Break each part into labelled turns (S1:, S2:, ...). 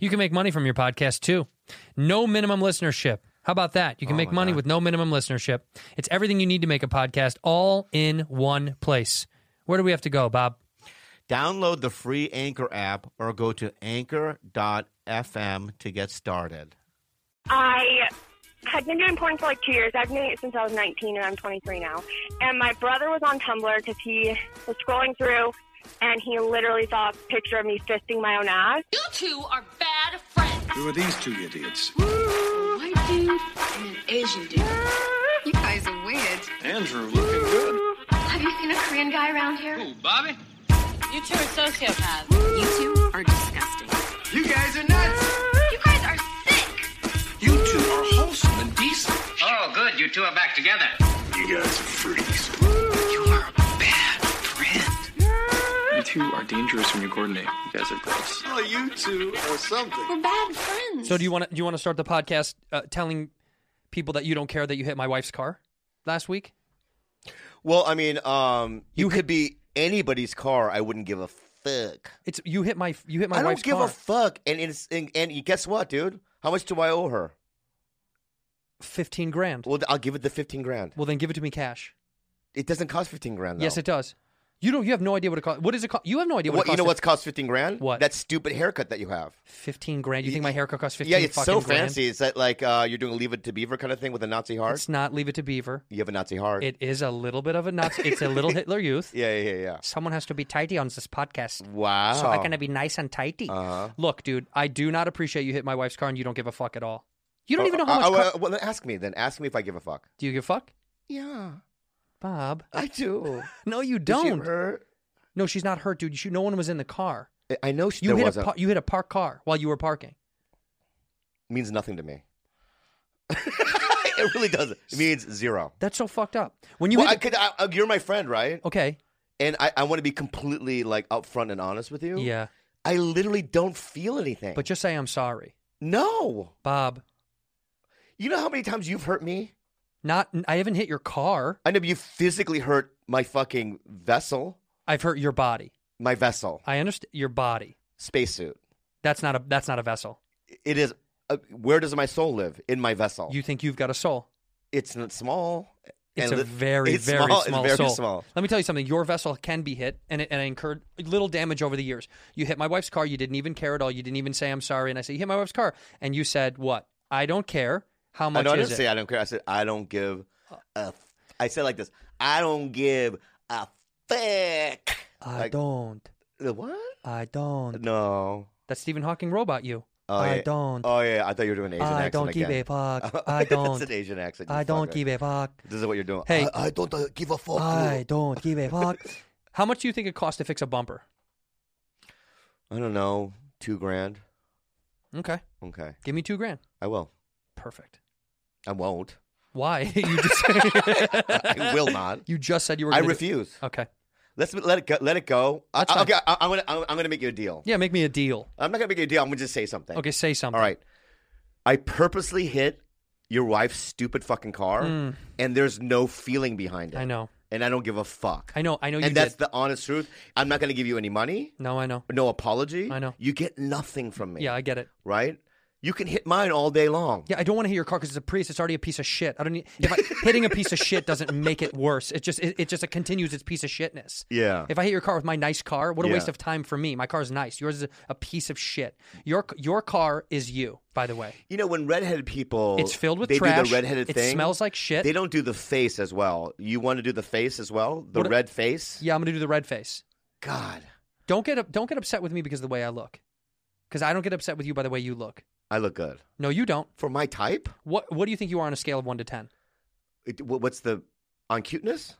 S1: You can make money from your podcast too. No minimum listenership. How about that? You
S2: Oh,
S1: can make money with no minimum listenership. It's everything you need to make a podcast all in one place. Where do we have to go, Bob?
S2: Download the free Anchor app or go to anchor.fm to get started.
S3: I had been doing porn for like two years. I've been doing it since I was 19 and I'm 23 now. And my brother was on Tumblr because he was scrolling through and he literally saw a picture of me fisting my own ass.
S4: You two are bad friends.
S5: Who are these two idiots?
S4: White dude and an Asian dude. You guys are weird.
S5: Andrew looking good.
S4: Have you seen a Korean guy around here?
S5: Ooh, Bobby.
S4: You two are sociopaths. You two are disgusting.
S5: You guys are nuts.
S4: You guys are sick.
S5: You two are wholesome and decent.
S6: Oh, good. You two are back together.
S5: You guys are freaks.
S6: You are a bad friend.
S5: You two are dangerous when you coordinate. You guys are gross. Oh, you two are something.
S4: We're bad friends.
S1: So do you want to do you want to start the podcast uh, telling people that you don't care that you hit my wife's car last week?
S2: Well, I mean, um, you
S1: You
S2: could be anybody's car. I wouldn't give a fuck.
S1: It's you hit my you hit my
S2: I don't
S1: wife's
S2: give
S1: car.
S2: a fuck. And, it's, and and guess what, dude? How much do I owe her?
S1: Fifteen grand.
S2: Well, I'll give it the fifteen grand.
S1: Well, then give it to me cash.
S2: It doesn't cost fifteen grand. Though.
S1: Yes, it does. You don't. You have no idea what it costs. What is it cost? You have no idea what,
S2: What,
S1: it
S2: you
S1: costs.
S2: know what's cost fifteen grand?
S1: What?
S2: That stupid haircut that you have.
S1: Fifteen grand. You think my haircut costs fifteen?
S2: yeah, it's
S1: fucking
S2: so
S1: grand?
S2: fancy. Is that like uh, you're doing a Leave It to Beaver kind of thing with a Nazi heart?
S1: It's not leave it to Beaver.
S2: You have a Nazi heart.
S1: It is a little bit of a Nazi. It's a little Hitler Youth.
S2: yeah, yeah, yeah, yeah.
S1: Someone has to be tidy on this podcast.
S2: Wow.
S1: So I'm gonna be nice and tidy.
S2: Uh-huh.
S1: Look, dude, I do not appreciate you hit my wife's car and you don't give a fuck at all. You don't even know how
S2: Uh,
S1: much.
S2: uh,
S1: car-
S2: well, then ask me then. Ask me if I give a fuck.
S1: do you give a fuck,
S2: Yeah,
S1: Bob?
S2: I do.
S1: No, you
S2: Did she
S1: don't.
S2: hurt?
S1: no, she's not hurt, dude. She, no one was in the car.
S2: I- I know she,
S1: You
S2: there
S1: hit a
S2: wasn't.
S1: par- you hit a parked car while you were parking.
S2: means nothing to me. it really doesn't. It means zero.
S1: That's so fucked up. When you
S2: well, I
S1: hit
S2: could. I, I- you're my friend, right?
S1: the- okay,
S2: And I, I want to be completely like upfront and honest with you.
S1: yeah,
S2: I literally don't feel anything.
S1: but just say I'm sorry,
S2: no.
S1: Bob.
S2: You know how many times you've hurt me?
S1: Not I haven't hit your car.
S2: I know you physically hurt my fucking vessel,
S1: I've hurt your body.
S2: my vessel,
S1: I understand your body.
S2: spacesuit.
S1: That's not a that's not a vessel.
S2: It is. Uh, where does my soul live? In my vessel.
S1: You think you've got a soul?
S2: it's not small.
S1: It's
S2: And
S1: a
S2: li-
S1: very
S2: it's
S1: very
S2: small.
S1: small,
S2: it's very
S1: soul.
S2: small.
S1: Let me tell you something. Your vessel can be hit, and it, and I incurred little damage over the years. You hit my wife's car. You didn't even care at all. You didn't even say I'm sorry. And I said you hit my wife's car, and you said what? I don't care. How
S2: I,
S1: much
S2: know, I
S1: is
S2: didn't
S1: it?
S2: say I don't care. I said I don't give a. F- I said like this. I don't give a fuck.
S1: I
S2: like-
S1: don't.
S2: The What?
S1: I don't.
S2: No.
S1: That's Stephen Hawking robot. You.
S2: Oh,
S1: I
S2: yeah.
S1: don't.
S2: Oh yeah, I thought you were doing an Asian
S1: I
S2: accent
S1: don't give a
S2: again.
S1: fuck. I don't.
S2: That's an Asian accent. you
S1: I don't
S2: fucker.
S1: give a Uh, fuck.
S2: This is what you're doing.
S1: Hey.
S2: I, I don't uh, give a fuck.
S1: I don't give a fuck. oh, How much do you think it costs to fix a bumper?
S2: I don't know. Two grand.
S1: Okay,
S2: Okay,
S1: give me two grand.
S2: I will.
S1: Perfect.
S2: I won't.
S1: Why? you just
S2: I will not.
S1: you just said you were.
S2: I
S1: gonna do- Uh,
S2: refuse.
S1: Okay.
S2: Let's let it go. Let it go. I,
S1: That's
S2: I-
S1: fine.
S2: okay, I, I'm gonna I'm, I'm gonna make you a deal.
S1: Yeah, make me a deal.
S2: I'm not gonna make you a deal. I'm gonna just say something.
S1: Okay, say something.
S2: All right. I purposely hit your wife's stupid fucking car, and there's no feeling behind it.
S1: Hmm. I know.
S2: And I don't give a fuck.
S1: I know. I know you
S2: and that's
S1: did.
S2: the honest truth. I'm not gonna give you any money,
S1: no, I know.
S2: no apology.
S1: I know.
S2: You get nothing from me.
S1: Yeah, I get it.
S2: Right. You can hit mine all day long.
S1: Yeah, I don't want to hit your car because it's a Prius. It's already a piece of shit. I don't need if I, hitting a piece of shit doesn't make it worse. It just it, it just continues its piece of shitness.
S2: Yeah.
S1: If I hit your car with my nice car, what a waste
S2: Yeah.
S1: of time for me. My car's nice. Yours is a, a piece of shit. Your your car is you, by the way.
S2: You know, when redheaded people,
S1: It's filled with
S2: they do
S1: trash.
S2: the redheaded
S1: It
S2: thing.
S1: smells like shit.
S2: They don't do the face as well. You want to do the face as well? The
S1: What-
S2: red face?
S1: Yeah, I'm gonna do the red face.
S2: God,
S1: Don't get up, don't get upset with me because of the way I look. Because I don't get upset with you by the way you look.
S2: I look good
S1: No, you don't.
S2: for my type.
S1: What what do you think you are on a scale of one to ten?
S2: It, wh- what's the on cuteness?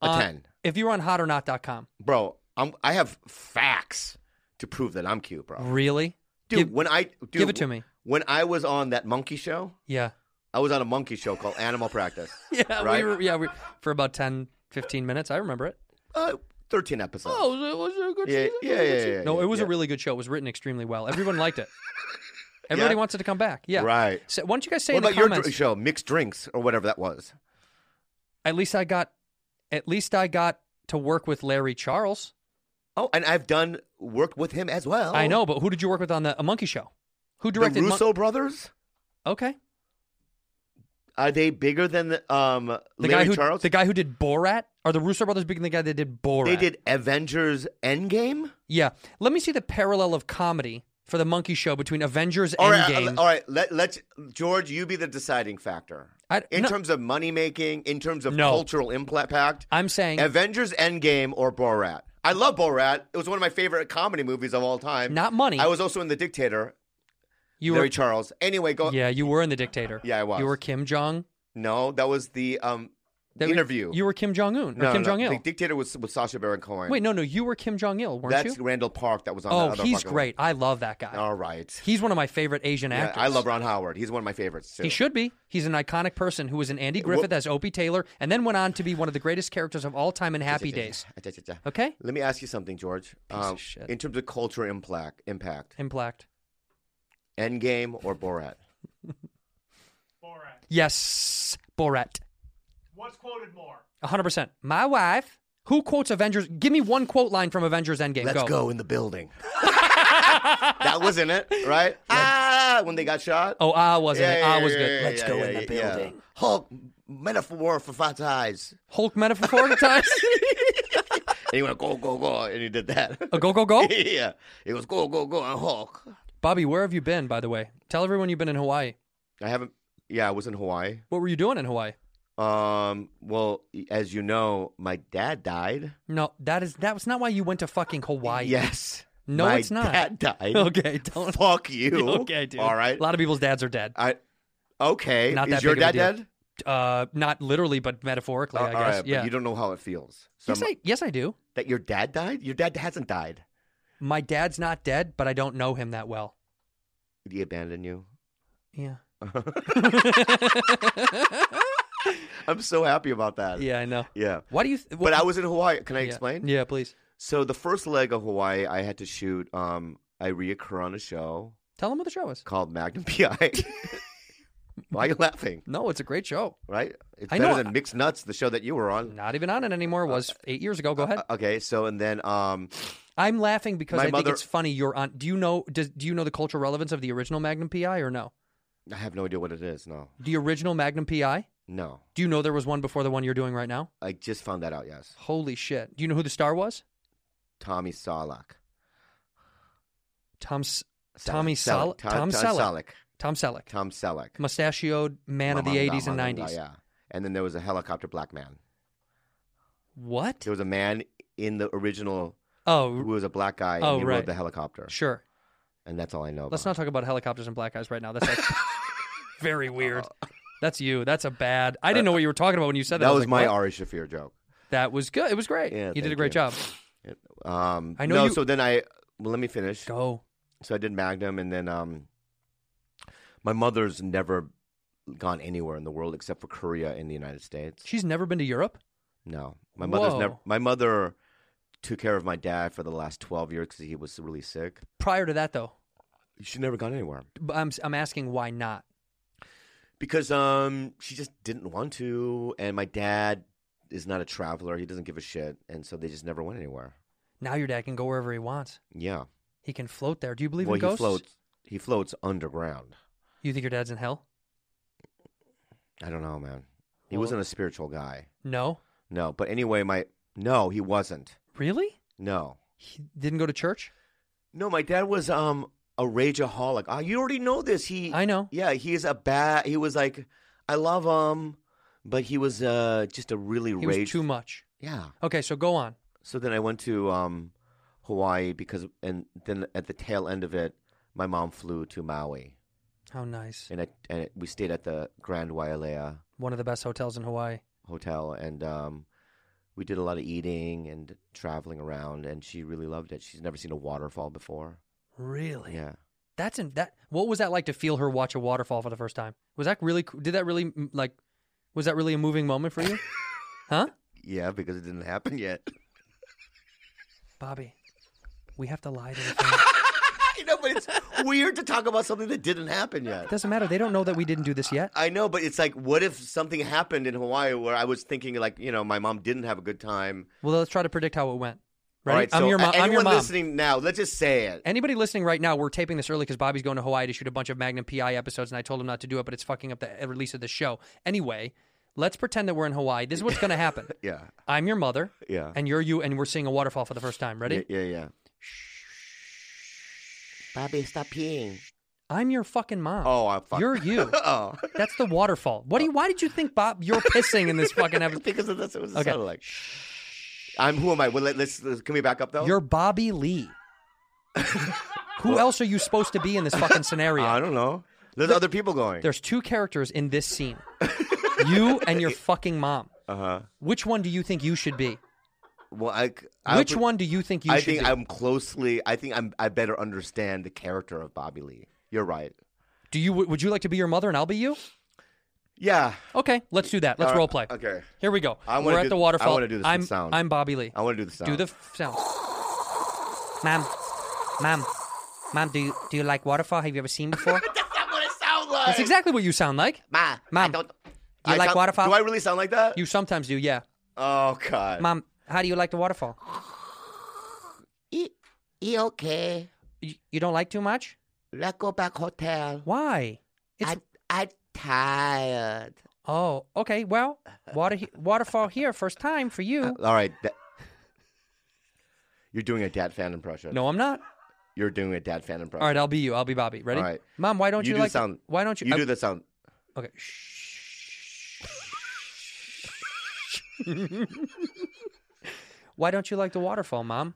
S2: A
S1: Uh,
S2: ten,
S1: If you're on hotornot.com,
S2: bro. I'm. I have facts to prove that I'm cute, bro.
S1: really?
S2: Dude,
S1: Give-
S2: when I dude,
S1: give it to me.
S2: When I was on that monkey show,
S1: yeah.
S2: I was on a monkey show called Animal Practice.
S1: Yeah,
S2: Right?
S1: we were, yeah, we, for about 10, 15 minutes. I remember it.
S2: Uh, Thirteen episodes.
S1: Oh, it was a good
S2: Yeah, season? yeah, Was it a good yeah, season? yeah,
S1: No,
S2: yeah,
S1: it was a
S2: yeah.
S1: really good show. It was written extremely well. Everyone liked it. Everybody
S2: Yeah?
S1: wants it to come back. Yeah.
S2: Right.
S1: So why don't you guys say
S2: What
S1: in the
S2: about your
S1: comments?
S2: dr- show, mixed drinks or whatever that was?
S1: At least I got, at least I got to work with Larry Charles.
S2: Oh, and I've done worked with him as well.
S1: I know, but who did you work with on the a Monkey Show? Who directed
S2: Oh. the
S1: Mon-
S2: Russo brothers?
S1: okay,
S2: Are they bigger than the, um,
S1: the
S2: Larry
S1: guy who
S2: Charles?
S1: the guy who did Borat. Are the Russo brothers bigger than the guy that did Borat?
S2: They did Avengers Endgame.
S1: Yeah. Let me see the parallel of comedy for the Monkey Show between Avengers
S2: All right,
S1: Endgame.
S2: uh, all right. Let, let's George, you be the deciding factor
S1: I-
S2: in
S1: no.
S2: terms of money making, in terms of
S1: No.
S2: cultural impact.
S1: I'm saying
S2: Avengers Endgame or Borat. I love Borat. It was one of my favorite comedy movies of all time.
S1: Not money.
S2: I was also in The Dictator.
S1: you
S2: Larry
S1: were
S2: Charles. Anyway, go.
S1: Yeah, you were in the dictator.
S2: Oh. Yeah, I was.
S1: You were Kim Jong.
S2: No, that was the um
S1: that we-
S2: interview.
S1: You were Kim Jong Un or
S2: no,
S1: Kim
S2: no, no.
S1: Jong Il.
S2: The Dictator was with Sasha Baron Cohen.
S1: Wait, no, no, you were Kim Jong Il, weren't
S2: that's
S1: you?
S2: Randall Park. That was on.
S1: Oh,
S2: that other
S1: he's
S2: fucking-
S1: great. I love that guy.
S2: All right.
S1: He's one of my favorite Asian
S2: Yeah,
S1: actors.
S2: I love Ron Howard. He's one of my favorites. Too.
S1: He should be. He's an iconic person who was in Andy Griffith as Opie Taylor, and then went on to be one of the greatest characters of all time in Happy Days. Okay,
S2: Let me ask you something, George. Um,
S1: of shit.
S2: In terms of culture impact, impact,
S1: Implact.
S2: Endgame or Borat?
S1: Yes, Borat,
S7: What's quoted more?
S1: hundred percent. My wife, who quotes Avengers? Give me one quote line from Avengers Endgame.
S2: Let's go. in the building. that wasn't it, right? ah, when they got shot.
S1: Oh, I wasn't. it? I was good.
S2: yeah,
S1: Let's
S2: yeah,
S1: go
S2: yeah,
S1: in the
S2: yeah, yeah.
S1: building.
S2: Hulk metaphor for fat eyes.
S1: Hulk metaphor time.
S2: And he went go go go, and he did that.
S1: A Uh, go go go.
S2: yeah, it was go go go. I'm Hulk.
S1: Bobby, where have you been, by the way? Tell everyone you've been in Hawaii.
S2: I haven't. Yeah, I was in Hawaii.
S1: What were you doing in Hawaii?
S2: Um. Well, as you know, my dad died.
S1: No, that is that was not why you went to fucking Hawaii.
S2: Yes.
S1: No,
S2: my
S1: it's not.
S2: Dad died.
S1: Okay, don't.
S2: Fuck you.
S1: Okay, dude.
S2: All right.
S1: A lot of people's dads are dead.
S2: I. Okay.
S1: Not
S2: Is
S1: that
S2: your
S1: big of
S2: dad
S1: a
S2: dead?
S1: Uh, not literally, but metaphorically, I
S2: Uh, all
S1: guess.
S2: right,
S1: yeah.
S2: But you don't know how it feels. So
S1: yes, I, yes, I do.
S2: that your dad died. Your dad hasn't died.
S1: My dad's not dead, but I don't know him that well.
S2: Did he abandon you?
S1: Yeah.
S2: I'm so happy about that.
S1: Yeah, I know.
S2: Yeah.
S1: Why do you? Th-
S2: But I was in Hawaii. Can I
S1: yeah.
S2: explain?
S1: Yeah, please.
S2: So the first leg of Hawaii, I had to shoot. Um, I reoccur on a show
S1: Tell them what the show is.
S2: called Magnum PI. Why are you laughing?
S1: No, it's a great show.
S2: Right? It's
S1: I
S2: better
S1: know-
S2: than Mixed Nuts, the show that you were on.
S1: Not even on it anymore.
S2: Uh,
S1: Was eight years ago. Go ahead.
S2: Okay. So and then um,
S1: I'm laughing because
S2: my
S1: I think
S2: mother-
S1: it's funny. Your aunt. Do you know? Does do you know the cultural relevance of the original Magnum PI or no?
S2: I have no idea what it is. No,
S1: The original Magnum PI.
S2: no.
S1: Do you know there was one before the one you're doing right now?
S2: I just found that out. Yes,
S1: Holy shit! Do you know who the star was?
S2: Tommy Salak.
S1: Tom S- Tommy Selleck.
S2: Tom,
S1: Tom
S2: Tom
S1: Selleck. Tom Selleck.
S2: Tom Selleck.
S1: Mustachioed man of the
S2: Mamanda,
S1: 80s and
S2: mamanda,
S1: 90s.
S2: Yeah. And then there was a helicopter black man.
S1: What?
S2: There was a man in the original who
S1: Oh,
S2: was a black guy and
S1: Oh,
S2: he
S1: right.
S2: rode the helicopter.
S1: sure.
S2: And that's all I know.
S1: Let's
S2: about
S1: not talk about helicopters and black eyes right now. That's like very weird. That's you. That's a bad. I didn't know what you were talking about when you
S2: it.
S1: said that.
S2: Oh. That
S1: I
S2: was
S1: like,
S2: my
S1: what?
S2: Ari Shafir joke.
S1: That was good. It was great.
S2: Yeah,
S1: you did a
S2: thank
S1: great
S2: you.
S1: job.
S2: Um,
S1: I know
S2: No,
S1: you-
S2: so then I well, let me finish.
S1: Go.
S2: So I did Magnum, and then um, my mother's never gone anywhere in the world except for Korea and the United States.
S1: She's never been to Europe.
S2: No, my mother's
S1: Whoa.
S2: never. My mother took care of my dad for the last twelve years because he was really sick.
S1: Prior to that, though,
S2: She's never gone anywhere
S1: But I'm I'm asking why not.
S2: because um, she just didn't want to, and my dad is not a traveler. He doesn't give a shit, and so they just never went anywhere.
S1: Now your dad can go wherever he wants.
S2: Yeah,
S1: He can float there. Do you believe
S2: well,
S1: in ghosts?
S2: he floats. He floats underground.
S1: You think your dad's in hell?
S2: I don't know, man. He
S1: Well-
S2: wasn't a spiritual guy.
S1: No.
S2: No, but anyway, my no, he wasn't.
S1: Really?
S2: No,
S1: He didn't go to church?
S2: no, my dad was um a rageaholic. Ah, you already know this. He,
S1: I know.
S2: yeah, he's a bad. He was like, I love him, but he was uh just a really
S1: He was
S2: rage.
S1: too much.
S2: yeah.
S1: Okay, so go on.
S2: So then I went to um Hawaii because, and then at the tail end of it, my mom flew to Maui,
S1: How nice.
S2: and I, and we stayed at the Grand Wailea.
S1: One of the best hotels in Hawaii.
S2: hotel and um, we did a lot of eating and traveling around and she really loved it she's never seen a waterfall before
S1: Really?
S2: yeah
S1: That's in that. What was that like to feel her watch a waterfall for the first time? Was that really? co- Did that really mm, like? Was that really a moving moment for you? huh,
S2: yeah because it didn't happen yet
S1: Bobby? We have to lie to the fans.
S2: i know but it's weird to talk about something that didn't happen yet
S1: Doesn't matter. They don't know that we didn't do this yet.
S2: i know but it's like what if something happened in hawaii where i was thinking like you know my mom didn't have a good time
S1: Well, let's try to predict how it went. Right?
S2: All right,
S1: I'm
S2: so
S1: your
S2: a-
S1: mom.
S2: anyone
S1: I'm your mom.
S2: listening now let's just say it
S1: Anybody listening right now, we're taping this early because Bobby's going to Hawaii to shoot a bunch of Magnum PI episodes, and I told him not to do it, but it's fucking up the uh, release of the show. Anyway, let's pretend that we're in Hawaii. This is what's going to happen.
S2: yeah
S1: I'm your mother,
S2: yeah
S1: and you're you, and we're seeing a waterfall for the first time. Ready?
S2: yeah yeah, yeah. Bobby, stop peeing.
S1: I'm your fucking mom.
S2: Oh, I fuck.
S1: You're you.
S2: oh,
S1: That's the waterfall. What do you? Why did you think Bob? You're pissing in this fucking episode.
S2: because of this, it was
S1: Okay.
S2: sounded like. I'm who am I? Well, let, let's, let's can we back up though?
S1: You're Bobby Lee. Who else are you supposed to be in this fucking
S2: I
S1: scenario?
S2: don't know. There's other people going.
S1: There's two characters in this scene. you and your fucking mom.
S2: Uh huh.
S1: Which one do you think you should be?
S2: Well, I. I
S1: Which
S2: would-
S1: one do you think you
S2: I
S1: should
S2: think
S1: be?
S2: I'm closely. I think I'm. I better understand the character of Bobby Lee. You're right.
S1: do you would you like to be your mother and I'll be you?
S2: Yeah.
S1: Okay, let's do that. Let's
S2: All
S1: role
S2: right,
S1: play.
S2: Okay.
S1: Here we go.
S2: I wanna
S1: We're at
S2: do-
S1: the
S2: I
S1: waterfall.
S2: wanna do this with
S1: I'm,
S2: sound.
S1: I'm Bobby Lee.
S2: I want to do the sound.
S1: Do the f- sound. Ma'am, ma'am, ma'am. Do you do you like waterfall? Have you ever seen before?
S2: That's what it sounds like.
S1: That's exactly what you sound like.
S2: Ma. I
S1: Mom,
S2: don't. Do
S1: you like waterfall?
S2: Do I really sound like that?
S1: You sometimes do, yeah.
S2: Oh God.
S1: Mom, how do you like the waterfall?
S2: E, e okay.
S1: You, you don't like too much?
S2: Let's go back hotel.
S1: Why? It's
S2: I tired.
S1: oh okay. Well, water he- waterfall here, first time for you.
S2: Uh, All right. that- You're doing a dad fan impression.
S1: No, I'm not.
S2: You're doing a dad fan impression.
S1: All right, I'll be you. I'll be Bobby. Ready?
S2: All right.
S1: Mom, why don't you,
S2: You do
S1: like?
S2: sound-
S1: Why don't you?
S2: You
S1: I-
S2: do the sound.
S1: Okay. why don't you like the waterfall, Mom?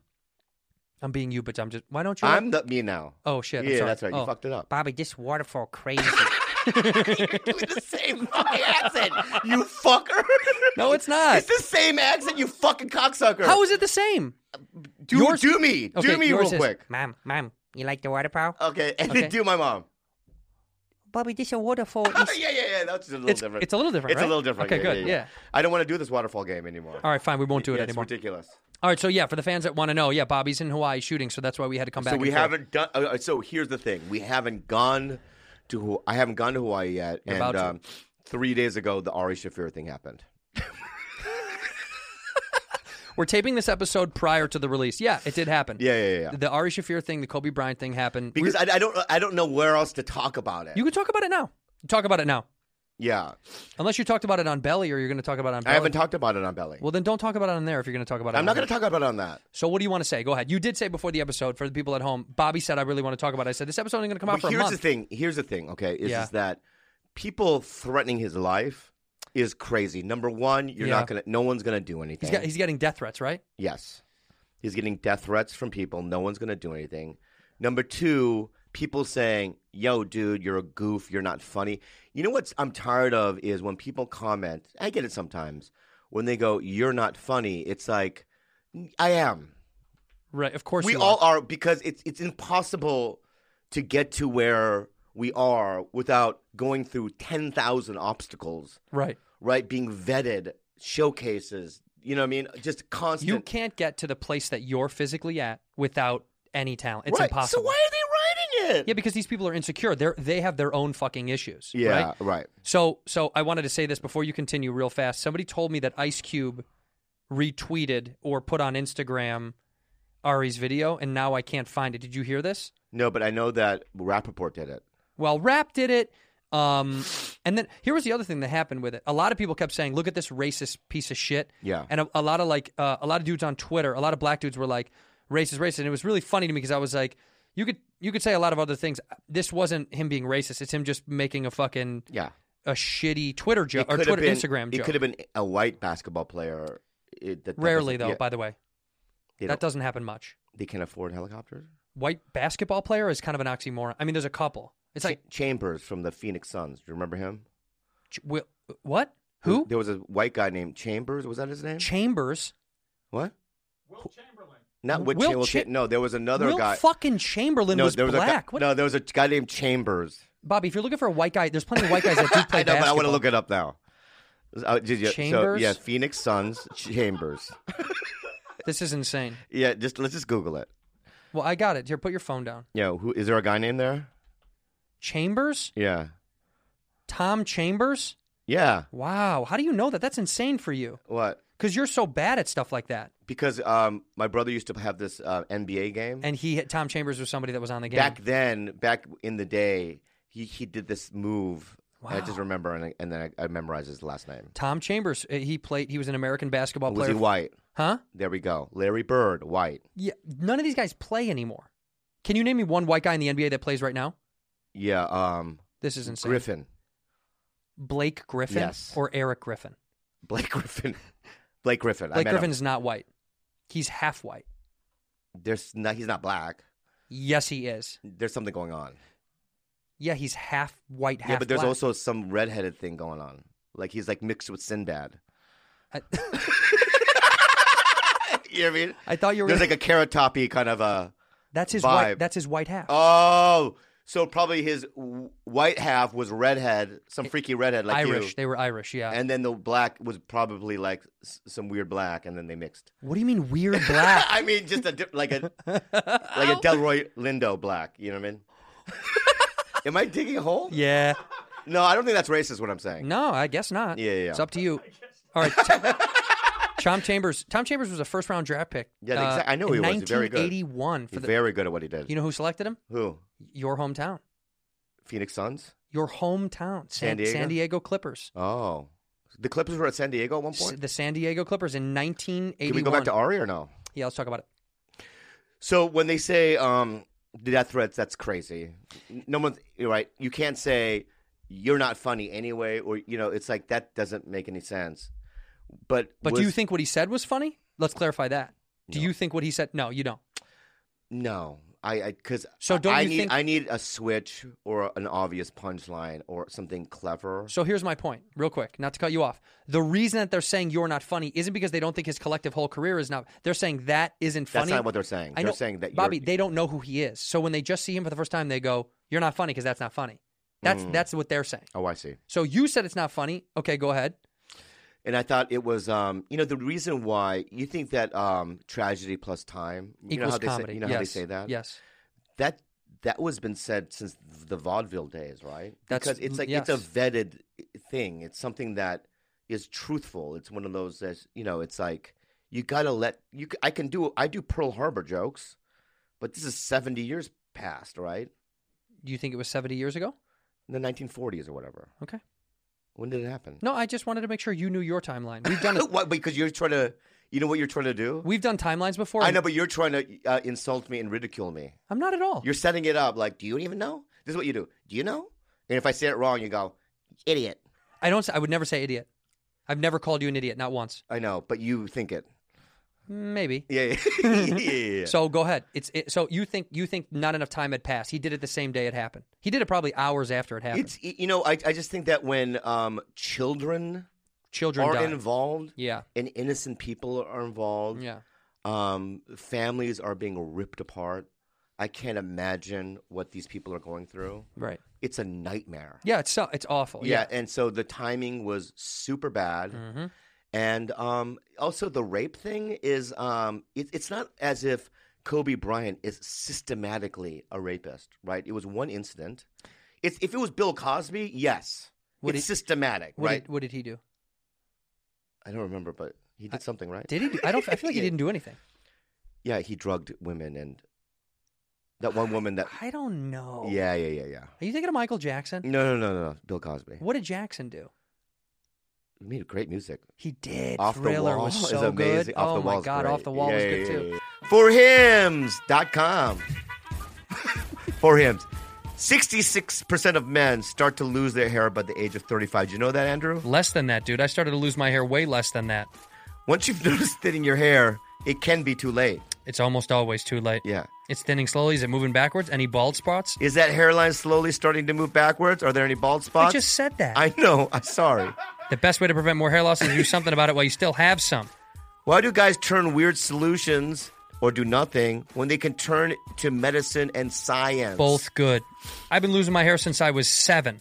S1: I'm being you, but I'm just. Why don't you? like-
S2: I'm the me now.
S1: oh shit! I'm
S2: yeah,
S1: sorry.
S2: that's right.
S1: Oh.
S2: You fucked it up.
S1: Bobby, this waterfall crazy.
S2: With the same fucking accent, you fucker.
S1: No, it's not.
S2: It's the same accent, you fucking cocksucker.
S1: How is it the same?
S2: do,
S1: yours-
S2: do me, do me real quick.
S1: Mom, mom, you like the waterfall?
S2: Okay, and
S1: Okay.
S2: then do my
S1: Uh,
S2: mom.
S1: Bobby, this a waterfall.
S2: Oh, yeah, yeah, yeah. That's just a little
S1: It's-
S2: different.
S1: it's a little different,
S2: It's
S1: right?
S2: a little different.
S1: Okay,
S2: yeah,
S1: good,
S2: Yeah,
S1: yeah.
S2: I don't want to do this waterfall game anymore.
S1: All right, fine. We won't do it
S2: yeah, it's
S1: anymore.
S2: ridiculous.
S1: All right, so yeah, for the fans that want to know, yeah, Bobby's in Hawaii shooting, so that's why we had to come back.
S2: So we
S1: and forth.
S2: haven't done. Uh, uh, so here's the thing: we haven't gone to. Hu- I haven't gone to Hawaii yet. and
S1: about to.
S2: um, three days ago, the Ari Shafir thing happened.
S1: We're taping this episode prior to the release. Yeah, it did happen.
S2: Yeah, yeah, yeah.
S1: The Ari Shafir thing, the Kobe Bryant thing happened. We-
S2: Because I, I don't. I don't know where else to talk about it.
S1: you can talk about it now. Talk about it now.
S2: yeah,
S1: Unless you talked about it on Belly, or you're going to talk about it on.
S2: I
S1: Belly.
S2: haven't talked about it on Belly.
S1: Well, then don't talk about it on there if you're going to talk about it.
S2: I'm
S1: on
S2: not going to
S1: there.
S2: talk about it on that.
S1: So what do you want to say? Go ahead. You did say before the episode for the people at home. Bobby said I really want to talk about. it. I said this episode ain't going to come out for
S2: But
S1: a
S2: here's
S1: month.
S2: the thing. Here's the thing. Okay, is,
S1: Yeah.
S2: is that people threatening his life is crazy. Number one, you're
S1: Yeah.
S2: not gonna. No one's gonna do anything.
S1: He's, got, he's getting death threats, right?
S2: Yes. He's getting death threats from people. No one's going to do anything. Number two, people saying, yo, dude, you're a goof. You're not funny. You know what I'm tired of is when people comment, I get it sometimes, when they go, you're not funny. It's like, I am.
S1: Right. Of course.
S2: We
S1: you
S2: all are because it's, it's impossible to get to where we are without going through 10,000 obstacles,
S1: Right.
S2: right? Being vetted, showcases, you know what I mean? Just constant.
S1: You can't get to the place that you're physically at without any talent. It's
S2: Right.
S1: impossible.
S2: So why are they writing it?
S1: Yeah, because these people are insecure. They're they have their own fucking issues.
S2: Yeah,
S1: Right?
S2: right.
S1: So, so I wanted to say this before you continue, real fast. Somebody told me that Ice Cube retweeted or put on Instagram Ari's video, and now I can't find it. Did you hear this?
S2: No, but I know that Rappaport did it.
S1: Well, rap did it. Um, and then here was the other thing that happened with it. A lot of people kept saying, "Look at this racist piece of shit."
S2: Yeah.
S1: And a, a lot of like uh, a lot of dudes on Twitter, a lot of black dudes were like, "Racist, racist." And it was really funny to me because I was like, "You could you could say a lot of other things. This wasn't him being racist. It's him just making a fucking
S2: Yeah.
S1: a shitty Twitter joke or
S2: could have
S1: Twitter
S2: been-
S1: Instagram
S2: It
S1: joke.
S2: could have been a white basketball player. It, that, that
S1: Rarely
S2: doesn't-
S1: though,
S2: yeah,
S1: by the way,
S2: they
S1: that
S2: don't-
S1: doesn't happen much.
S2: They can afford helicopters.
S1: White basketball player is kind of an oxymoron. I mean, there's a couple. It's like
S2: Ch- Chambers from the Phoenix Suns. Do you remember him?
S1: ch- wi- what? Who?
S2: There was a white guy named Chambers. Was that his name?
S1: Chambers.
S2: what?
S7: Will Chamberlain.
S2: Not Will
S1: Will
S2: Chamberlain.
S1: Cha-
S2: no, there was another
S1: Will
S2: guy.
S1: fucking Chamberlain
S2: no,
S1: was,
S2: there was
S1: black.
S2: A guy,
S1: What-
S2: No, there was a guy named Chambers.
S1: Bobby, if you're looking for a white guy, there's plenty of white guys that do play
S2: I know, but I
S1: basketball.
S2: want to look it up now. Uh, did you- so,
S1: Chambers?
S2: yeah, Phoenix Suns Chambers.
S1: This is insane.
S2: Yeah, just let's just Google it.
S1: Well, I got it. Here, put your phone down.
S2: Yeah, who is there a guy named there?
S1: Chambers?
S2: Yeah,
S1: Tom Chambers?
S2: yeah.
S1: Wow. How do you know that? That's insane for you.
S2: What?
S1: Because you're so bad at stuff like that.
S2: Because um, my brother used to have this uh, NBA game.
S1: And he, Tom Chambers was somebody that was on the game.
S2: back then, back in the day, he, he did this move. I
S1: Wow.
S2: just remember, and, I, and then I, I memorized his last name.
S1: Tom Chambers, uh, he played, he was an American basketball
S2: Oh, Was
S1: player.
S2: he white?
S1: Huh?
S2: There we go. Larry Bird, white.
S1: Yeah. None of these guys play anymore. Can you name me one white guy in the NBA that plays right now?
S2: Yeah. Um,
S1: This is insane.
S2: Griffin.
S1: Blake Griffin
S2: Yes.
S1: or Eric Griffin?
S2: Blake Griffin. Blake Griffin. I
S1: Blake
S2: met
S1: Griffin
S2: Him.
S1: is not white. He's half white.
S2: There's not, he's not black.
S1: Yes, he is.
S2: There's something going on.
S1: Yeah, he's half white, half
S2: yeah, but there's
S1: black.
S2: also some redheaded thing going on. Like he's like mixed with Sinbad.
S1: I,
S2: you know what I mean?
S1: I thought you were.
S2: There's
S1: gonna-
S2: like a carrot toppy kind of a.
S1: that's his
S2: vibe.
S1: white. That's his white half.
S2: Oh, so probably his w- white half was redhead, some freaky redhead like
S1: Irish.
S2: you.
S1: They were Irish. Yeah.
S2: And then the black was probably like s- some weird black, and then they mixed.
S1: what do you mean weird black?
S2: I mean, just a di- like a like a Delroy Lindo black. You know what I mean? Am I digging a hole?
S1: yeah.
S2: No, I don't think that's racist. What I'm saying.
S1: No, I guess not.
S2: Yeah, yeah, yeah.
S1: It's up to you. All right. Tom Chambers. Tom Chambers was a first round draft pick. uh,
S2: Yeah, exact- I know he
S1: in
S2: was. Very good.
S1: 1981 for
S2: He's
S1: the.
S2: very good at what he did.
S1: you know who selected him?
S2: Who?
S1: Your hometown.
S2: Phoenix Suns.
S1: Your hometown.
S2: San Diego?
S1: San Diego Clippers.
S2: Oh, the Clippers were at San Diego at one
S1: S-
S2: point.
S1: the San Diego Clippers in 1981.
S2: Can we go back to Ari or no?
S1: yeah, let's talk about it.
S2: So when they say um, death threats, that's crazy. No one, you're right. You can't say you're not funny anyway, or you know, it's like that doesn't make any sense. But
S1: But
S2: was-
S1: do you think what he said was funny? Let's clarify that. Do you think what he said? No, you don't.
S2: no? I because
S1: So don't
S2: I
S1: you
S2: need
S1: think-
S2: I need a switch or an obvious punchline or something clever.
S1: So here's my point, real quick, not to cut you off. The reason that they're saying you're not funny isn't because they don't think his collective whole career is not. They're saying that isn't
S2: That's
S1: funny.
S2: not what they're saying.
S1: I
S2: They're
S1: know-
S2: saying that you're-
S1: Bobby. They don't know who he is, so when they just see him for the first time, they go, "You're not funny because that's not funny." That's
S2: Mm.
S1: that's what they're saying.
S2: Oh, I see.
S1: So you said it's not funny. Okay, go ahead.
S2: And I thought it was, um, you know, the reason why you think that um, tragedy plus time you know
S1: Equals
S2: how they
S1: comedy.
S2: Say, you know
S1: yes.
S2: how they say that.
S1: Yes.
S2: that that was been said since the vaudeville days, right?
S1: That's-
S2: because it's like it's
S1: yes.
S2: a vetted thing. It's something that is truthful. It's one of those that you know. It's like you gotta let you. c- I can do I do Pearl Harbor jokes, but this is seventy years past, right?
S1: Do you think it was 70 years ago?
S2: In the nineteen forties or whatever.
S1: Okay.
S2: When did it happen?
S1: No, I just wanted to make sure you knew your timeline. We've done it.
S2: what, because you're trying to. You know what you're trying to do.
S1: We've done timelines before.
S2: I know, but you're trying to uh, insult me and ridicule me.
S1: I'm not at all.
S2: You're setting it up like, do you even know? This is what you do. Do you know? And if I say it wrong, you go, idiot.
S1: I don't. s- I would never say idiot. I've never called you an idiot, not once.
S2: I know, but you think it.
S1: Maybe.
S2: Yeah, yeah, yeah, yeah, yeah.
S1: So go ahead. It's it, so you think you think not enough time had passed. He did it the same day it happened. He did it probably hours after it happened.
S2: it's you know, I I just think that when um children,
S1: Children
S2: are
S1: died.
S2: involved
S1: yeah,
S2: and innocent people are involved,
S1: yeah.
S2: um families are being ripped apart. I can't imagine what these people are going through.
S1: Right.
S2: It's a nightmare.
S1: Yeah. It's so it's awful.
S2: Yeah, and so the timing was super bad.
S1: Mm-hmm.
S2: And um, also the rape thing is um, it, it's not as if Kobe Bryant is systematically a rapist, right? It was one incident. It's, if it was Bill Cosby, yes,
S1: Would
S2: it's
S1: it-
S2: systematic,
S1: What
S2: right?
S1: did what did he do?
S2: I don't remember, but he did something, right?
S1: Did he? Do, I don't. I feel like he
S2: Yeah.
S1: didn't do anything.
S2: Yeah, he drugged women and That one woman that.
S1: I don't know.
S2: Yeah, yeah, yeah, yeah.
S1: Are you thinking of Michael Jackson?
S2: No, no, no, no, no. Bill Cosby.
S1: What did Jackson do?
S2: He made great music.
S1: He did.
S2: Off the
S1: Thriller
S2: Wall
S1: was
S2: is
S1: so good.
S2: amazing. Off
S1: oh
S2: the
S1: my
S2: Wall's
S1: god, off
S2: great.
S1: the wall
S2: Yeah,
S1: was
S2: yeah,
S1: good
S2: yeah,
S1: too.
S2: yeah. Forhims.com. For hymns. 66% of men start to lose their hair by the age of 35. Do you know that, Andrew?
S1: Less than that, dude. I started to lose my hair way less than that.
S2: Once you've noticed thinning your hair, it can be too late.
S1: It's almost always too late.
S2: Yeah.
S1: It's thinning slowly. Is it moving backwards? Any bald spots?
S2: Is that hairline slowly starting to move backwards? Are there any bald
S1: I
S2: spots?
S1: just said that.
S2: I know. I'm sorry.
S1: the best way to prevent more hair loss is to do something about it while you still have some.
S2: Why do guys turn weird solutions or do nothing when they can turn to medicine and science?
S1: Both good. I've been losing my hair since I was seven.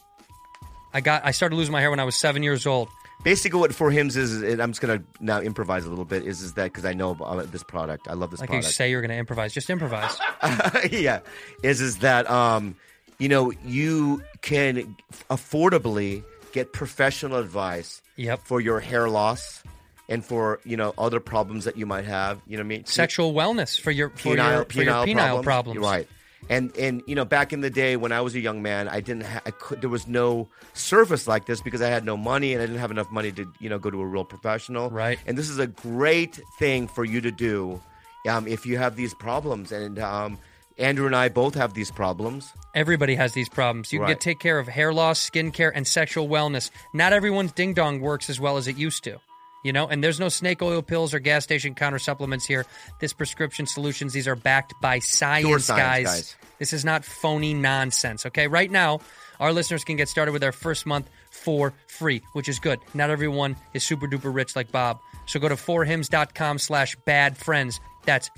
S1: I got I started losing my hair when I was seven years old.
S2: Basically, what for hymns is, is- and I'm just gonna now improvise a little bit. Is is that because I know about this product? I love this
S1: Like you
S2: product.
S1: say you're gonna improvise. Just improvise.
S2: yeah, is is that um, you know, you can affordably get professional advice.
S1: Yep.
S2: For your hair loss, and for you know other problems that you might have. You know what I mean?
S1: Sexual wellness for your for your, for your penile problems.
S2: Right. And and you know, back in the day when I was a young man, I didn't. Ha- I could, there was no service like this because I had no money and I didn't have enough money to you know go to a real professional.
S1: Right.
S2: And this is a great thing for you to do um, if you have these problems. And um, Andrew and I both have these problems.
S1: Everybody has these problems. You can
S2: Right.
S1: get, take care of hair loss, skin care, and sexual wellness. Not everyone's ding dong works as well as it used to. You know, and there's no snake oil pills or gas station counter supplements here. This prescription solutions, these are backed by science,
S2: science, guys.
S1: This is not phony nonsense. Okay, right now, our listeners can get started with their first month for free, which is good. Not everyone is super duper rich like Bob. So go to forhims.com slash bad friends. That's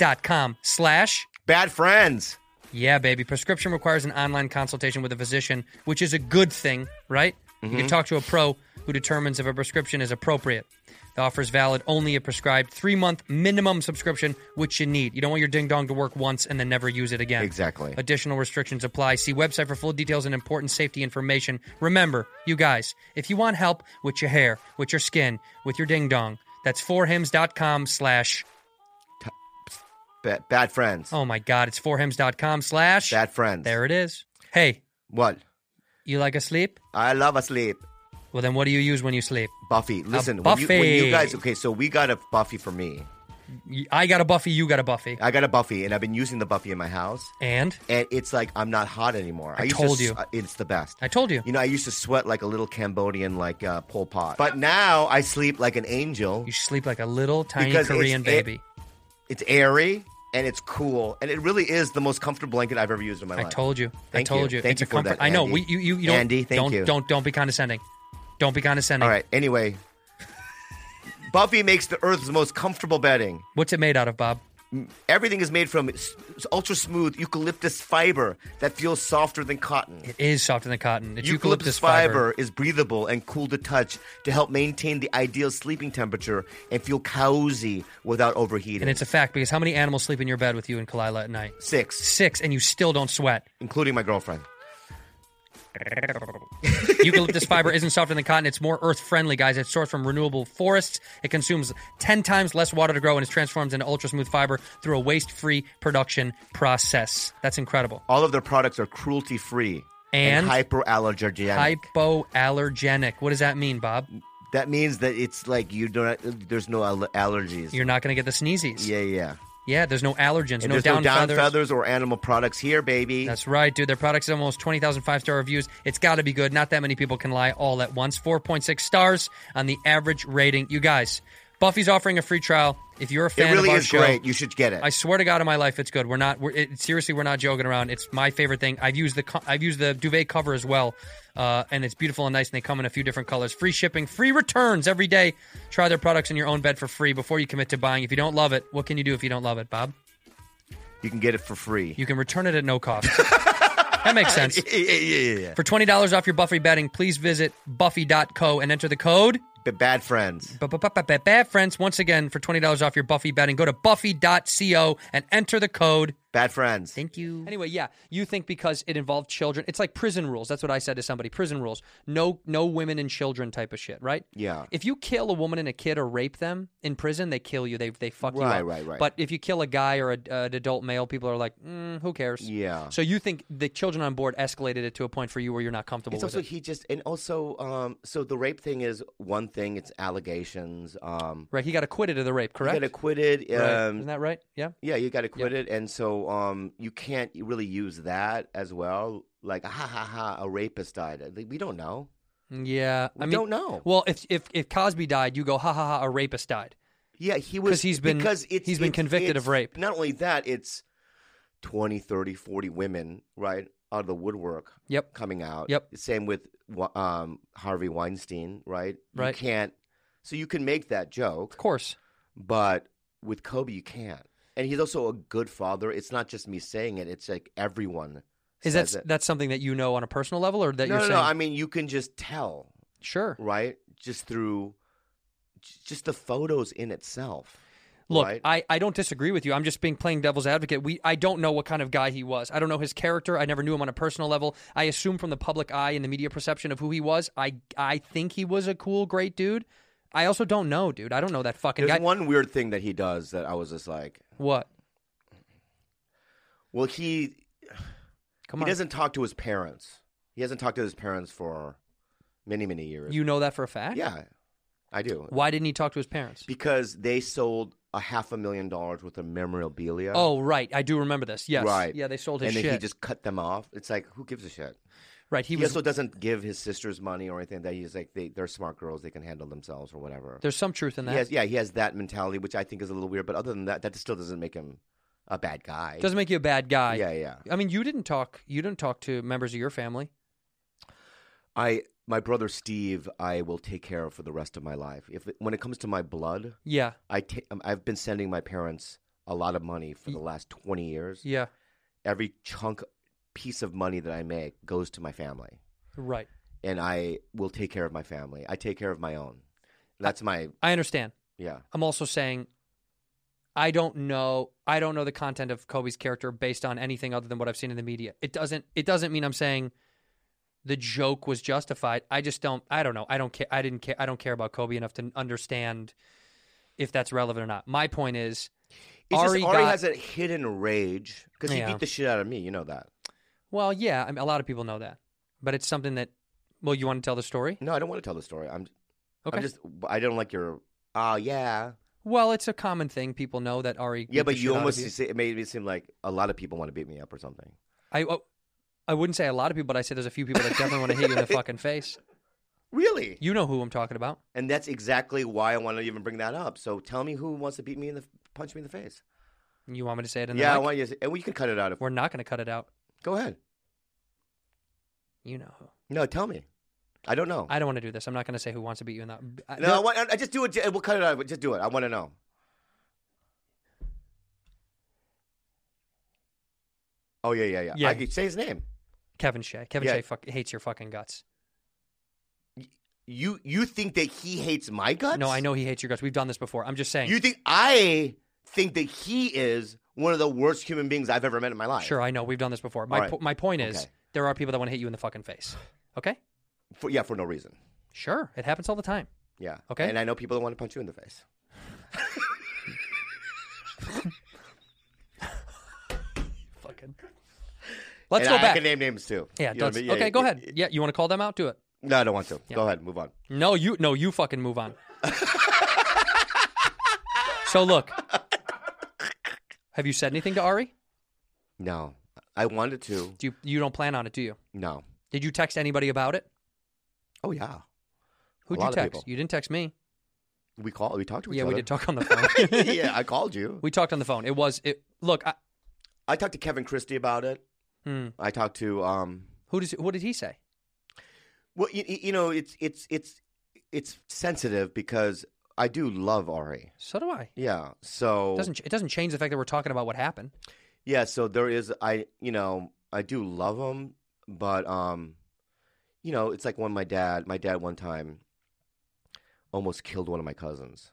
S1: forhims.com slash
S2: Bad friends.
S1: yeah, baby. Prescription requires an online consultation with a physician, which is a good thing, right? You can talk to a pro who determines if a prescription is appropriate. The offer is valid only if prescribed three month minimum subscription, which you need. You don't want your ding dong to work once and then never use it again.
S2: Exactly.
S1: Additional restrictions apply. See website for full details and important safety information. Remember, you guys, if you want help with your hair, with your skin, with your ding dong, that's forhims.com slash
S2: Ba- bad friends.
S1: oh my god, it's forhims.com slash
S2: Bad friends.
S1: there it is. Hey,
S2: What?
S1: You like a sleep?
S2: I love a sleep.
S1: Well, then what do you use when you sleep?
S2: Buffy, listen. When you, when
S1: Buffy.
S2: you guys, okay, so we got a Buffy for me.
S1: Y- I got a Buffy, you got a Buffy.
S2: I got a Buffy, and I've been using the Buffy in my house.
S1: And
S2: and it's like I'm not hot anymore. I, used
S1: told
S2: to,
S1: you.
S2: uh, it's the best.
S1: I told you.
S2: You know, I used to sweat like a little Cambodian, like uh, Pol Pot, but now I sleep like an angel.
S1: You sleep like a little tiny
S2: Because it's-
S1: Korean
S2: it-
S1: baby.
S2: It's airy and it's cool, and it really is the most comfortable blanket I've ever used in my
S1: I
S2: life.
S1: told you. I
S2: Thank
S1: told you.
S2: you. Thank
S1: it's
S2: you
S1: a
S2: for
S1: comfort.
S2: that,
S1: I know.
S2: Andy.
S1: We, you, you, you don't,
S2: Andy, thank
S1: don't,
S2: you.
S1: Don't, don't be condescending. Don't be condescending.
S2: All right. Anyway, Buffy makes the Earth's most comfortable bedding.
S1: What's it made out of, Bob?
S2: Everything is made from s- ultra smooth eucalyptus fiber that feels softer than cotton.
S1: It is softer than cotton. It's
S2: Eucalyptus fiber is breathable and cool to touch to help maintain the ideal sleeping temperature and feel cozy without overheating.
S1: And it's a fact because how many animals sleep in your bed with you and Kalila at night?
S2: six,
S1: Six, and you still don't sweat.
S2: including my girlfriend.
S1: Eucalyptus fiber isn't softer than cotton. It's more earth friendly, guys. It's sourced from renewable forests. It consumes 10 times less water to grow and is transformed into ultra smooth fiber through a waste free production process. That's incredible.
S2: All of their products are cruelty free
S1: And?
S2: hypoallergenic.
S1: Hypoallergenic. What does that mean, Bob?
S2: that means that it's like you don't. There's no al- allergies.
S1: You're not going to get the sneezes.
S2: yeah, yeah.
S1: Yeah, there's no allergens,
S2: And
S1: no
S2: there's
S1: down,
S2: no down
S1: feathers.
S2: feathers. or animal products here, baby.
S1: That's right, dude. Their product's almost 20,000 five star reviews. It's got to be good. Not that many people can lie all at once. 4.6 stars on the average rating. You guys, Buffy's offering a free trial. If you're a fan
S2: it really
S1: of our
S2: is
S1: show,
S2: great. You should get it.
S1: I swear to God, in my life, it's good. We're not. We're, it, seriously, we're not joking around. It's my favorite thing. I've used the co- I've used the duvet cover as well, uh, and it's beautiful and nice. And they come in a few different colors. Free shipping, free returns every day. Try their products in your own bed for free before you commit to buying. If you don't love it, what can you do if you don't love it, Bob?
S2: you can get it for free.
S1: You can return it at no cost. that makes sense.
S2: yeah, yeah, yeah, yeah.
S1: For twenty dollars off your Buffy bedding, please visit Buffy.co and enter the code.
S2: But bad friends.
S1: Friends, once again, for $20 off your Buffy bedding, go to buffy.co and enter the code
S2: Bad friends.
S8: Thank you.
S1: Anyway, yeah, you think because it involved children, it's like prison rules. That's what I said to somebody. Prison rules. No, no women and children type of shit, right?
S2: Yeah.
S1: If you kill a woman and a kid or rape them in prison, they kill you. They they fuck you
S2: Right,
S1: up.
S2: right, right.
S1: But if you kill a guy or a, uh, an adult male, people are like, mm, who cares?
S2: Yeah.
S1: So you think the children on board escalated it to a point for you where you're not comfortable
S2: It's
S1: with
S2: also
S1: it,
S2: he just and also um so the rape thing is one thing. It's allegations. Um,
S1: right? He got acquitted of the rape, correct?
S2: you got acquitted. Um,
S1: Right. Isn't that right? Yeah.
S2: Yeah, you got acquitted, and so um, you can't really use that as well. Like, ha ha ha, a rapist died. Like, we don't know.
S1: Yeah.
S2: We
S1: I mean,
S2: don't know.
S1: Well, if if if Cosby died, you go ha ha ha, a rapist died.
S2: Yeah, he was
S1: 'Cause he's been-
S2: because it's,
S1: he's been
S2: it's-
S1: convicted of
S2: it's-
S1: rape.
S2: Not only that, it's 20, 30, 40 women right out of the woodwork
S1: Yep.
S2: coming out.
S1: Yep.
S2: Same with Wa- um, Harvey Weinstein, right?
S1: Right.
S2: You can't. So you can make that joke,
S1: Of course.
S2: but with Kobe, you can't. And he's also a good father. It's not just me saying it. It's like everyone.
S1: Is
S2: says
S1: that
S2: it.
S1: that's something that you know on a personal level, or that
S2: no,
S1: you're
S2: no,
S1: saying?
S2: no. I mean, you can just tell,
S1: sure.
S2: right? Just through j- just the photos in itself.
S1: Look,
S2: right?
S1: I, I don't disagree with you. I'm just being playing devil's advocate. We I don't know what kind of guy he was. I don't know his character. I never knew him on a personal level. I assume from the public eye and the media perception of who he was, I I think he was a cool, great dude. I also don't know, dude. I don't know that fucking
S2: There's
S1: guy.
S2: one weird thing that he does that I was just like,
S1: what?
S2: well, he
S1: Come
S2: he
S1: on.
S2: doesn't talk to his parents. He hasn't talked to his parents for many, many years.
S1: You know that for a fact?
S2: yeah, I do.
S1: Why didn't he talk to his parents?
S2: Because they sold a half a million dollars worth of memorabilia.
S1: oh, right. I do remember this. Yes.
S2: right.
S1: Yeah, they sold his
S2: and
S1: shit.
S2: then he just cut them off. It's like, who gives a shit?
S1: right. He,
S2: He,
S1: was
S2: also doesn't give his sisters money or anything. That he's like, they, they're smart girls. They can handle themselves or whatever.
S1: There's some truth in that.
S2: He has, yeah, he has that mentality, which I think is a little weird. But other than that, that still doesn't make him a bad guy.
S1: Doesn't make you a bad guy.
S2: Yeah, yeah.
S1: I mean, you didn't talk. You didn't talk to members of your family.
S2: I my brother Steve, I will take care of for the rest of my life. If when it comes to my blood,
S1: Yeah.
S2: I ta- um, I've been sending my parents a lot of money for the last twenty years.
S1: Yeah.
S2: Every chunk piece of money that I make goes to my family,
S1: Right.
S2: and I will take care of my family. I take care of my own. That's my
S1: I understand.
S2: yeah.
S1: I'm also saying I don't know I don't know the content of Kobe's character based on anything other than what I've seen in the media. It doesn't it doesn't mean I'm saying the joke was justified. I just don't I don't know. I don't care I didn't care I don't care about Kobe enough to understand if that's relevant or not. My point is
S2: It's
S1: Ari,
S2: just, Ari
S1: got-
S2: has a hidden rage because he
S1: Yeah.
S2: beat the shit out of me. You know that.
S1: Well, yeah, I mean, a lot of people know that. But it's something that well, you want to tell the story?
S2: No, I don't want to tell the story. I'm
S1: Okay.
S2: I'm just I don't like your ah yeah
S1: well, it's a common thing. People know that Ari.
S2: yeah.
S1: beat the
S2: But
S1: shit
S2: you
S1: out of
S2: almost say- it made it seem like a lot of people want to beat me up or something.
S1: I oh, I wouldn't say a lot of people, but I say there's a few people that definitely want to hit you in the fucking face.
S2: Really?
S1: You know who I'm talking about.
S2: And that's exactly why I want to even bring that up. So tell me who wants to beat me in the punch me in the face.
S1: You want me to say it in
S2: yeah, I
S1: the mic?
S2: want you. To, and we can cut it out if
S1: We're not going to cut it out.
S2: go ahead.
S1: You know who.
S2: No, tell me. I don't know.
S1: I don't want to do this. I'm not going to say who wants to beat you in uh, that. I-
S2: no, I, want, I just do it. We'll cut it out. But just do it. I want to know. Oh yeah, yeah, yeah.
S1: Yeah.
S2: I could say his name.
S1: Kevin Shea. Kevin
S2: Yeah.
S1: Shea fuck, hates your fucking guts.
S2: You you think that he hates my guts?
S1: No, I know he hates your guts. We've done this before. I'm just saying.
S2: You think I think that he is one of the worst human beings I've ever met in my life?
S1: sure, I know. We've done this before. My
S2: All right.
S1: po- my point is
S2: Okay.
S1: there are people that want to hit you in the fucking face. Okay?
S2: For, yeah, for no reason.
S1: Sure. It happens all the time.
S2: Yeah.
S1: Okay.
S2: And I know people that want to punch you in the face.
S1: Fucking. Let's
S2: And
S1: go
S2: I, I
S1: back.
S2: can name names too.
S1: yeah,
S2: You know what I
S1: let's-
S2: mean? Yeah,
S1: Okay,
S2: yeah,
S1: go
S2: yeah.
S1: ahead. Yeah, you want to call them out? Do it.
S2: No, I don't want to. Go ahead, move on.
S1: No, you no, you fucking move on. so look. Have you said anything to Ari?
S2: No, I wanted to.
S1: Do you you don't plan on it, do you?
S2: No.
S1: Did you text anybody about it?
S2: Oh yeah.
S1: Who'd
S2: lot
S1: you
S2: of
S1: text?
S2: people.
S1: You didn't text me.
S2: We called. We talked to each
S1: yeah,
S2: other.
S1: we did talk on the phone.
S2: yeah, I called you.
S1: we talked on the phone. It was it. Look, I,
S2: I talked to Kevin Christie about it.
S1: Hmm.
S2: I talked to um.
S1: who does what did he say?
S2: Well, you, you know, it's it's it's it's sensitive because I do love Ari.
S1: So do I.
S2: Yeah. So
S1: It doesn't ch- it doesn't change the fact that we're talking about what happened?
S2: Yeah, so there is I you know, I do love him, but um you know, it's like when my dad, my dad one time almost killed one of my cousins.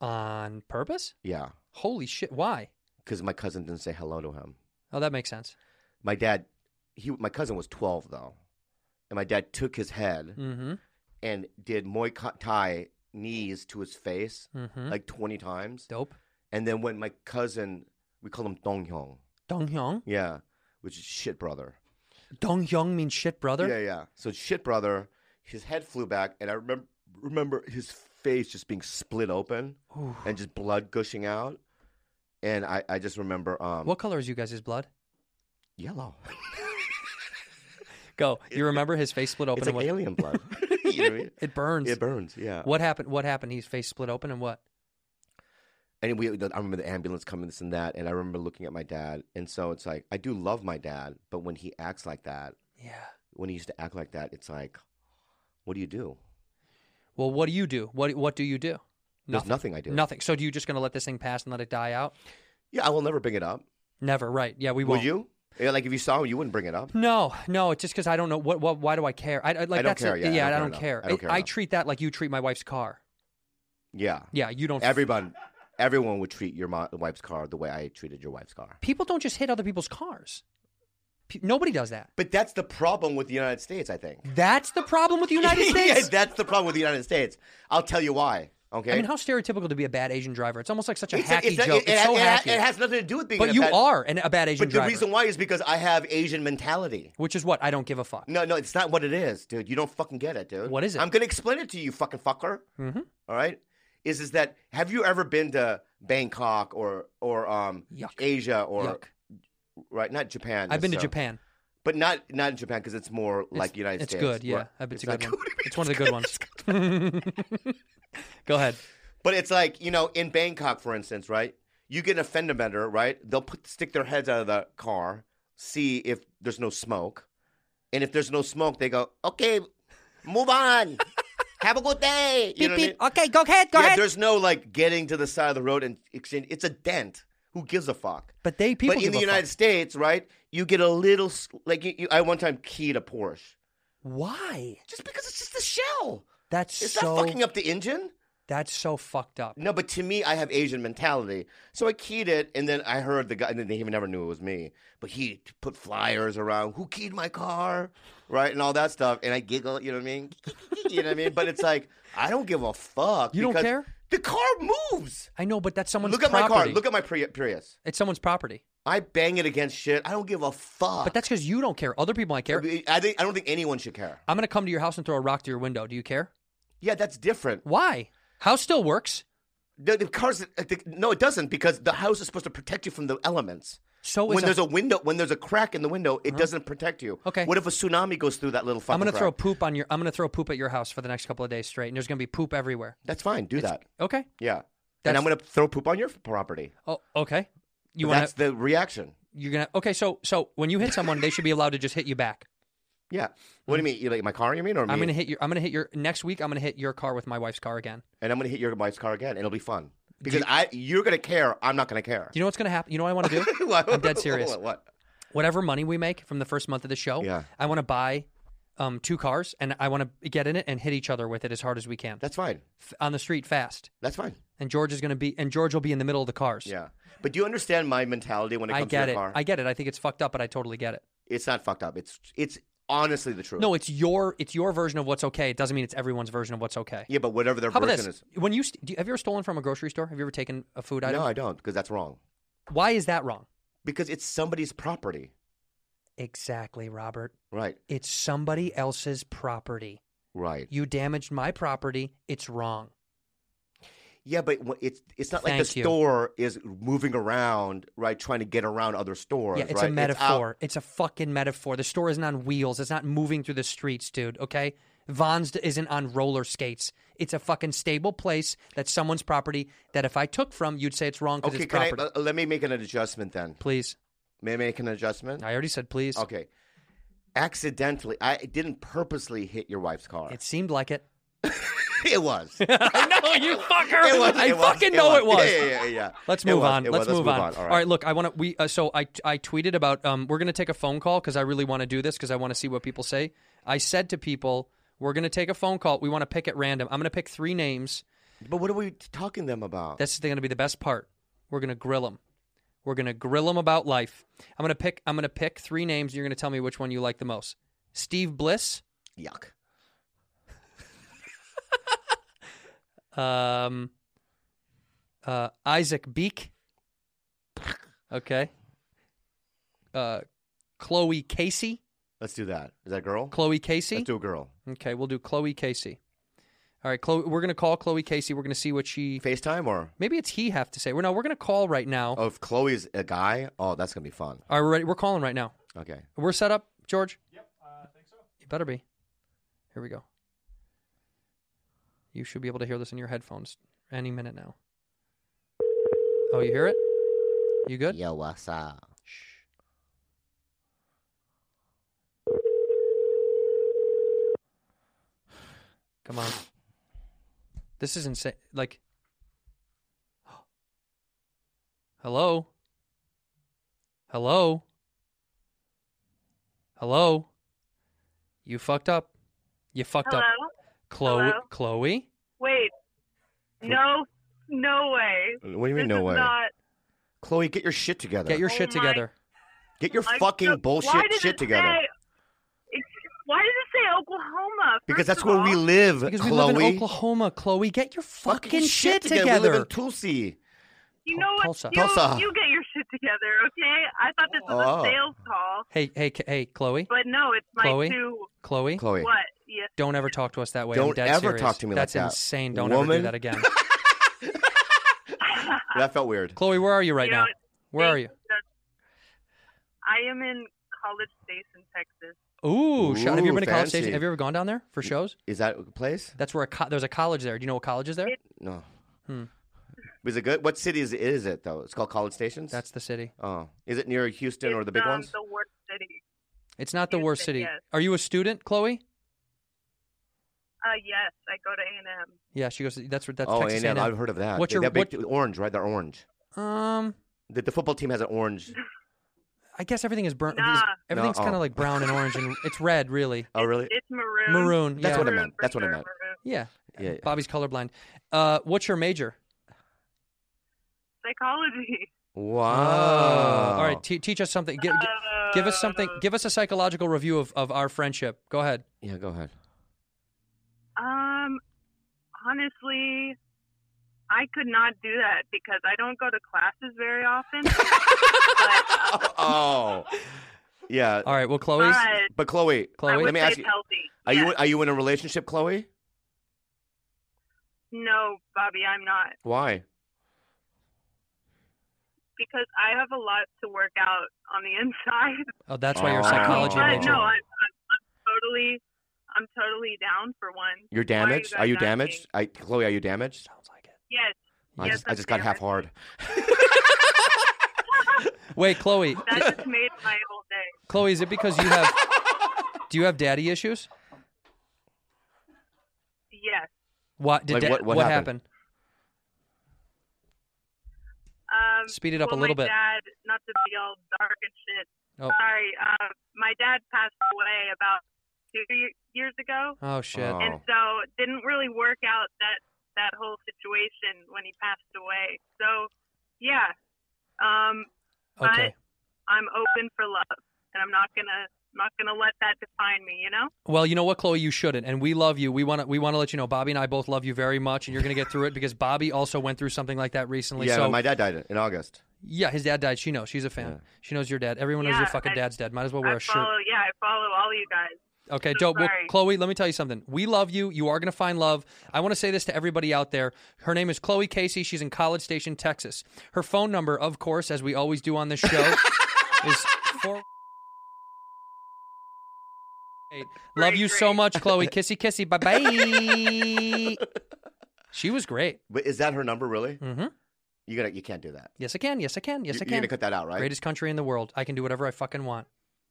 S1: On purpose?
S2: Yeah,
S1: Holy shit! Why?
S2: cuz my cousin didn't say hello to him.
S1: Oh, that makes sense.
S2: My dad, he my cousin was 12 though, and my dad took his head
S1: Mm-hmm.
S2: and did Muay Thai knees to his face
S1: Mm-hmm.
S2: like 20 times.
S1: Dope.
S2: And then when my cousin, we call him Dong Hyung,
S1: Dong Hyung.
S2: yeah, which is shit brother.
S1: Dong Hyung means shit brother.
S2: Yeah, yeah. So shit, brother. His head flew back, and I remember remember his face just being split open and just blood gushing out. And I, I just remember um
S1: What color is you guys' blood?
S2: yellow.
S1: Go. You remember his face split open
S2: It's
S1: and
S2: like
S1: what?
S2: alien blood. you know what I mean?
S1: It burns.
S2: It uh, burns. Yeah.
S1: What happened? What happened? His face split open and what?
S2: And we, I remember the ambulance coming, this and that. And I remember looking at my dad. And so it's like I do love my dad, but when he acts like that,
S1: Yeah.
S2: when he used to act like that, it's like, what do you do?
S1: Well, what do you do? What What do you do?
S2: There's nothing I do.
S1: Nothing. So, do you just going to let this thing pass and let it die out?
S2: Yeah, I will never bring it up.
S1: Never. Right. Yeah. We
S2: Will
S1: won't.
S2: you? Yeah, like if you saw him, you wouldn't bring it up.
S1: No, no, it's just because I don't know what, what. Why do I care? I, I like
S2: don't
S1: that's
S2: care,
S1: it.
S2: yeah, I
S1: yeah,
S2: don't
S1: I
S2: care
S1: don't care.
S2: enough. I don't care enough.
S1: treat that like you treat my wife's car.
S2: Yeah.
S1: Yeah, you don't.
S2: Everyone, everyone would treat your mo- wife's car the way I treated your wife's car.
S1: people don't just hit other people's cars. Pe- nobody does that.
S2: But that's the problem with the United States, I think.
S1: That's the problem with the United
S2: yeah,
S1: States.
S2: that's the problem with the United States. I'll tell you why. Okay.
S1: I mean, how stereotypical to be a bad Asian driver. It's almost like such a
S2: It's a-
S1: hacky
S2: it's a-
S1: joke.
S2: It,
S1: it's so
S2: it,
S1: hacky.
S2: it has nothing to do with being.
S1: but
S2: a
S1: you
S2: bad-
S1: are an, a bad Asian
S2: But the
S1: driver,
S2: reason why is because I have Asian mentality.
S1: which is what I don't give a fuck.
S2: No, no, it's not what it is, dude. You don't fucking get it, dude.
S1: What is it?
S2: I'm gonna explain it to you, fucking fucker. Mm-hmm. right. Is is that have you ever been to Bangkok or or um
S1: Yuck.
S2: Asia or
S1: Yuck.
S2: right? Not Japan.
S1: I've been to
S2: necessarily.
S1: Japan.
S2: but not not in Japan because it's more like
S1: It's-
S2: United
S1: it's
S2: States.
S1: good. Yeah,
S2: Right.
S1: I bet it's a
S2: not
S1: good one. It's one of the good ones. Go ahead.
S2: But it's like you know, in Bangkok, for instance, right? You get a fender bender, right? They'll put stick their heads out of the car, see if there's no smoke, and if there's no smoke, they go, "Okay, move on, have a good day." You know what I mean?
S1: Okay, go ahead. Go
S2: yeah,
S1: ahead.
S2: there's no like getting to the side of the road and exchange. It's a dent. Who gives a fuck?
S1: But they people
S2: but
S1: give
S2: in the
S1: a fuck.
S2: United States, right? You get a little s- like you, you, I one time keyed a Porsche
S1: Why?
S2: just because it's just a shell.
S1: That's
S2: It's
S1: so.
S2: not fucking up the engine.
S1: That's so fucked up.
S2: No, but to me, I have Asian mentality. So I keyed it, and then I heard the guy, and then he never knew it was me. But he put flyers around, who keyed my car, right, and all that stuff. And I giggle, you know what I mean? you know what I mean? But it's like I don't give a fuck.
S1: You don't
S2: because
S1: care?
S2: The car moves.
S1: I know, but that's someone's
S2: Look at my
S1: property.
S2: car. Look at my Pri- Prius.
S1: it's someone's property.
S2: I bang it against shit. I don't give a fuck.
S1: But that's because you don't care. Other people might care.
S2: I think I don't think anyone should care.
S1: I'm gonna come to your house and throw a rock to your window. Do you care?
S2: Yeah, that's different.
S1: Why? House still works.
S2: The, the cars. uh, The, no, it doesn't because the house is supposed to protect you from the elements.
S1: So
S2: when
S1: is
S2: there's a window, when there's a crack in the window, it doesn't protect you.
S1: Uh-huh. Okay.
S2: What if a tsunami goes through that little fucking?
S1: I'm gonna
S2: crack?
S1: throw poop on your. I'm gonna throw poop at your house for the next couple of days straight, and there's gonna be poop everywhere.
S2: That's fine. Do that.
S1: Okay.
S2: Yeah. And
S1: That's-
S2: I'm gonna throw poop on your property.
S1: Oh, okay. You want
S2: That's
S1: to?
S2: the reaction.
S1: You're gonna. Okay. So, so when you hit someone, they should be allowed to just hit you back.
S2: Yeah. What do you mean? You like my car? You mean or me?
S1: Mm. I'm gonna hit your. I'm gonna hit your next week. I'm gonna hit your car with my wife's car again.
S2: and I'm gonna hit your wife's car again, and it'll be fun because I you're gonna care. I'm not gonna care.
S1: You know what's gonna happen? You know what I want to do?
S2: What-
S1: I'm dead serious.
S2: What? what?
S1: whatever money we make from the first month of the show,
S2: Yeah.
S1: I want to buy um, two cars and I want to get in it and hit each other with it as hard as we can
S2: That's fine.
S1: F- on the street fast.
S2: That's fine.
S1: And George is going to be and George will be in the middle of the cars.
S2: Yeah. But do you understand my mentality when it
S1: I
S2: comes
S1: get
S2: to the
S1: it.
S2: car?
S1: I get it. I think it's fucked up, but I totally get it.
S2: It's not fucked up. It's it's honestly the truth.
S1: No, it's your it's your version of what's okay. It doesn't mean it's everyone's version of what's okay.
S2: Yeah, but whatever their
S1: How about
S2: version
S1: this?
S2: is.
S1: When you st- do you, have you ever stolen from a grocery store? Have you ever taken a food item?
S2: No, I don't because that's wrong.
S1: Why is that wrong?
S2: Because it's somebody's property.
S1: Exactly, Robert.
S2: Right,
S1: It's somebody else's property.
S2: right.
S1: You damaged my property. It's wrong.
S2: Yeah, but wh- it's it's not like the
S1: Thank you.
S2: store is moving around, right, trying to get around other stores.
S1: Yeah, it's
S2: right?
S1: a
S2: out-
S1: metaphor. It's, a fucking metaphor. The store isn't on wheels. It's not moving through the streets, dude. Okay, Vons d- isn't on roller skates. It's a fucking stable place that's someone's property. That if I took from, you'd say it's wrong because
S2: okay,
S1: it's
S2: can I,
S1: property.
S2: uh, let me make an adjustment then.
S1: please,
S2: May I make an adjustment?
S1: I already said please.
S2: Okay. Accidentally, I didn't purposely hit your wife's car.
S1: It seemed like it.
S2: it was. it
S1: I know you fucker.
S2: was.
S1: I
S2: it was,
S1: fucking know it was.
S2: Yeah, yeah, yeah. yeah.
S1: Let's
S2: It
S1: move
S2: was,
S1: on.
S2: it
S1: Let's,
S2: was.
S1: move on.
S2: All right.
S1: Look, I want to. We uh, so I I tweeted about. Um, we're gonna take a phone call because I really want to do this because I want to see what people say. I said to people, we're gonna take a phone call. We want to pick at random. I'm gonna pick three names.
S2: But what are we t- talking to them about?
S1: That's going to be the best part. We're going to grill them. We're gonna grill them about life. I'm gonna pick. I'm gonna pick three names. You're gonna tell me which one you like the most. Steve Bliss.
S2: Yuck.
S1: Um, uh, Isaac Beak. Okay. Uh, Chloe Casey.
S2: Let's do that. Is that a girl?
S1: Chloe Casey.
S2: Let's do a girl.
S1: okay, we'll do Chloe Casey. All right, Chloe. We're gonna call Chloe Casey. We're gonna see what she.
S2: FaceTime or
S1: Maybe it's he have to say. We're no. We're gonna call right now.
S2: oh, if Chloe's a guy, oh, that's gonna be fun.
S1: All right, we're ready. We're calling right now.
S2: Okay.
S1: We're set up, George? Yep, uh, I think so. You better be. Here we go. You should be able to hear this in your headphones any minute now. Oh, you hear it? You good?
S2: Yo, what's up?
S1: Come on. This is insane. Like, hello? Hello? Hello? You fucked up. You fucked
S4: Hello?
S1: up. Chloe?
S4: Hello?
S1: Chloe?
S4: Wait. No. No way.
S2: What do you mean,
S4: This
S2: no
S4: is
S2: way?
S4: Not,
S2: Chloe, get your shit together.
S1: Get your
S4: Oh
S1: shit
S4: my-
S1: together.
S2: Get your
S4: I-
S2: fucking
S4: so why
S2: bullshit
S4: does
S2: shit
S4: it
S2: together.
S4: say- it's- why does it say Oklahoma?
S2: because
S4: First
S2: that's
S4: of
S2: where
S4: all,
S2: we live,
S1: Because we
S2: Chloe.
S1: live in Oklahoma, Chloe. Get your fucking, shit
S2: We live
S1: together.
S2: in Tulsi.
S4: You know what?
S1: Tulsa.
S4: You,
S2: Tulsa.
S4: you get your shit together, okay? I thought this was
S2: Oh.
S4: a sales call,
S1: Hey, hey, K- hey, Chloe.
S4: but no, it's my
S1: Chloe?
S4: two.
S1: Chloe.
S2: Chloe,
S4: What? Yes.
S1: Don't ever talk to us that way. I'm
S2: Don't
S1: dead
S2: ever
S1: serious.
S2: talk to me like
S1: That's
S2: that,
S1: insane. Don't ever do
S2: woman.
S1: that again.
S2: that felt weird.
S1: Chloe, where are you right
S4: You
S1: now?
S4: know,
S1: Where are you?
S4: I am in College Station, Texas.
S1: Ooh, shout, have you
S2: Ooh,
S1: ever been to College Station?
S2: fancy.
S1: Have you ever gone down there for shows?
S2: Is that a place?
S1: That's where a co- there's a college there. Do you know what college is there?
S2: No.
S1: Hmm.
S2: Is it good? What city is, is it though? It's called College Stations.
S1: That's the city.
S2: oh, is it near Houston or
S4: It's,
S2: the big
S4: um,
S2: ones?
S4: The worst city.
S1: It's not the worst
S4: Houston,
S1: city.
S4: yes.
S1: Are you a student, Chloe?
S4: Uh, yes, I go to A&M.
S1: Yeah, she goes. to- That's where that's
S2: oh,
S1: Texas
S2: and
S1: A&M.
S2: I've heard of that.
S1: What's
S2: They-
S1: your-
S2: that big-
S1: what-
S2: orange? Right, they're orange.
S1: Um,
S2: The, the football team has an orange.
S1: I guess everything is burnt.
S4: Nah.
S1: Everything's
S2: No, oh.
S1: kind of like brown and orange, and it's red, really.
S2: Oh, really?
S4: It's maroon.
S1: Maroon.
S2: That's
S1: yeah.
S2: what I
S4: Maroon
S2: meant.
S4: for
S2: That's what I
S4: sure,
S2: meant.
S4: maroon.
S1: Yeah.
S2: Yeah, yeah.
S1: Bobby's colorblind. Uh, what's your major?
S4: Psychology.
S2: Oh. Wow.
S1: all right, te- teach us something. Gi- gi- give us something. Give us a psychological review of, of our friendship. Go ahead.
S2: yeah, go ahead.
S4: Um, honestly, I could not do that because I don't go to classes very often. but,
S2: Oh, yeah.
S1: All right. Well, Chloe's.
S4: but
S2: But Chloe,
S4: I
S1: Uh, Chloe,
S4: would
S2: let me
S4: say
S2: ask
S4: it's
S2: you:
S4: healthy.
S2: Are
S4: yes.
S2: you are you in a relationship, Chloe?
S4: No, Bobby, I'm not
S2: Why?
S4: because I have a lot to work out on the inside.
S1: Oh, that's why you're a
S2: Oh.
S1: psychology
S4: but
S1: major.
S4: no, I'm, I'm, I'm totally, I'm totally down for one.
S2: You're
S4: Why are you
S2: damaged.
S4: guys
S2: Are you,
S4: asking?
S2: damaged? I, Chloe, are you damaged?
S1: Sounds like it.
S4: Yes.
S2: I
S4: yes,
S2: just I
S4: I'm
S2: just got half
S4: damaged.
S2: hard.
S1: Wait, Chloe.
S4: That just made my whole day.
S1: Chloe, is it because you have? do you have daddy issues?
S4: Yes.
S1: What did
S2: Like,
S1: da-
S2: what- what
S1: happened?
S2: happened?
S4: Um,
S1: Speed it up
S4: well,
S1: a little
S4: my
S1: bit.
S4: Dad, not to be all dark and shit.
S1: Oh.
S4: Sorry. Um, my dad passed away about two ye- years ago,
S1: Oh shit.
S2: Oh.
S4: and so it didn't really work out that that whole situation when he passed away. So, yeah. Um, but
S1: Okay.
S4: I'm open for love, and I'm not gonna not gonna let that define me. You know.
S1: Well, you know what, Chloe, you shouldn't, and we love you. We want to. We want to let you know, Bobby and I both love you very much, and you're going to get through it because Bobby also went through something like that recently.
S2: Yeah,
S1: so
S2: my dad died in August.
S1: yeah, his dad died. She knows. She's a fan.
S2: Yeah.
S1: She knows your dad. Everyone knows
S4: Yeah,
S1: your fucking
S4: I-
S1: dad's dead. Might as well wear
S4: I
S1: a shirt.
S4: follow. Yeah, I follow all you guys.
S1: Okay,
S4: so
S1: dope. Well,
S4: sorry.
S1: Chloe, let me tell you something. We love you. You are going to find love. I want to say this to everybody out there. Her name is Chloe Casey. She's in College Station, Texas. Her phone number, of course, as we always do on this show, is four. Love you so
S4: great.
S1: much, Chloe. Kissy, kissy. Bye bye. she was great.
S2: But is that her number really?
S1: hmm
S2: You gotta you can't do that.
S1: Yes, I can. Yes, I can. Yes,
S2: you,
S1: I
S2: You're
S1: can.
S2: gonna cut that out, right?
S1: Greatest country in the world. I can do whatever I fucking want.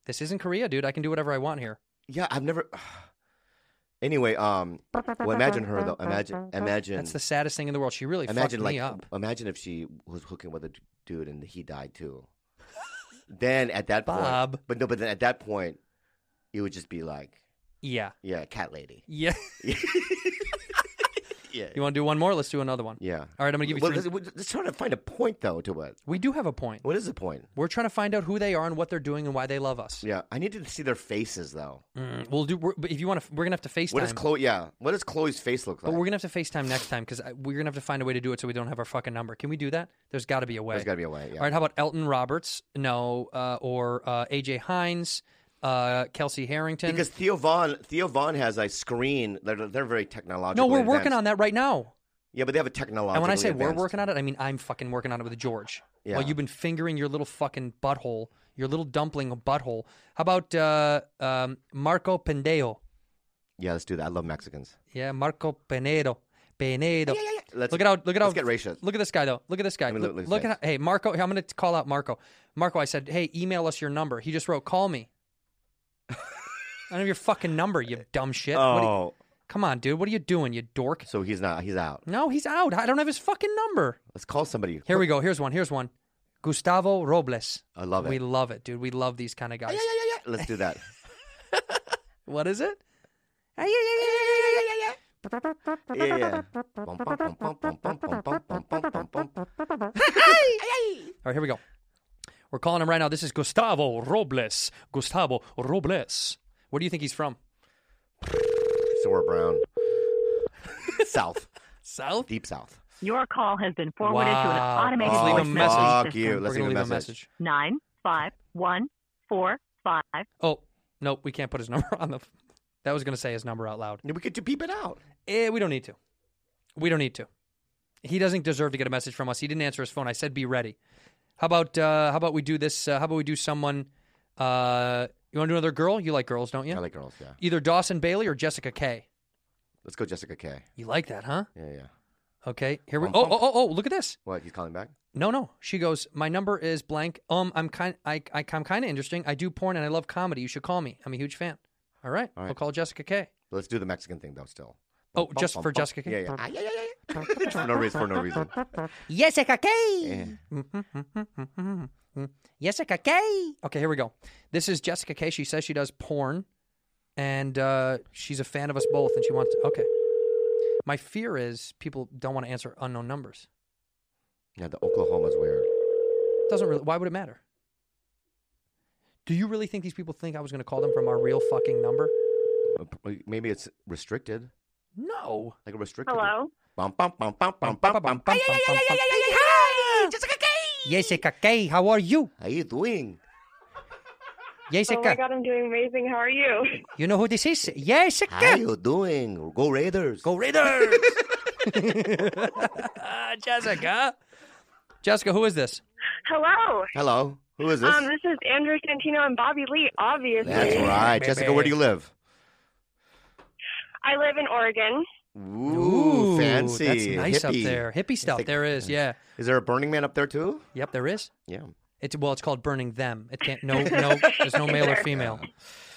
S1: This isn't Korea, dude. I can do whatever I want here.
S2: Yeah, I've never. Anyway, um, well, imagine her though. Imagine, imagine,
S1: That's the saddest thing in the world. She really
S2: imagine
S1: fucked
S2: like,
S1: me up.
S2: imagine if she was hooking with a d- dude and he died too. then at that point,
S1: Bob.
S2: but no, but then at that point, it would just be like,
S1: Yeah.
S2: yeah, cat lady.
S1: Yeah.
S2: Yeah.
S1: You want to do one more? Let's do another one.
S2: Yeah.
S1: All right, I'm gonna give you
S2: Well,
S1: three.
S2: let's, let's try to find a point though to it.
S1: We do have a point.
S2: What is the point?
S1: We're trying to find out who they are and what they're doing and why they love us.
S2: Yeah, I need to see their faces though.
S1: Mm, We'll do. We're, but if you want to, we're gonna have to FaceTime.
S2: What does Chloe? Yeah, what does Chloe's face look like?
S1: but we're gonna have to FaceTime next time because we're gonna have to find a way to do it so we don't have our fucking number. Can we do that? There's got to be a way.
S2: There's got to be a way. Yeah.
S1: All right. How about Elton Roberts? No. Uh, or uh, AJ Hines, uh, Kelsey Harrington.
S2: Because Theo Vaughn, Theo Vaughn has a screen. They're, they're very technological.
S1: no, we're working on that right now.
S2: Yeah, but they have a technological.
S1: And when I say
S2: advanced.
S1: we're working on it, I mean I'm fucking working on it with George.
S2: Yeah.
S1: While you've been fingering your little fucking butthole, your little dumpling butthole. How about uh, um, Marco Pendejo?
S2: yeah, let's do that. I love Mexicans.
S1: Yeah, Marco Penedo. Penedo.
S2: Let's-
S1: look at how look at how
S2: let's get racist.
S1: Look at this guy though. Look at this guy.
S2: me
S1: Look,
S2: look at his
S1: look at
S2: face.
S1: how, hey Marco. I'm going to call out Marco. Marco, I said, hey, email us your number. He just wrote, call me. I don't have your fucking number, you dumb shit. What are you-
S2: Oh,
S1: come on, dude. What are you doing, you dork?
S2: so he's not. He's out.
S1: No, he's out. I don't have his fucking number.
S2: Let's call somebody.
S1: Here we go. Here's one. Here's one. Gustavo Robles.
S2: I love it.
S1: We love it, dude. We love these kind of guys.
S2: Yeah, yeah, yeah, yeah. Let's do that.
S1: What is it?
S2: Yeah, yeah. Bum, bum, bum, bum, bum, bum, bum, bum, bum, bum, bum, bum, bum.
S1: All right, here we go. We're calling him right now. This is Gustavo Robles. Gustavo Robles. Where do you think he's from?
S2: So we're brown. South,
S1: South.
S2: deep South.
S8: Your call has been forwarded to an
S1: Wow.
S8: automated
S1: Let's leave
S8: voice
S1: a
S2: Oh,
S1: message.
S2: Fuck
S8: system.
S2: you.
S1: We're
S2: Let's
S1: gonna
S2: leave
S1: leave
S2: a message.
S8: Nine five one four five.
S1: Oh no, we can't put his number on the. That was gonna say his number out loud.
S2: Yeah, We could do beep it out.
S1: Eh, we don't need to. We don't need to. He doesn't deserve to get a message from us. He didn't answer his phone. I said, "Be ready." How about uh, how about we do this? Uh, how about we do someone? Uh, you want to do another girl? You like girls, don't you?
S2: I like girls. Yeah.
S1: Either Dawson Bailey or Jessica Kay.
S2: Let's go, Jessica K.
S1: You like that, huh?
S2: Yeah, yeah.
S1: Okay. Here we.
S2: Um,
S1: Oh,
S2: um.
S1: oh, oh, oh! Look at this.
S2: What? He's calling back.
S1: No, no. She goes. My number is blank. Um, I'm kind. I, I I'm kind of interesting. I do porn and I love comedy. You should call me. I'm a huge fan. All right.
S2: All right.
S1: We'll call Jessica K.
S2: Let's do the Mexican thing though. Still.
S1: Oh, just for Jessica K?
S2: Yeah, yeah. Ah, yeah, yeah, yeah. Just for no reason. For no reason.
S1: Jessica K.
S2: Yeah.
S1: Jessica K. Okay, here we go. This is Jessica K. She says she does porn, and uh, she's a fan of us both, and she wants. okay. My fear is people don't want to answer unknown numbers.
S2: Yeah, the Oklahoma's weird.
S1: Doesn't really. Why would it matter? Do you really think these people think I was going to call them from our real fucking number?
S2: Maybe it's restricted,
S1: No.
S2: like a restricted.
S3: Hello?
S2: Bum, bum, bum, bum, bum, bum, bum.
S1: Jessica K. Jessica K. How are you,
S2: How you doing?
S3: Oh my
S1: Jessica?
S3: god, I'm doing amazing. How are you?
S1: you know who this is, Jessica.
S2: How you doing? Go Raiders.
S1: Go Raiders! Jessica. Jessica, who is this?
S3: Hello.
S2: Hello. Who is this?
S3: Um, this is Andrew Santino and Bobby Lee, obviously.
S2: That's right. Jessica, where do you live?
S3: I live in Oregon.
S2: Ooh, fancy.
S1: That's nice up
S2: Hippie.
S1: there. Hippie stuff.
S2: like-
S1: there is. Yeah.
S2: Is there a Burning Man up there too?
S1: Yep. There is.
S2: Yeah.
S1: It's well. It's called burning them. It can't. No. No. There's no male or female.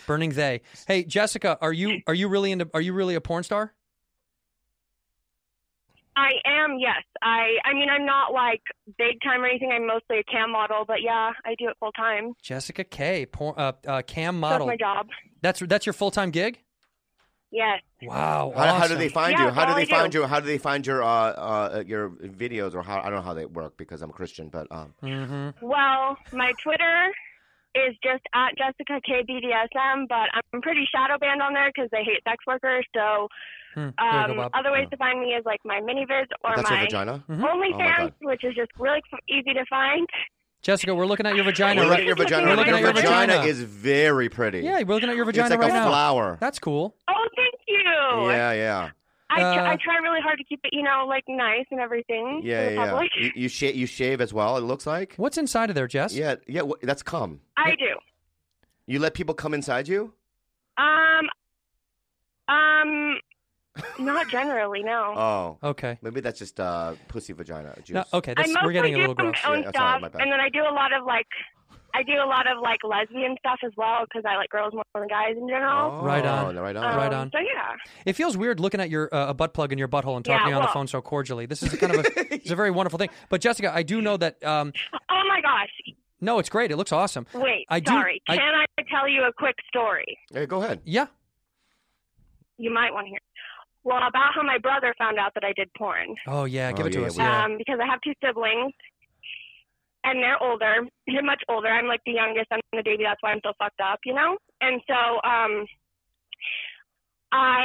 S1: Burning they. Hey, Jessica, are you are you really into? Are you really a porn star?
S3: I am, yes. I I mean I'm not like big time or anything. I'm mostly a cam model, but yeah, I do it full time.
S1: Jessica K. Porn, uh, uh, cam
S3: That's
S1: model.
S3: my job.
S1: That's that's your full time gig.
S3: Yes.
S1: Wow.
S2: How, how do
S1: awesome.
S2: they find
S3: Yeah,
S2: you? How
S3: that's
S2: do
S3: all
S2: they
S3: I do.
S2: find you? How do they find your uh, uh, your videos or how? I don't know how they work because I'm a Christian, but um,
S1: Mm.
S3: Well, my Twitter is just at Jessica K BDSM, but I'm pretty shadow banned on there because they hate sex workers. So
S1: Hmm, there you go,
S3: um,
S1: Bob.
S3: other ways to find me is like my mini vids or
S2: that's your
S3: my
S2: vagina. Oh my
S3: OnlyFans,
S2: God.
S3: which is just really f- easy to find.
S1: Jessica, we're looking at your vagina.
S2: We're
S1: right-
S2: looking at your vagina.
S1: We're looking
S2: your
S1: at your vagina.
S2: is very pretty.
S1: Yeah, we're looking at your vagina
S2: it's like
S1: right
S2: a
S1: now.
S2: flower.
S1: That's cool.
S3: Oh, thank you.
S2: Yeah, yeah,
S3: I, tr-
S1: Uh,
S3: I try really hard to keep it, you know, like nice and everything. for
S2: yeah,
S3: the
S2: yeah. yeah.
S3: public.
S2: You, you shave, you shave as well. It looks like.
S1: What's inside of there, Jess?
S2: Yeah, yeah. wh- That's cum.
S3: I do.
S2: You let people come inside you.
S3: Um, um, not generally, no.
S2: Oh,
S1: Okay.
S2: maybe that's just uh, pussy vagina juice.
S1: No, okay,
S3: I
S1: this,
S3: mostly
S1: we're getting a
S3: do
S1: little
S3: my
S1: gross.
S3: own
S2: Yeah, that's all right,
S3: stuff,
S2: my bad.
S3: and then I do a lot of like, I do a lot of like lesbian stuff as well because I like girls more than guys in general.
S2: Oh,
S1: Right on.
S2: Right on.
S3: Um,
S1: right on.
S3: So yeah,
S1: It feels weird looking at your uh, a butt plug in your butthole and
S3: Yeah,
S1: talking on the
S3: well-
S1: phone so cordially. This is kind of a, it's a very wonderful thing. But Jessica, I do know that. Um,
S3: oh my gosh,
S1: no, it's great. It looks awesome.
S3: wait,
S1: I do-
S3: sorry,
S1: I-
S3: can I... tell you a quick story?
S2: Hey, go ahead.
S1: Yeah.
S3: You might want to hear. Well, about how my brother found out that I did porn.
S1: Oh yeah, give
S2: Oh,
S1: it to
S2: yeah,
S1: us.
S2: yeah,
S1: Yeah.
S3: Um, because I have two siblings, and they're older. They're much older. I'm like the youngest. I'm the baby. That's why I'm so fucked up, you know. And so, um, I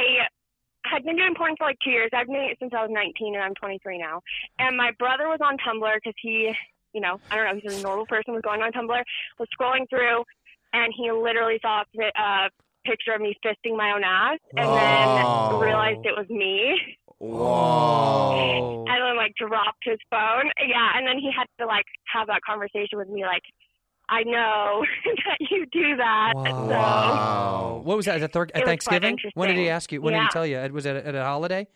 S3: had been doing porn for like two years. I've been doing it since I was 19, and I'm 23 now. And my brother was on Tumblr because he, you know, I don't know, he's a normal person. Was going on Tumblr, was scrolling through, and he literally saw a pi- a picture of me fisting my own ass, and
S2: Oh.
S3: then realized it was me.
S2: Whoa.
S3: and then like dropped his phone. Yeah, and then he had to like have that conversation with me, like, I know that you do that.
S1: Wow.
S3: So
S2: Wow.
S1: What was that? At, the thir-
S3: was
S1: at
S3: uh, quite
S1: Thanksgiving? When did he
S3: interesting.
S1: ask you? When did
S3: Yeah.
S1: he tell you? It was at a, at a holiday.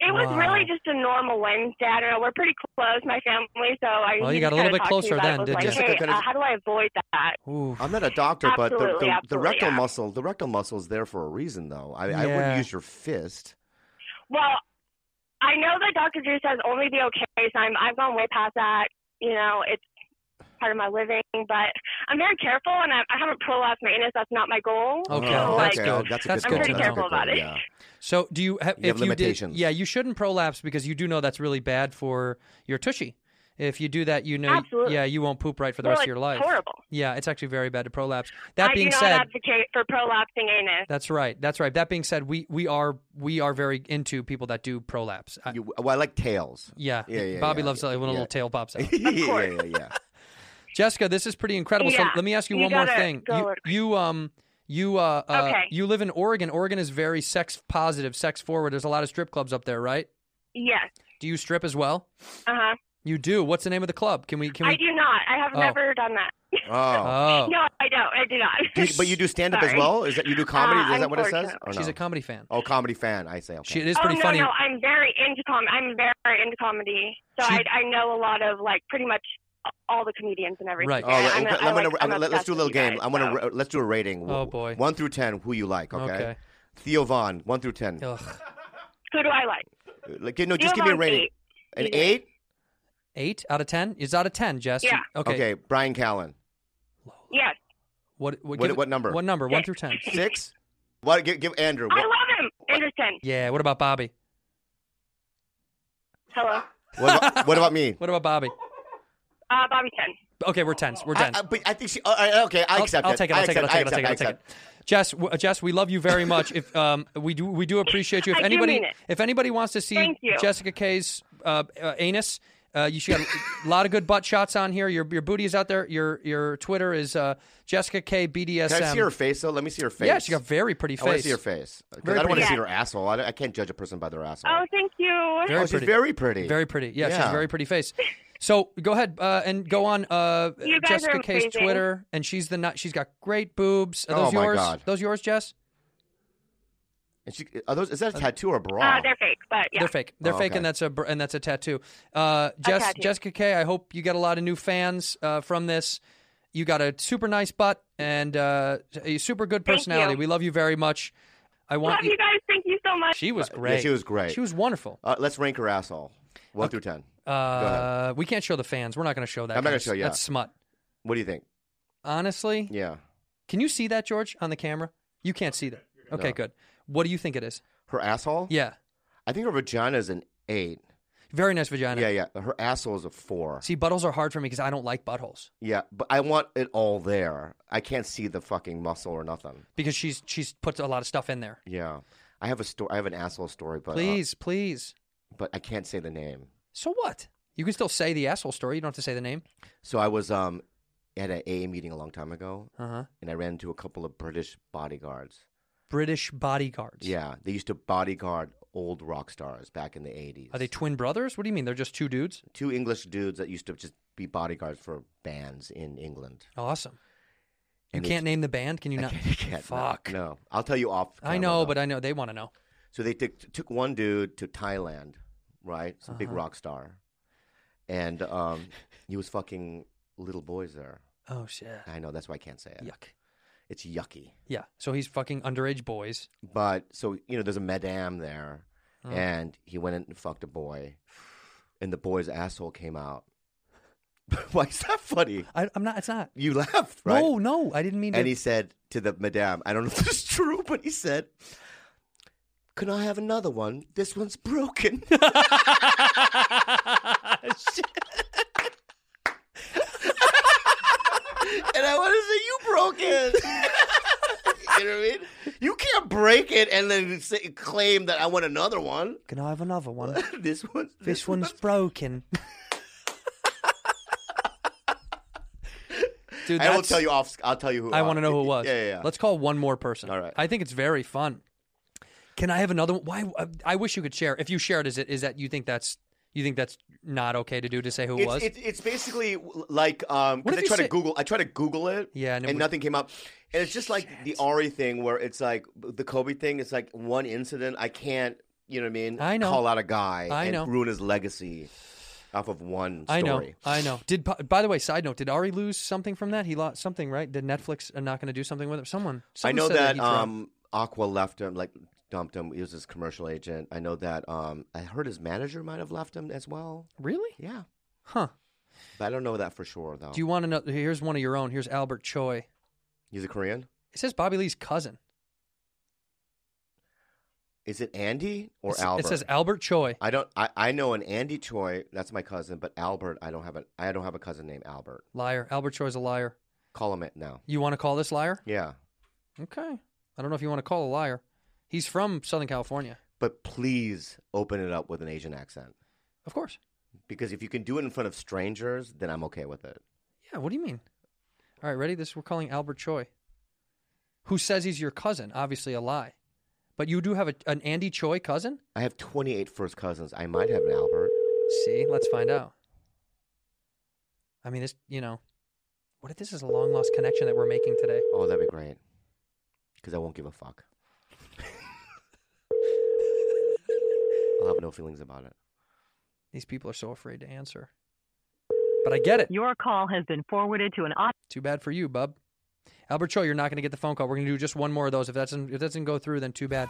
S3: it was
S1: Wow.
S3: really just a normal Wednesday. I don't know. We're pretty close, my family, so I.
S1: Well,
S3: he
S1: you got a little
S3: just kinda
S1: bit
S3: talked to me
S1: closer
S3: about it.
S1: then,
S3: I was
S1: didn't
S3: like,
S1: you?
S2: Jessica,
S3: Hey,
S2: can I
S3: uh,
S2: just-
S3: how do I avoid that?
S1: Ooh.
S2: I'm not a doctor, but the,
S3: Absolutely,
S2: the, the
S3: absolutely,
S2: rectal
S3: yeah.
S2: muscle, the rectal muscle is there for a reason, though. I, I
S1: Yeah.
S2: wouldn't use your fist.
S3: Well, I know that Dr. Drew says only be okay, so I'm, I've gone way past that. You know, it's part of my living, but I'm very careful and I, I haven't prolapsed my anus. That's not my goal.
S1: Okay,
S3: So,
S1: that's
S3: like,
S1: good.
S2: That's a
S1: That's
S2: good
S1: good to
S2: goal. That's a
S1: know.
S2: good
S3: About
S2: goal,
S3: it.
S2: Yeah.
S1: So do you have?
S2: You have
S1: if you
S2: limitations.
S1: Did, yeah, you shouldn't prolapse because you do know that's really bad for your tushy. If you do that, you know,
S3: Absolutely.
S1: yeah, you won't poop right for the
S3: Well,
S1: rest of
S3: it's
S1: your life.
S3: horrible.
S1: Yeah, it's actually very bad to prolapse. That
S3: I
S1: being
S3: do not
S1: said,
S3: advocate for prolapsing anus.
S1: that's right. That's right. That being said, we we are we are very into people that do prolapse. I,
S2: You, well, I like tails.
S1: yeah.
S2: Yeah, yeah,
S1: Bobby
S2: yeah,
S1: loves it
S2: yeah,
S1: when a
S2: yeah.
S1: little tail pops out.
S2: yeah, yeah, yeah.
S1: Jessica, this is pretty incredible. So
S3: Yeah,
S1: let me ask you,
S3: you
S1: one more
S3: gotta
S1: thing.
S3: go
S1: You,
S3: with-
S1: you um you uh, uh
S3: Okay.
S1: you live in Oregon. Oregon is very sex positive, sex forward. There's a lot of strip clubs up there, right?
S3: Yes.
S1: Do you strip as well?
S3: Uh huh.
S1: You do. What's the name of the club? Can we can we
S3: I do not. I have
S1: Oh.
S3: never done that.
S2: Oh.
S1: Oh.
S3: No, I don't. I do not.
S2: Do you- but you do stand up as
S3: Sorry.
S2: well? Is that you do comedy?
S3: Uh,
S2: is that what it says? Or
S1: She's
S2: no?
S1: a comedy fan.
S2: oh, comedy fan. I say. Okay.
S1: She it is
S3: oh
S1: pretty
S3: no,
S1: funny.
S3: no, I'm very into com. I'm very into comedy, so
S1: She-
S3: I, I know a lot of like pretty much all the comedians and everything.
S1: Right.
S2: Oh,
S3: I-
S2: let-
S3: I'm a-
S2: let-
S3: I
S2: I'm
S3: like-
S2: gonna- I'm
S3: I'm
S2: gonna- let's
S3: obsessed
S2: do a
S3: with
S2: little
S3: you
S2: game.
S3: guys,
S2: I'm gonna
S3: so.
S2: ra- let's do a rating.
S1: Oh, boy.
S2: one through ten, who you like? Okay,
S1: Okay.
S2: Theo Vaughn, one through ten. Uh,
S1: Ugh.
S3: Who do I like?
S2: Like, no, just give
S3: Theo
S2: me a
S3: Vaughn's
S2: rating.
S3: eight.
S2: An eight?
S1: Eight out of ten? Is out of ten, Jess.
S3: Yeah.
S1: Okay.
S2: Okay. Brian Callen,
S3: Yes,
S1: What what,
S2: What-
S1: give it-
S2: what number?
S1: What number? One through ten.
S2: six. What? Give, give Andrew.
S3: I
S2: What,
S3: love him. Anderson.
S1: Yeah. What about Bobby?
S3: Hello,
S2: what, about, what about me?
S1: What about Bobby?
S3: uh, Bobby Ten.
S1: Okay, we're tens. We're
S2: I,
S1: tens.
S2: I, but I think she. all right, okay, I
S1: I'll-
S2: accept
S1: I'll,
S2: it.
S1: take it.
S2: I
S1: I'll take it. I'll
S2: accept
S1: take it. I'll take it.
S2: I
S1: I'll take it.
S2: accept.
S1: Jess, w- uh, Jess, we love you very much. If um, we do, we do appreciate you. If
S3: I do
S1: anybody,
S3: mean it.
S1: if anybody wants to see
S3: Thank you.
S1: Jessica K's uh, uh, anus, uh, you should have a lot of good butt shots on here. Your your booty is out there. Your your Twitter is uh, Jessica K BDSM.
S2: Can I see her face though? Let me see her face.
S1: Yeah, she got very pretty
S2: I
S1: face.
S2: want to see her face. 'Cause I don't
S1: pretty.
S2: want to see
S3: Yeah.
S2: her asshole. I, don't- I can't judge a person by their asshole.
S3: Oh, thank you.
S1: Very
S2: oh, she's
S1: pretty.
S2: very pretty.
S1: Very pretty. Yeah, she's
S2: Yeah.
S1: a very pretty face. So go ahead uh, and go on uh,
S3: You guys
S1: Jessica
S3: are
S1: K's
S3: amazing.
S1: Twitter, and she's the nut. She's got great boobs. Are
S2: Oh,
S1: those
S2: my
S1: yours?
S2: God.
S1: Those yours, Jess?
S2: And she, are those? Is that a tattoo or a bra?
S3: Uh, they're fake, but yeah.
S1: They're fake. They're
S2: Oh,
S1: fake,
S2: okay.
S1: and that's a br- and that's a tattoo. Uh, Jess,
S3: tattoo.
S1: Jessica K, I hope you get a lot of new fans uh, from this. You got a super nice butt and uh, a super good
S3: Thank
S1: personality.
S3: you.
S1: We love you very much. I want
S3: Love you guys. Thank you so much.
S1: She was
S2: Uh, yeah,
S1: great.
S2: she was great.
S1: She was wonderful.
S2: Uh, let's rank her asshole. One through ten. Go ahead.
S1: Uh, we can't show the fans. We're not going to show that.
S2: I'm not
S1: guys.
S2: gonna show, yeah.
S1: That's smut.
S2: What do you think?
S1: Honestly,
S2: Yeah,
S1: can you see that, George, on the camera? You can't see that. Okay, good. What do you think it is?
S2: her asshole.
S1: Yeah,
S2: I think her vagina is an eight.
S1: very nice vagina.
S2: Yeah, yeah. Her asshole is a four.
S1: See, buttholes are hard for me because I don't like buttholes
S2: Yeah, but I want it all there. I can't see the fucking muscle or nothing.
S1: because she's she's put a lot of stuff in there.
S2: Yeah, I have a story. I have an asshole story, but uh,
S1: Please, please.
S2: but I can't say the name.
S1: So what? You can still say the asshole story. You don't have to say the name.
S2: So I was um at an AA meeting a long time ago,
S1: Uh huh.
S2: and I ran into a couple of British bodyguards.
S1: British bodyguards.
S2: Yeah, they used to bodyguard old rock stars back in the eighties.
S1: Are they twin brothers? What do you mean? They're just two dudes?
S2: two English dudes that used to just be bodyguards for bands in England?
S1: Awesome. You
S2: And they-
S1: can't name the band? Can you
S2: I
S1: not?
S2: can't- I can't- no,
S1: Fuck.
S2: No, I'll tell you off.
S1: I know, but I know. They want to know.
S2: So they took took one dude to Thailand, right? Some
S1: Uh-huh.
S2: big rock star, and um, he was fucking little boys there.
S1: Oh, shit.
S2: I know that's why I can't say it.
S1: Yuck.
S2: It's yucky.
S1: Yeah. So he's fucking underage boys.
S2: But so you know, there's a madame there,
S1: Uh-huh.
S2: and he went in and fucked a boy, and the boy's asshole came out. why is that funny?
S1: I, I'm not. It's not.
S2: You laughed, right?
S1: No, no. I didn't mean to.
S2: And he said to the madame, I don't know if this is true, but he said, Can I have another one? This one's broken. and I want to say, you broke it. you know what I mean? You can't break it and then say, claim that I want another one.
S9: Can I have another one?
S2: this one's
S9: this one's broken.
S1: Dude,
S2: I will
S1: that's-
S2: tell you off. I'll tell you who.
S1: I want to know who it was.
S2: Yeah, yeah. yeah.
S1: Let's call one more person.
S2: All right.
S1: I think it's very fun. Can I have another one? Why? I- I wish you could share. If you shared, is it is that you think that's you think that's not okay to do to say who it
S2: it's,
S1: was?
S2: It's, it's basically like um,
S1: What
S2: 'cause
S1: if
S2: I
S1: you
S2: try
S1: say-
S2: to Google. I try to Google it.
S1: Yeah, and
S2: and,
S1: it would-
S2: nothing came up. And it's just like the Ari thing, where it's like the Kobe thing. It's like one incident. I can't, you know what I mean?
S1: I know.
S2: Call out a guy
S1: I
S2: and
S1: know.
S2: ruin his legacy off of one story.
S1: I know. I know. Did Pa- by the way, side note, did Ari lose something from that? He lost something, right? Did Netflix are not going to do something with it? Someone.
S2: I
S1: someone
S2: know
S1: said
S2: that
S1: he dropped-
S2: um, Aqua left him, like dumped him. He was his commercial agent. I know that. Um, I heard his manager might have left him as well.
S1: Really?
S2: Yeah,
S1: Huh.
S2: but I don't know that for sure though.
S1: Do you want to know? Here's one of your own. Here's Albert Choi.
S2: He's a Korean.
S1: It says Bobby Lee's cousin.
S2: Is it Andy or
S1: It's-
S2: Albert?
S1: It says Albert Choi.
S2: I don't. I, I know an Andy Choi. That's my cousin. But Albert, I don't have a. I don't have a cousin named Albert.
S1: Liar. Albert Choi's a liar.
S2: Call him it now.
S1: You want to call this liar?
S2: Yeah,
S1: Okay. I don't know if you want to call a liar. He's from Southern California.
S2: but please open it up with an Asian accent
S1: Of course.
S2: because if you can do it in front of strangers, then I'm okay with it.
S1: Yeah, what do you mean? All right, ready? This we're calling Albert Choi. Who says he's your cousin? Obviously a lie. But you do have a, an Andy Choi cousin?
S2: I have 28 first cousins. I might have an Albert.
S1: See, let's find out. I mean, this, you know, what if this is a long lost connection that we're making today?
S2: Oh, that'd be great. Because I won't give a fuck. I'll have no feelings about it.
S1: These people are so afraid to answer. But I get it.
S8: Your call has been forwarded to an auto.
S1: Too bad for you, bub. Albert Cho, you're not going to get the phone call. We're going to do just one more of those. If that doesn't, if that doesn't go through, then too bad.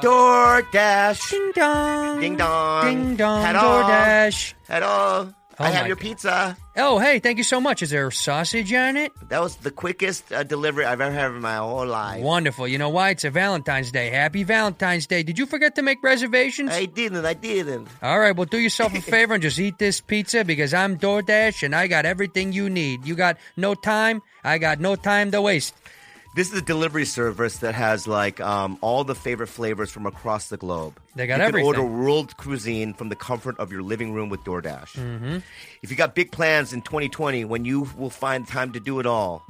S2: DoorDash.
S1: Ding dong.
S2: Ding dong.
S1: Ding dong.
S2: Head on.
S1: DoorDash.
S2: Hello.
S1: Oh
S2: I have
S1: my
S2: your
S1: God.
S2: pizza.
S1: Oh, hey, thank you so much. Is there sausage on it?
S2: That was the quickest uh, delivery I've ever had in my whole life.
S1: Wonderful. You know why? It's a Valentine's Day. Happy Valentine's Day. Did you forget to make reservations?
S2: I didn't. I didn't.
S1: All right, well, do yourself a favor and just eat this pizza because I'm DoorDash and I got everything you need. You got no time. I got no time to waste.
S2: This is a delivery service that has like um, all the favorite flavors from across the globe.
S1: They got
S2: you
S1: everything.
S2: Can order world cuisine from the comfort of your living room with DoorDash. Mm-hmm. If you got big plans in 2020, when you will find time to do it all,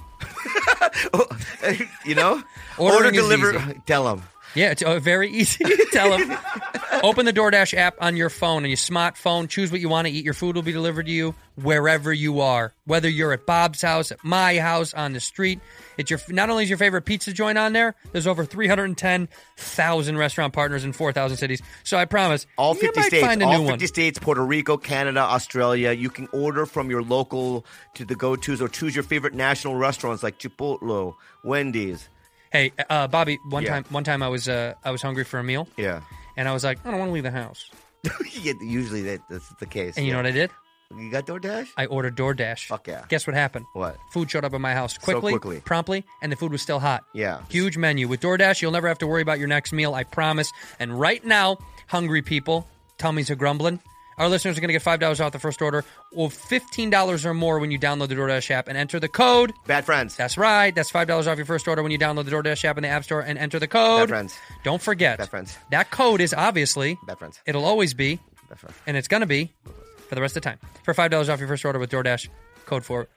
S2: you know,
S1: Ordering
S2: order
S1: is
S2: deliver.
S1: easy.
S2: Tell them.
S1: Yeah, it's uh, very easy to tell them. Open the DoorDash app on your phone and your smartphone. Choose what you want to eat. Your food will be delivered to you wherever you are. Whether you're at Bob's house, at my house, on the street, it's your not only is your favorite pizza joint on there. There's over 310,000 restaurant partners in 4,000 cities. So I promise,
S2: All
S1: you
S2: 50
S1: might
S2: states,
S1: find a
S2: all
S1: new
S2: 50
S1: one.
S2: states, Puerto Rico, Canada, Australia. You can order from your local to the go-tos or choose your favorite national restaurants like Chipotle, Wendy's.
S1: Hey, uh, Bobby, one
S2: Yeah.
S1: time, one time I was uh, I was hungry for a meal,
S2: Yeah.
S1: and I was like, I don't want to leave the house.
S2: Yeah, Usually that, that's the case.
S1: And you know what I did?
S2: You got DoorDash?
S1: I ordered DoorDash.
S2: Fuck yeah.
S1: Guess what happened?
S2: What?
S1: Food showed up at my house quickly,
S2: quickly.
S1: promptly, and the food was still hot.
S2: Yeah.
S1: Huge menu. With DoorDash, you'll never have to worry about your next meal, I promise. And right now, hungry people, tummies are grumbling. Our listeners are going to get $5 off the first order or $15 or more when you download the DoorDash app and enter the code.
S2: Bad friends.
S1: That's right. That's $5 off your first order when you download the DoorDash app in the App Store and enter the code.
S2: Bad friends.
S1: Don't forget.
S2: Bad friends.
S1: That code is obviously.
S2: Bad friends.
S1: It'll always be,
S2: Bad friends.
S1: and it's going to be for the rest of the time. For $5 off your first order with DoorDash, code for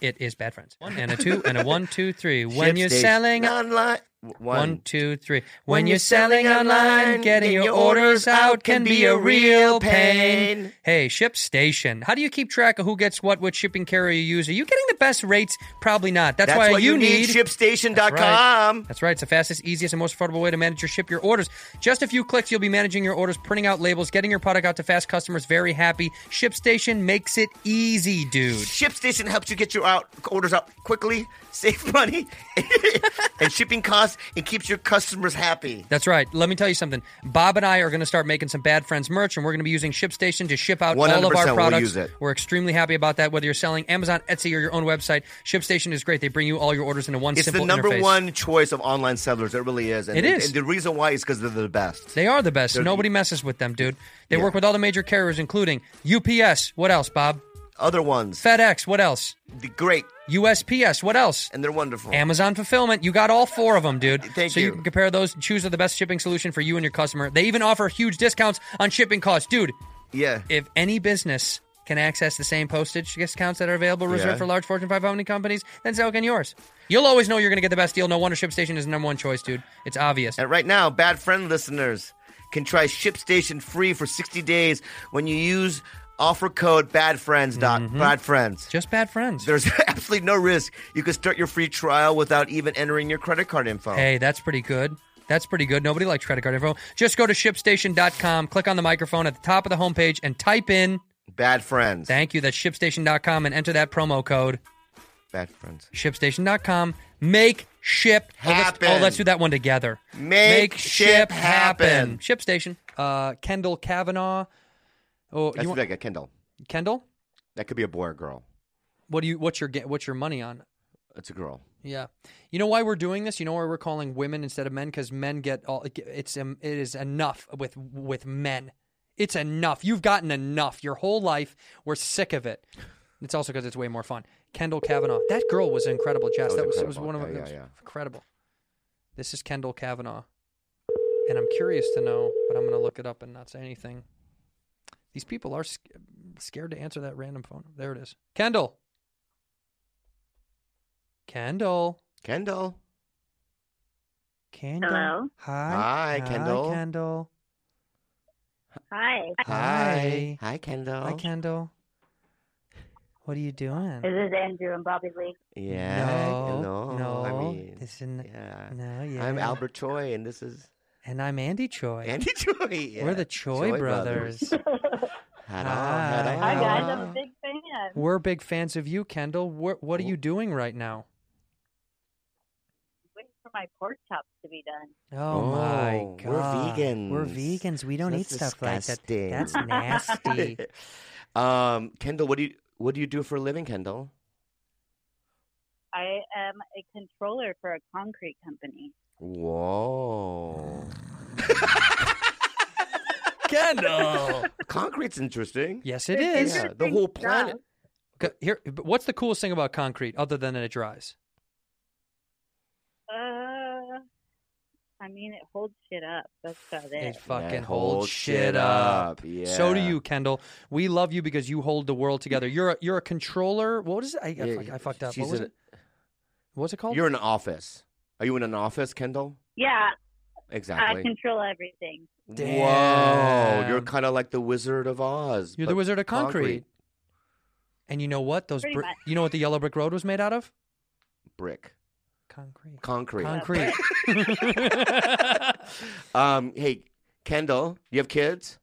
S1: it is bad friends. One and a two and a one, two, three. When
S2: Ship
S1: you're
S2: stage
S1: selling.
S2: online.
S1: One,
S2: One.
S1: two, three. When you're selling online, getting your orders out can be a real pain. Hey, ShipStation, how do you keep track of who gets what, whiwhat shipping carrier you use? Are you getting the best rates? Probably not. That's,
S2: That's
S1: why
S2: why
S1: you
S2: you need
S1: That's right.
S2: ShipStation.com.
S1: That's right. It's the fastest, easiest, and most affordable way to manage your ship your orders. Just a few clicks, you'll be managing your orders, printing out labels, getting your product out to fast customers. Very happy. ShipStation makes it easy, dude.
S2: ShipStation helps you get your out orders out quickly, save money, and shipping costs fast and keeps your customers happy.
S1: That's right. Let me tell you something. Bob and I are going to start making some Bad Friends merch, and we're going to be using ShipStation to ship out all of
S2: 100%
S1: our
S2: we'll
S1: products.
S2: use it.
S1: We're extremely happy about that. Whether you're selling Amazon, Etsy, or your own website, ShipStation is great. They bring you all your orders into one
S2: It's
S1: simple
S2: the number
S1: interface.
S2: one choice of online sellers. It really is. And
S1: It is.
S2: And the reason why is because they're the best.
S1: They are the best.
S2: They're-
S1: Nobody messes with them, dude. They work with all the major carriers, including UPS. What else, Bob?
S2: Other ones.
S1: FedEx. What else?
S2: The great.
S1: USPS. What else?
S2: And they're wonderful.
S1: Amazon Fulfillment. You got all four of them, dude.
S2: Thank
S1: so you.
S2: you.
S1: can compare those. Choose the best shipping solution for you and your customer. They even offer huge discounts on shipping costs, dude.
S2: Yeah.
S1: If any business can access the same postage discounts that are available reserved
S2: Yeah.
S1: for large Fortune 500 companies, then so can yours. You'll always know you're going to get the best deal. No wonder ShipStation is the number one choice, dude. It's obvious.
S2: And right now, Bad Friend listeners can try ShipStation free for 60 days when you use offer code BADFRIENDS. Dot
S1: Mm-hmm.
S2: BADFRIENDS.
S1: Just bad friends.
S2: There's absolutely no risk. You can start your free trial without even entering your credit card info.
S1: Hey, that's pretty good. That's pretty good. Nobody likes credit card info. Just go to shipstation.com, click on the microphone at the top of the homepage, and type in
S2: Bad Friends.
S1: thank you. That's shipstation.com and enter that promo code
S2: Bad Friends.
S1: shipstation.com. Make ship Oh, let's-
S2: Happen.
S1: Oh, let's do that one together.
S2: Make ship happen.
S1: ShipStation. Uh, Kendall Kavanaugh. Oh,
S2: That's
S1: you want,
S2: like a Kendall.
S1: Kendall?
S2: That could be a boy or girl.
S1: What do you? What's your ge- what's your money on?
S2: It's a girl.
S1: Yeah, you know why we're doing this. You know why we're calling women instead of men because men get all. It's um, it is enough with with men. It's enough. You've gotten enough your whole life. We're sick of it. It's also because it's way more fun. Kendall Kavanaugh. That girl was incredible, Jess.
S2: That
S1: That was,
S2: was
S1: that was
S2: incredible.
S1: one of
S2: Yeah,
S1: them.
S2: yeah,
S1: was
S2: yeah.
S1: incredible. This is Kendall Kavanaugh, and I'm curious to know, but I'm going to look it up and not say anything. These people are sc- scared to answer that random phone. There it is. Kendall. Kendall.
S2: Kendall.
S1: Kendall.
S10: Hello?
S1: Hi.
S2: Hi, Kendall.
S1: Kendall.
S10: Hi.
S1: Hi.
S2: Hi, Kendall.
S1: Hi, Kendall. What are you doing?
S10: This is Andrew and Bobby Lee.
S2: Yeah.
S1: No,
S2: hello. I
S1: no,
S2: mean,
S1: this isn't-
S2: yeah.
S1: no, yeah.
S2: I'm Albert Choi, and this is
S1: And I'm Andy Choi.
S2: Andy Choi. yeah.
S1: We're the Choi, brothers.
S2: Hello, hello,
S10: Hi, guys.
S1: hello.
S10: I'm a big fan.
S1: We're big fans of you, Kendall. What, what are you doing right now?
S10: Waiting for my pork chops to be done.
S1: Oh,
S2: Oh,
S1: my
S2: We're
S1: god.
S2: vegans.
S1: We're vegans. We don't
S2: That's
S1: eat stuff like that. That's
S2: disgusting.
S1: nasty.
S2: um, Kendall, what do you what do you do for a living, Kendall?
S10: I am a controller for a concrete company.
S2: Whoa.
S1: Kendall.
S2: Concrete's interesting.
S1: yes, it
S10: It's
S1: is.
S2: Yeah, the
S10: interesting
S2: whole
S10: stuff.
S2: planet.
S1: Okay, Here, but what's the coolest thing about concrete other than that it dries?
S10: Uh, I mean, it holds shit up. That's about it.
S1: It fucking
S2: hold
S1: holds
S2: shit
S1: shit up.
S2: up, yeah.
S1: So do you, Kendall. We love you because you hold the world together. You're a, you're a controller. What is it? I, I
S2: Yeah,
S1: fuck- I fucked up. What
S2: she's
S1: was
S2: in
S1: it? What was it called?
S2: You're in an office. Are you in an office, Kendall?
S10: Yeah, I
S2: Exactly.
S10: control everything.
S2: Whoa, you're
S1: Damn.
S2: kind of like the Wizard of Oz.
S1: You're the
S2: but
S1: Wizard of Concrete. And you know what? Those
S10: Pretty
S1: bri-
S10: much.
S1: you know what the yellow brick road was made out of?
S2: brick,
S1: Concrete.
S2: concrete.
S1: Concrete.
S2: Um, hey, Kendall, you have kids?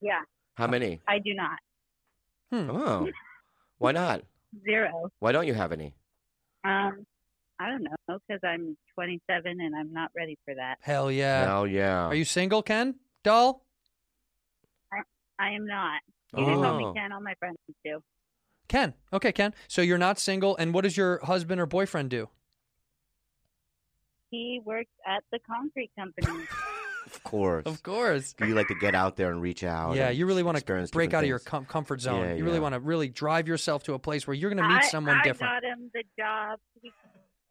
S10: Yeah, Oh.
S2: How many?
S10: I do not.
S1: Hmm.
S2: Oh, why not?
S10: Zero.
S2: Why don't you have any?
S10: Um, I don't know because I'm 27 and I'm not ready for that.
S1: Hell yeah.
S2: Hell yeah.
S1: Are you single, Ken? Doll?
S10: I am not. You can call
S2: Oh.
S10: me Ken. All my friends do.
S1: Ken. Okay, Ken. So you're not single. And what does your husband or boyfriend do?
S10: He works at the concrete company.
S2: Of course.
S1: Of course.
S2: Do you like to get out there and reach out?
S1: Yeah,
S2: and
S1: you really want to
S2: experience
S1: break
S2: different
S1: out of your
S2: things?
S1: com- comfort zone.
S2: Yeah,
S1: you really
S2: yeah.
S1: want to really drive yourself to a place where you're going to meet
S10: I,
S1: someone
S10: I
S1: different.
S10: got him the job. He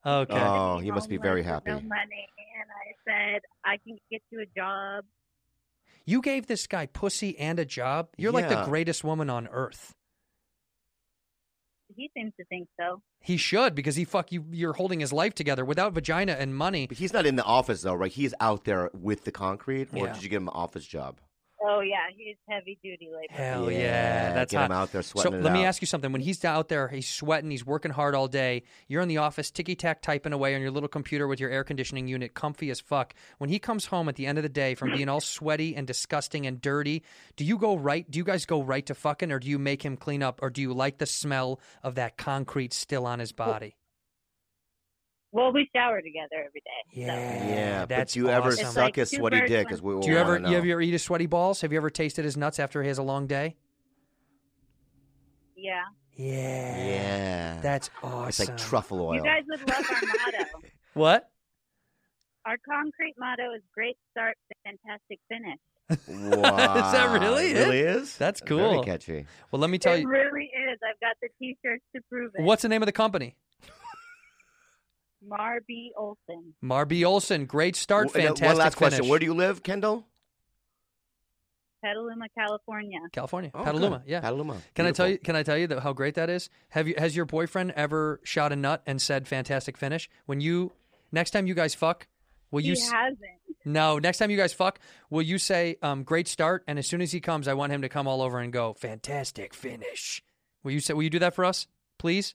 S1: Okay.
S10: wanted to
S2: Oh, he must be
S10: homeless
S2: very
S10: with
S2: happy.
S10: No money, and I said I can get you a job.
S1: you gave this guy pussy and a job. You're like the
S2: Yeah.
S1: greatest woman on earth.
S10: He seems to think so.
S1: He should because he fuck you. You're holding his life together without vagina and money.
S2: But he's not in the office though, right? He's out there with the concrete, or
S1: Yeah.
S2: did you give him an office job?
S10: Oh yeah, he's heavy duty labor.
S1: Hell yeah,
S2: Yeah,
S1: that's
S2: get
S1: hot.
S2: him out there
S1: So
S2: sweating it
S1: let me
S2: out.
S1: ask you something. When he's out there, he's sweating, he's working hard all day. You're in the office, ticky tack typing away on your little computer with your air conditioning unit, comfy as fuck. When he comes home at the end of the day from being all sweaty and disgusting and dirty, do you go right? Do you guys go right to fucking, or do you make him clean up, or do you like the smell of that concrete still on his body?
S10: Well, we shower together every day.
S1: Yeah,
S2: Yeah, but
S1: that's
S2: do you ever
S1: awesome.
S2: It's suck like his two sweaty birds, dick one- is what we
S1: Do you
S2: wanna
S1: ever you
S2: know.
S1: ever eat his sweaty balls? Have you ever tasted his nuts after he has a long day?
S10: Yeah.
S1: Yeah,
S2: Yeah.
S1: that's
S2: It's
S1: awesome.
S2: like truffle oil.
S10: You guys would love our motto.
S1: what?
S10: Our concrete motto is great start, fantastic finish.
S2: Wow.
S1: is that really
S2: It
S1: it?
S2: really is?
S1: That's cool.
S2: Very catchy.
S1: Well, let me tell
S10: it
S1: you.
S10: really is. I've got the t-shirts to prove it.
S1: What's the name of the company?
S10: Marby Olson,
S1: Marby Olson. Great start.
S2: Well, and, uh,
S1: fantastic.
S2: One last question.
S1: finish.
S2: Where do you live, Kendall?
S10: Petaluma, California.
S1: California,
S2: Oh,
S1: Petaluma.
S2: good.
S1: Yeah,
S2: Petaluma.
S1: Can I
S2: Beautiful.
S1: tell you? Can I tell you that how great that is? Have you? Has your boyfriend ever shot a nut and said "fantastic finish"? When you next time you guys fuck, will you?
S10: he
S1: s-
S10: hasn't.
S1: No, next time you guys fuck, will you say um, "great start"? And as soon as he comes, I want him to come all over and go "fantastic finish." Will you say? Will you do that for us, please?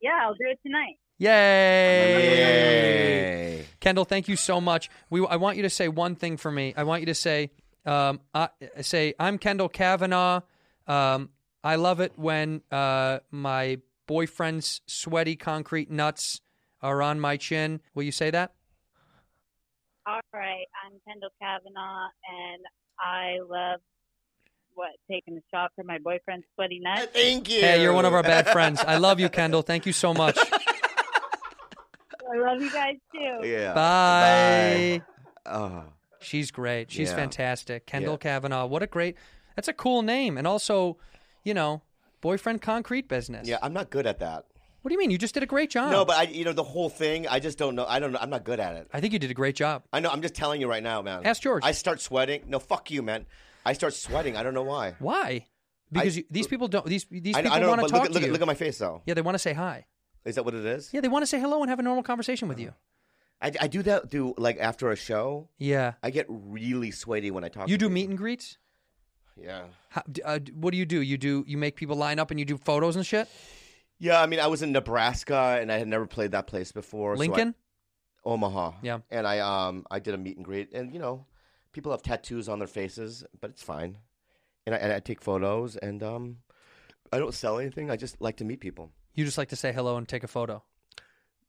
S10: Yeah, I'll do it tonight.
S1: Yay! Kendall, thank you so much. We I want you to say one thing for me. I want you to say, um, I, say I'm Kendall Kavanaugh. Um, I love it when uh, my boyfriend's sweaty concrete nuts are on my chin. Will you say that?
S10: All right, I'm Kendall Kavanaugh, Uh, and I love what taking a shot for my boyfriend's sweaty nuts.
S2: Thank you.
S1: Hey, you're one of our bad friends. I love you, Kendall. Thank you so much.
S10: I love you guys too.
S2: Yeah.
S1: Bye.
S2: Oh,
S1: She's great. She's
S2: Yeah.
S1: fantastic. Kendall Kavanaugh. What a great. That's a cool name, and also, you know, boyfriend concrete business.
S2: yeah, I'm not good at that.
S1: What do you mean? You just did a great job.
S2: No, but I, you know, the whole thing, I just don't know. I don't know. I'm not good at it.
S1: I think you did a great job.
S2: I know. I'm just telling you right now, man.
S1: Ask George.
S2: I start sweating. No, fuck you, man. I start sweating. I don't know why.
S1: Why? Because you, these people don't. These these
S2: I,
S1: people
S2: I don't
S1: want
S2: know,
S1: to
S2: but
S1: talk
S2: look, at-
S1: to
S2: look, at-
S1: you.
S2: look at my face, though.
S1: yeah, they want to say hi.
S2: Is that what it is?
S1: Yeah, they want to say hello and have a normal conversation with you.
S2: I, I do that, do like after a show.
S1: Yeah.
S2: I get really sweaty when I talk
S1: You
S2: to
S1: do meet and greets.
S2: Yeah.
S1: How, d- uh, d- what do you do? You do you make people line up and you do photos and shit.
S2: Yeah, I mean, I was in Nebraska and I had never played that place before. so I-
S1: Lincoln.
S2: Omaha.
S1: Yeah.
S2: And I um I did a meet and greet, and you know, people have tattoos on their faces, but it's fine. And I, and I take photos, and um, I don't sell anything. I just like to meet people.
S1: You just like to say hello and take a photo.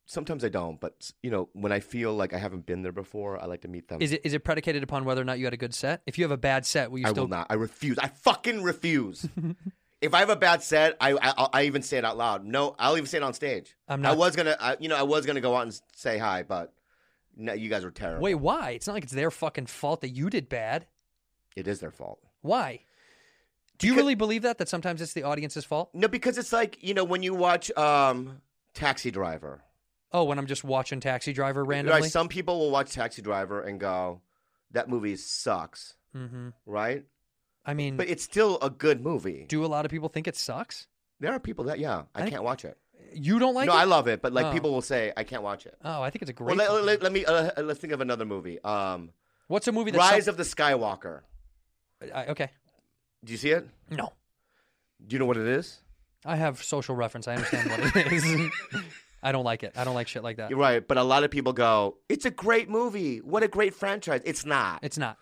S2: Sometimes I don't, but you know, when I feel like I haven't been there before, I like to meet them.
S1: Is it is it predicated upon whether or not you had a good set? If you have a bad set, will you
S2: I
S1: still?
S2: will not. I refuse. I fucking refuse. if I have a bad set, I, I I'll- I even say it out loud. No, I'll even say it on stage.
S1: I'm not-
S2: I was gonna, I, you know, I was gonna go out and s- say hi, but no, you guys were terrible.
S1: Wait, why? It's not like it's their fucking fault that you did bad.
S2: it is their fault.
S1: Why? Do you really believe that? That sometimes it's the audience's fault?
S2: No, because it's like you know when you watch um, Taxi Driver.
S1: Oh, when I'm just watching Taxi Driver randomly.
S2: Right, some people will watch Taxi Driver and go, "That movie sucks,"
S1: hmm
S2: right?
S1: I mean,
S2: But it's still a good movie.
S1: Mm. do a lot of people think it sucks?
S2: There are people that yeah,
S1: I
S2: I,
S1: think-
S2: can't watch it.
S1: You don't like
S2: no,
S1: it?
S2: I love it, but like
S1: Oh.
S2: people will say, "I can't watch it."
S1: Oh, I think it's a
S2: Well,
S1: great.
S2: let,
S1: fucking-
S2: let- let me uh, let's think of another movie. Um,
S1: What's a movie that
S2: Rise of the Skywalker.
S1: of? I, okay,
S2: Do you see it?
S1: no,
S2: Do you know what it is?
S1: I have social reference. I understand what it is. I don't like it. I don't like shit like that.
S2: You're right, but a lot of people go, "It's a great movie. What a great franchise." It's not.
S1: It's not.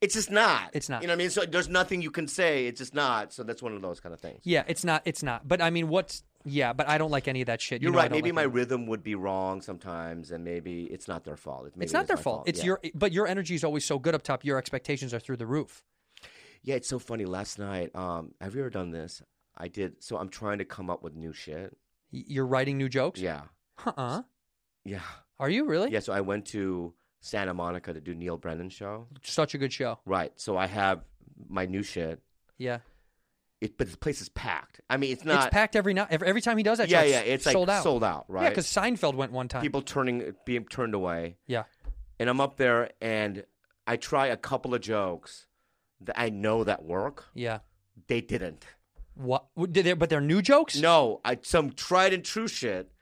S2: It's just not.
S1: It's not.
S2: You know what I mean? So there's nothing you can say. It's just not. So that's one of those kind of things.
S1: Yeah, it's not. It's not. But I mean, what's? Yeah, but I don't like any of that shit. You
S2: You're
S1: know I
S2: right.
S1: don't
S2: Maybe
S1: like
S2: my
S1: any-
S2: rhythm would be wrong sometimes, and maybe it's not their fault. Maybe
S1: It's
S2: it
S1: not
S2: is
S1: their
S2: my
S1: fault. It's
S2: yeah.
S1: your. But your energy is always so good up top. Your expectations are through the roof.
S2: Yeah, it's so funny. Last night, um, have you ever done this? I did. So I'm trying to come up with new shit.
S1: Y- You're writing new jokes.
S2: Yeah,
S1: Uh-uh.
S2: yeah,
S1: Are you really?
S2: yeah. So I went to Santa Monica to do Neil Brennan's show.
S1: Such a good show.
S2: Right. So I have my new shit.
S1: Yeah.
S2: It, but the place is packed. I mean, it's not.
S1: it's packed every night. Every, every time he does that,
S2: yeah,
S1: show,
S2: yeah. It's like
S1: sold out.
S2: Sold out. Right.
S1: Yeah, because Seinfeld went one time.
S2: people turning being turned away.
S1: Yeah.
S2: and I'm up there and I try a couple of jokes that I know that work.
S1: Yeah.
S2: They didn't.
S1: What? what- Did they, but they're new jokes.
S2: No, I some tried and true shit.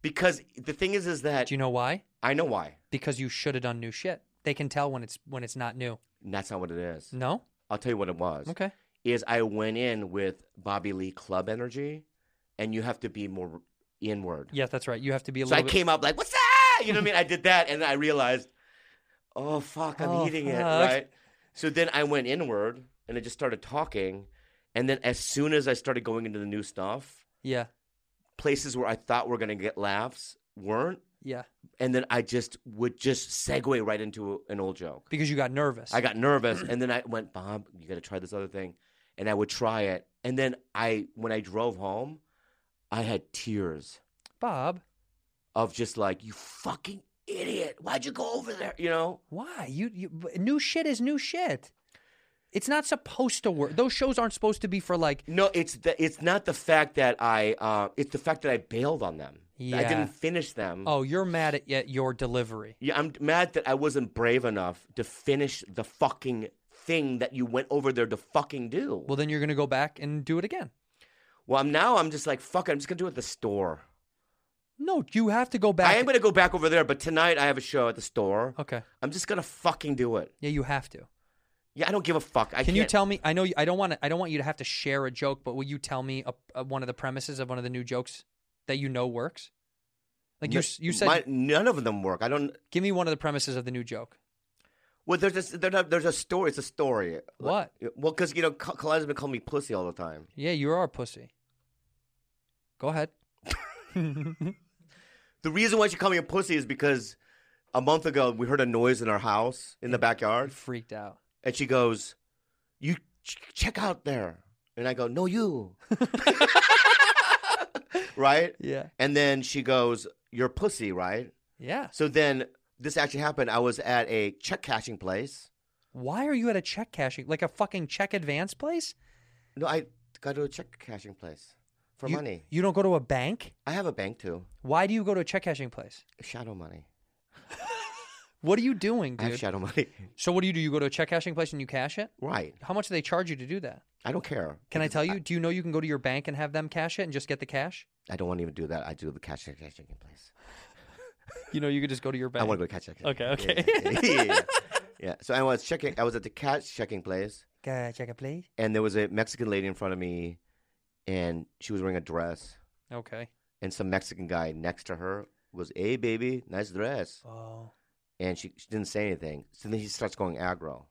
S2: Because the thing is, is that
S1: Do you know why?
S2: I know why.
S1: Because you should have done new shit. They can tell when it's when it's not new.
S2: And that's not what it is.
S1: No.
S2: I'll tell you what it was.
S1: Mm. Okay.
S2: Is I went in with Bobby Lee Club energy, and you have to be more inward.
S1: Yes, that's right. You have to be a
S2: so I
S1: little. bit-
S2: came up like, "What's that?" You know what I mean? I did that, and I realized, "Oh fuck, I'm
S1: Oh,
S2: eating it."
S1: fuck.
S2: Right. So then I went inward, and I just started talking, and then as soon as I started going into the new stuff,
S1: Yeah.
S2: places where I thought were gonna get laughs weren't,
S1: Yeah.
S2: And then I just would just segue right into an old joke.
S1: Because you got nervous.
S2: I got nervous, and then I went, Bob, you got to try this other thing, and I would try it, and then I, when I drove home, I had tears
S1: Bob,
S2: of just like you fucking idiot, why'd you go over there? You know,
S1: why you, you b- new shit is new shit. It's not supposed to work. Those shows aren't supposed to be for like
S2: no. It's the, it's not the fact that I, uh, it's the fact that I bailed on them. I
S1: Yeah.
S2: didn't finish them.
S1: Oh, you're mad at yet your delivery.
S2: Yeah, I'm mad that I wasn't brave enough to finish the fucking thing that you went over there to fucking do.
S1: Well, then you're gonna go back and do it again.
S2: Well, I'm now I'm just like fuck. it, I'm just gonna do it at the store.
S1: No, you have to go back.
S2: I am gonna go back over there, but tonight I have a show at the store.
S1: Okay.
S2: I'm just gonna fucking do it.
S1: Yeah, you have to.
S2: Yeah, I don't give a fuck. I
S1: Can you
S2: can't-
S1: tell me? I know you, I don't want to. I don't want you to have to share a joke, but will you tell me a, a, one of the premises of one of the new jokes that you know works? Like you,
S2: No,
S1: s- you said,
S2: my- none of them work. I don't.
S1: give me one of the premises of the new joke.
S2: Well, there's a there's a, there's a story. It's a story.
S1: What?
S2: Well, because you know, Ka- Kalai's been calling me pussy all the time.
S1: Yeah, you are a pussy. Go ahead.
S2: The reason why she called me a pussy is because a month ago we heard a noise in our house in
S1: Mm.
S2: the backyard.
S1: Freaked out.
S2: And she goes, "You ch- check out there." And I go, "No, you." right?
S1: Yeah.
S2: And then she goes, "You're pussy, right?"
S1: Yeah.
S2: So then this actually happened. I was at a check cashing place.
S1: Why are you at a check cashing like a fucking check advance place?
S2: No, I got to a check cashing place for
S1: You-
S2: money.
S1: You don't go to a bank.
S2: I have a bank too.
S1: Why do you go to a check cashing place?
S2: Shadow money.
S1: What are you doing,
S2: I have
S1: dude?
S2: shadow money.
S1: So what do you do? You go to a check cashing place and you cash it.
S2: right.
S1: How much do they charge you to do that?
S2: I don't care.
S1: Can I tell you? Do you know you can go to your bank and have them cash it and just get the cash?
S2: I don't want to even do that. I do the cash cashing place.
S1: You know, you could just go to your bank.
S2: I want to go to cash cashing.
S1: Okay, okay.
S2: Yeah, yeah, yeah, yeah. Yeah. So I was checking. I was at the cash checking place,
S9: Can I check it, please?
S2: and there was a Mexican lady in front of me, and she was wearing a dress,
S1: Okay.
S2: and some Mexican guy next to her goes, "Hey, baby, nice dress."
S1: Oh.
S2: and she, she didn't say anything. So then he starts going aggro,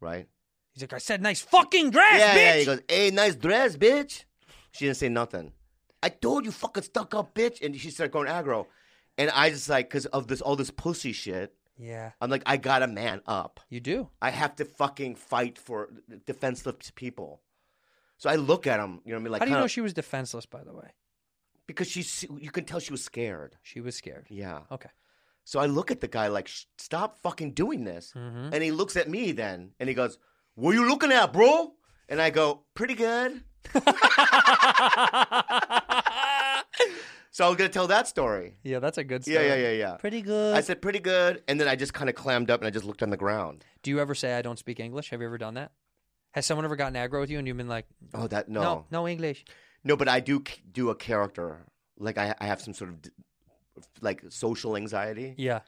S2: right?
S1: He's like, I said, nice fucking dress,
S2: yeah,
S1: bitch.
S2: yeah. He goes, "Hey, nice dress, bitch." She didn't say nothing. I told you, fucking stuck up, bitch. And she started going aggro, and I just like because of this all this pussy shit.
S1: yeah.
S2: I'm like, I gotta man up.
S1: You do.
S2: I have to fucking fight for defenseless people. So I look at him, you know what I mean? Like,
S1: How do you
S2: kinda-
S1: know she was defenseless? By the way,
S2: because she's you can tell she was scared.
S1: she was scared.
S2: Yeah.
S1: Okay.
S2: So I look at the guy like, "Sh- stop fucking doing this. And he looks at me then and he goes, What you looking at, bro? And I go, Pretty good. so I was gonna tell that story.
S1: Yeah, that's a good.
S2: Yeah, yeah, yeah, yeah.
S1: Pretty good.
S2: I said pretty good, and then I just kind of clammed up and I just looked on the ground.
S1: do you ever say I don't speak English? Have you ever done that? Has someone ever gotten aggro with you and you've been like,
S2: Oh, that no,
S1: no, no English?
S2: No, but I do c- do a character. Like I, I have some sort of d- like social anxiety.
S1: Yeah.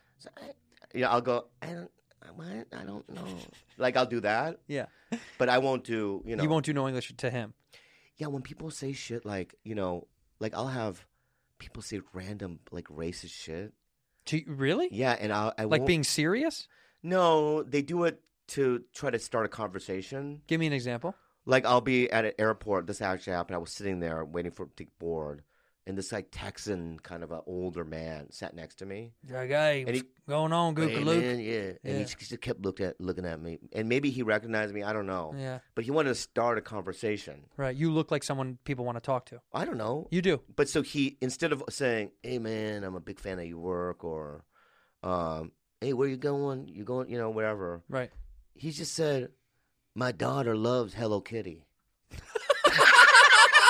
S2: You know, I'll go. I don't. I- What? I don't know. like I'll do that,
S1: Yeah.
S2: but I won't do. You know.
S1: You won't do no English to him.
S2: Yeah, when people say shit like you know, like I'll have people say random like racist shit.
S1: To really?
S2: Yeah, and I'll, I
S1: Like
S2: won't-
S1: being serious?
S2: no, they do it to try to start a conversation.
S1: Give me an example.
S2: Like I'll be at an airport. This actually happened. I was sitting there waiting for to board, and this like Texan kind of an older man sat next to me.
S1: Like, hey,
S2: And he-
S1: going on,
S2: Hey, man, yeah. And
S1: Yeah.
S2: he just just kept looked at looking at me, and maybe he recognized me. I don't know.
S1: Yeah.
S2: But he wanted to start a conversation.
S1: Right. You look like someone people want to talk to.
S2: I don't know.
S1: You do.
S2: But so he instead of saying, "Hey, man, I'm a big fan of your work," or, um, "Hey, where you going? You going? You know, wherever."
S1: Right.
S2: He just said, "My daughter loves Hello Kitty."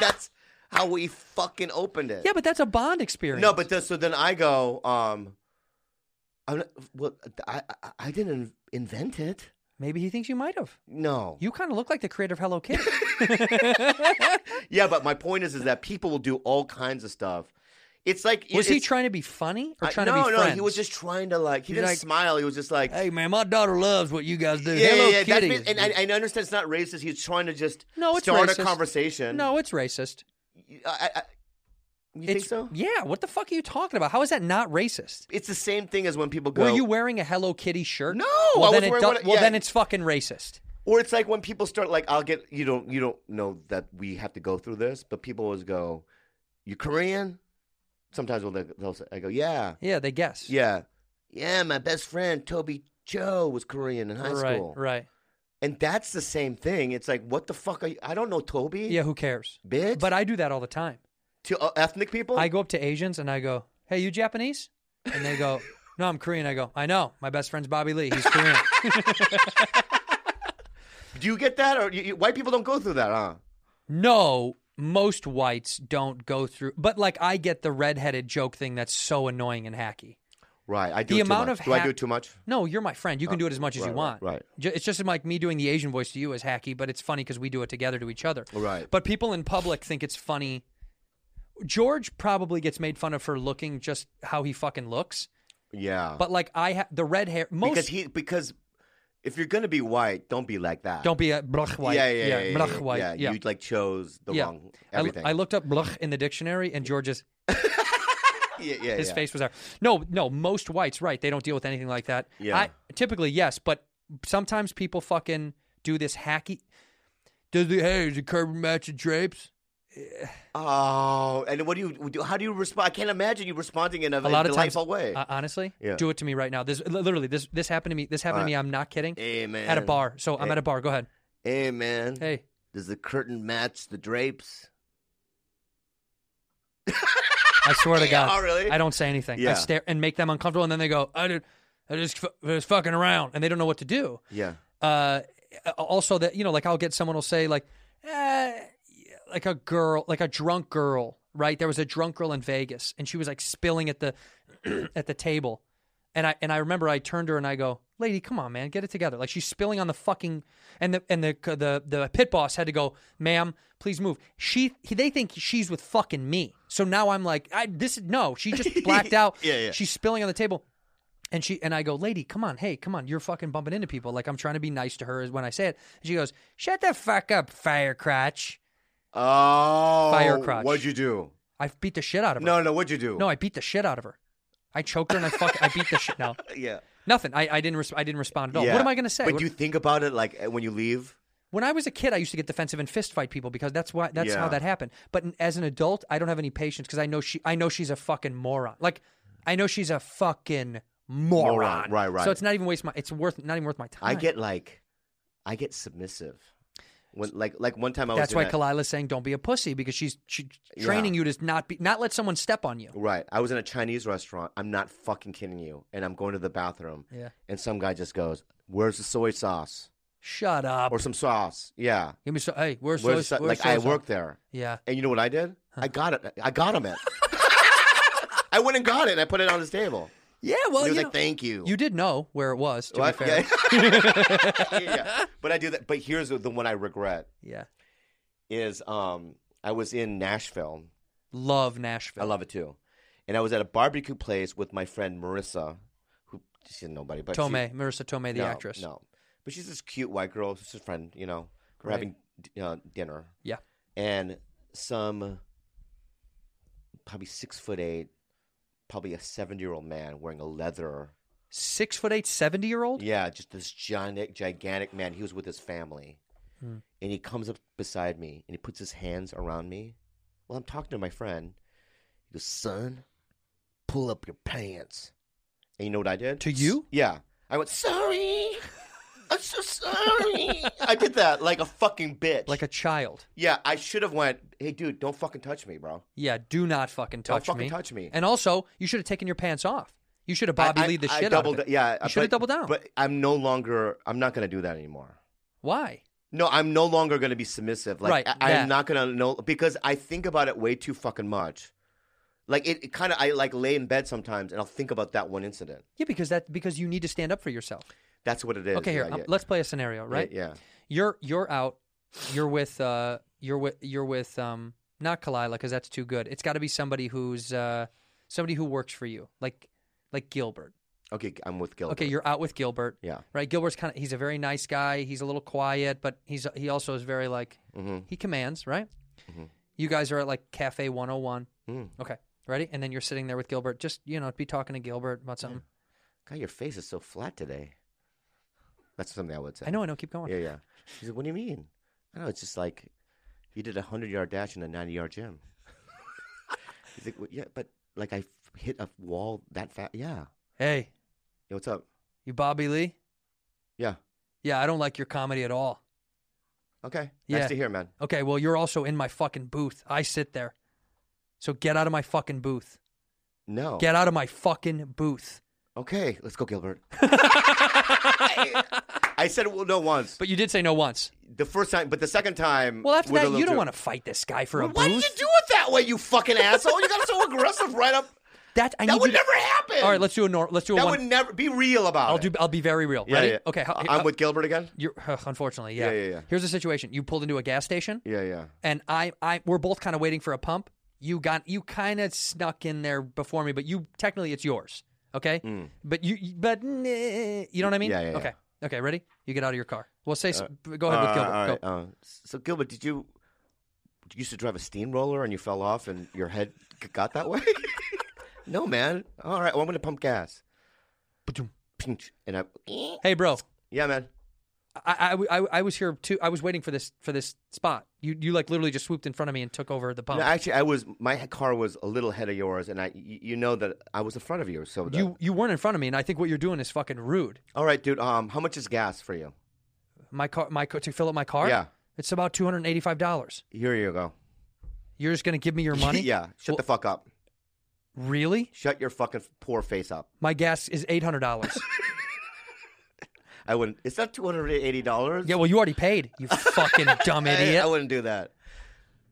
S2: That's how we fucking opened it.
S1: Yeah, but that's a bond experience.
S2: No, but th- so then I go, um, I'm not, well, I, I I didn't invent it.
S1: maybe he thinks you might have.
S2: No.
S1: You kind of look like the creator of Hello Kitty.
S2: yeah, but my point is, is that people will do all kinds of stuff. It's like
S1: Was he
S2: it's-
S1: trying to be funny or
S2: I-
S1: trying
S2: no,
S1: to be
S2: no,
S1: friends?
S2: he was just trying to like. He
S1: He's
S2: didn't
S1: like-
S2: smile. He was just like,
S1: Hey man, my daughter loves what you guys do.
S2: yeah,
S1: Hello
S2: yeah, yeah. that's
S1: Kitty.
S2: been- and I, I understand it's not racist. He's trying to just
S1: No, it's
S2: start
S1: racist.
S2: a conversation.
S1: no, it's racist.
S2: I, I, you think
S1: It's-
S2: so?
S1: Yeah. What the fuck are you talking about? How is that not racist?
S2: It's the same thing as when people go.
S1: Were you wearing a Hello Kitty shirt?
S2: No,
S1: Well, then
S2: I was
S1: it
S2: wearing
S1: do-
S2: one-
S1: well
S2: yeah.
S1: then it's fucking racist.
S2: Or it's like when people start like, I'll get you don't you don't know that we have to go through this, but people always go, "You Korean?" sometimes will they, they'll say, I go, yeah,
S1: yeah, they guess,
S2: yeah, yeah. My best friend Toby Joe was Korean in high
S1: right,
S2: school,
S1: right.
S2: And that's the same thing. It's like, what the fuck are you? I don't know Toby.
S1: Yeah, who cares,
S2: bitch?
S1: But I do that all the time
S2: to uh, ethnic people.
S1: I go up to Asians and I go, "Hey, you Japanese?" And they go, "No, I'm Korean." I go, "I know. My best friend's Bobby Lee. He's Korean."
S2: Do you get that, or you, you, white people don't go through that, huh?
S1: no, most whites don't go through. But like, I get the redheaded joke thing that's so annoying and hacky.
S2: Right. I do.
S1: the
S2: it too
S1: amount
S2: much.
S1: of
S2: do I
S1: hack-
S2: do it too much?
S1: No, you're my friend. You can
S2: Oh,
S1: do it as much as
S2: right,
S1: you
S2: right,
S1: want.
S2: right.
S1: Ju- It's just like me doing the Asian voice to you is hacky, but it's funny because we do it together to each other.
S2: Oh, Right.
S1: But people in public think it's funny. George probably gets made fun of for looking just how he fucking looks.
S2: Yeah.
S1: But like I ha- the red hair most
S2: Oh. because he because if you're gonna be white, don't be like that.
S1: don't be a blech white.
S2: Yeah, yeah, yeah. yeah,
S1: blech
S2: yeah,
S1: white.
S2: yeah.
S1: yeah.
S2: You like chose the
S1: Yeah.
S2: wrong
S1: I l-
S2: everything.
S1: I, looked up blech in the dictionary, and George's
S2: yeah, yeah,
S1: his
S2: yeah.
S1: face was there. No, no, most whites, right? They don't deal with anything like that.
S2: Yeah.
S1: I, typically, yes, but sometimes people fucking do this hacky. Does the hey, does the curtain match the drapes?
S2: Oh, and what do you? How do you respond? I can't imagine you responding in a,
S1: A lot of times,
S2: delightful way.
S1: uh, honestly,
S2: Yeah.
S1: do it to me right now. This li- literally, this this happened to me. This happened to
S2: Alright.
S1: me. I'm not kidding.
S2: hey man,
S1: At a bar, so I'm
S2: Hey.
S1: at a bar. Go ahead.
S2: Mm-hmm. Hey man,
S1: Hey,
S2: does the curtain match the drapes?
S1: I swear to
S2: Yeah,
S1: God,
S2: oh, really?
S1: I don't say anything. I
S2: Yeah.
S1: stare and make them uncomfortable, and then they go, "I did, I just, fu- I was fucking around," and they don't know what to do.
S2: Yeah,
S1: uh, also that you know, like I'll get someone will say like, eh, like a girl, like a drunk girl, right? There was a drunk girl in Vegas, and she was like spilling at the at the table, and I and I remember I turned to her and I go, "Lady, come on, man, get it together!" Like she's spilling on the fucking and the and the the the pit boss had to go, "Ma'am, please move." She he, they think she's with fucking me, so now I'm like, I this no, she just blacked out.
S2: Yeah, yeah.
S1: She's spilling on the table. And she and I go, lady, come on, hey, come on, you're fucking bumping into people. Like I'm trying to be nice to her is when I say it. And she goes, shut the fuck up, firecrotch.
S2: Oh,
S1: Firecrotch.
S2: What'd you do?
S1: I beat the shit out of her.
S2: No, no. What'd you do?
S1: No, I beat the shit out of her. I choked her and I fuck. I beat the shit. No,
S2: yeah.
S1: nothing. I, I didn't. Res- I didn't respond at all.
S2: yeah.
S1: What am I gonna say?
S2: But
S1: What-
S2: do you think about it like when you leave?
S1: when I was a kid, I used to get defensive and fist fight people because that's why that's how
S2: Yeah.
S1: that happened. But n- as an adult, I don't have any patience because I know she. I know she's a fucking moron. Like, I know she's a fucking moron.
S2: Moron. Right, right.
S1: So it's not even waste my. It's worth not even worth my time.
S2: I get like, I get submissive. When like like one time I was
S1: That's
S2: in
S1: why
S2: a-
S1: Kalila's saying don't be a pussy because she's she,
S2: Yeah.
S1: training you to not be not let someone step on you.
S2: Right. I was in a Chinese restaurant. I'm not fucking kidding you. And I'm going to the bathroom.
S1: Yeah.
S2: And some guy just goes, "Where's the soy sauce?"
S1: Shut up.
S2: Or some sauce. Yeah.
S1: Give me so. Hey, where's,
S2: Where's
S1: so,
S2: the, like I worked there.
S1: Yeah.
S2: And you know what I did? I got it. I got him it. I went and got it and I put it on his table.
S1: Yeah. Well, you,
S2: he was like,
S1: know-
S2: "Thank you."
S1: you did know where it was. To
S2: What?
S1: be fair.
S2: Yeah. Yeah. But I do that. But here's the one I regret
S1: yeah.
S2: is um I was in Nashville.
S1: Love Nashville.
S2: I love it too. And I was at a barbecue place with my friend Marissa, who she's nobody, but she-
S1: Tomei, Marissa Tomei, the
S2: no,
S1: actress.
S2: No, but she's this cute white girl. She's a friend, you know. We're
S1: Right.
S2: having d- uh, dinner,
S1: Yeah.
S2: and some probably six foot eight, probably a seventy year old man wearing a leather.
S1: Six foot eight, 70 year old?
S2: Yeah, just this gigantic, gigantic man. He was with his family,
S1: Hmm.
S2: and he comes up beside me and he puts his hands around me. Well, I'm talking to my friend. He goes, "Son, pull up your pants." And you know what I did?
S1: To you?
S2: Yeah. I went, sorry. I'm so sorry. I did that like a fucking bitch.
S1: Like a child.
S2: yeah, I should have went, hey, dude, don't fucking touch me, bro.
S1: Yeah, do not fucking
S2: Don't
S1: touch
S2: fucking
S1: me.
S2: touch me.
S1: And also, you should have taken your pants off. You should have Bobby
S2: I- I-
S1: Lee the
S2: I
S1: shit
S2: doubled,
S1: out of it.
S2: Yeah,
S1: You should have
S2: but-
S1: doubled down.
S2: But I'm no longer, I'm not going to do that anymore.
S1: Why?
S2: No, I'm no longer going to be submissive. Like,
S1: Right,
S2: I,
S1: that.
S2: I'm not going to know, because I think about it way too fucking much. Like, it, it kind of, I like lay in bed sometimes and I'll think about that one incident.
S1: Yeah, because that because you need to stand up for yourself.
S2: That's what it is.
S1: Okay, here.
S2: Yeah,
S1: um,
S2: yeah.
S1: Let's play a scenario, right?
S2: Yeah. yeah.
S1: You're you're out. You're with uh you're with you're with um not Kalila because that's too good. It's got to be somebody who's uh somebody who works for you, like like Gilbert.
S2: Okay, I'm with Gilbert.
S1: Okay, you're out with Gilbert.
S2: Yeah.
S1: Right, Gilbert's kind of he's a very nice guy. He's a little quiet, but he's he also is very like
S2: Mhm.
S1: he commands, right? You guys are at like Cafe 101.
S2: Mm-hmm. Mm.
S1: Okay. Ready? And then you're sitting there with Gilbert, just you know, be talking to Gilbert about something.
S2: God, your face is so flat today. That's something I would say.
S1: I know, I know, keep going.
S2: Yeah, yeah. He's like, what do you mean? I know, it's just like you did a 100 yard dash in a 90 yard gym. He's like, well, yeah, but like I f- hit a wall that fast. Yeah.
S1: Hey.
S2: Yo, what's up?
S1: You Bobby Lee?
S2: Yeah.
S1: Yeah, I don't like your comedy at all.
S2: Okay.
S1: Yeah.
S2: Nice to hear, man.
S1: Okay, well, you're also in my fucking booth. I sit there. So get out of my fucking booth.
S2: No.
S1: Get out of my fucking booth.
S2: Okay, let's go, Gilbert. I said well, no once.
S1: But you did say no once.
S2: The first time, but the second time.
S1: Well, after
S2: was a
S1: that,
S2: little
S1: you don't
S2: too-
S1: want to fight this guy for a
S2: Why did
S1: booth.
S2: you do it that way, you fucking asshole? You got so aggressive right up.
S1: That I
S2: that
S1: need
S2: would
S1: you-
S2: never happen.
S1: All right, let's do a nor- let's do a
S2: That
S1: one.
S2: would never be real about
S1: I'll
S2: it.
S1: do. I'll be very real.
S2: Yeah,
S1: Ready?
S2: yeah.
S1: Okay. ho-
S2: I-
S1: here-
S2: I'm
S1: ho-
S2: with Gilbert again.
S1: You're, unfortunately, yeah.
S2: Yeah, yeah, yeah.
S1: Here's the situation. You pulled into a gas station,
S2: Yeah, yeah.
S1: and I, I, we're both kind of waiting for a pump. You got, you kind of snuck in there before me, but you technically it's yours. Okay. But you, you- but eh, you know what I mean?
S2: Hmm. Yeah, yeah, yeah.
S1: Okay. Okay. Ready? You get out of your car. Well, say. s go ahead with
S2: Uh,
S1: Gilbert.
S2: all
S1: Go.
S2: right, uh, so Gilbert, did you you used to drive a steamroller and you fell off and your head g- got that way? no, man. All right, well, I'm gonna pump gas. Ba-doom, pinch, And I,
S1: Hey, bro.
S2: Yeah, man.
S1: I, I, I, I was here too. I was waiting for this for this spot. You you like literally just swooped in front of me and took over the pump.
S2: No, actually, I was my car was a little ahead of yours, and I y- you know that I was in front of you. So that-
S1: you you weren't in front of me, and I think what you're doing is fucking rude.
S2: all right, dude. Um, how much is gas for you?
S1: My car, my car, to fill up my car.
S2: Yeah.
S1: it's about two hundred and eighty-five dollars.
S2: Here you go.
S1: You're just gonna give me your money?
S2: yeah. Shut the fuck up.
S1: Really?
S2: Shut your fucking poor face up.
S1: My gas is eight hundred dollars.
S2: I wouldn't. It's not two hundred and eighty dollars.
S1: yeah, well, you already paid. You fucking dumb
S2: I-
S1: idiot.
S2: I, wouldn't do that.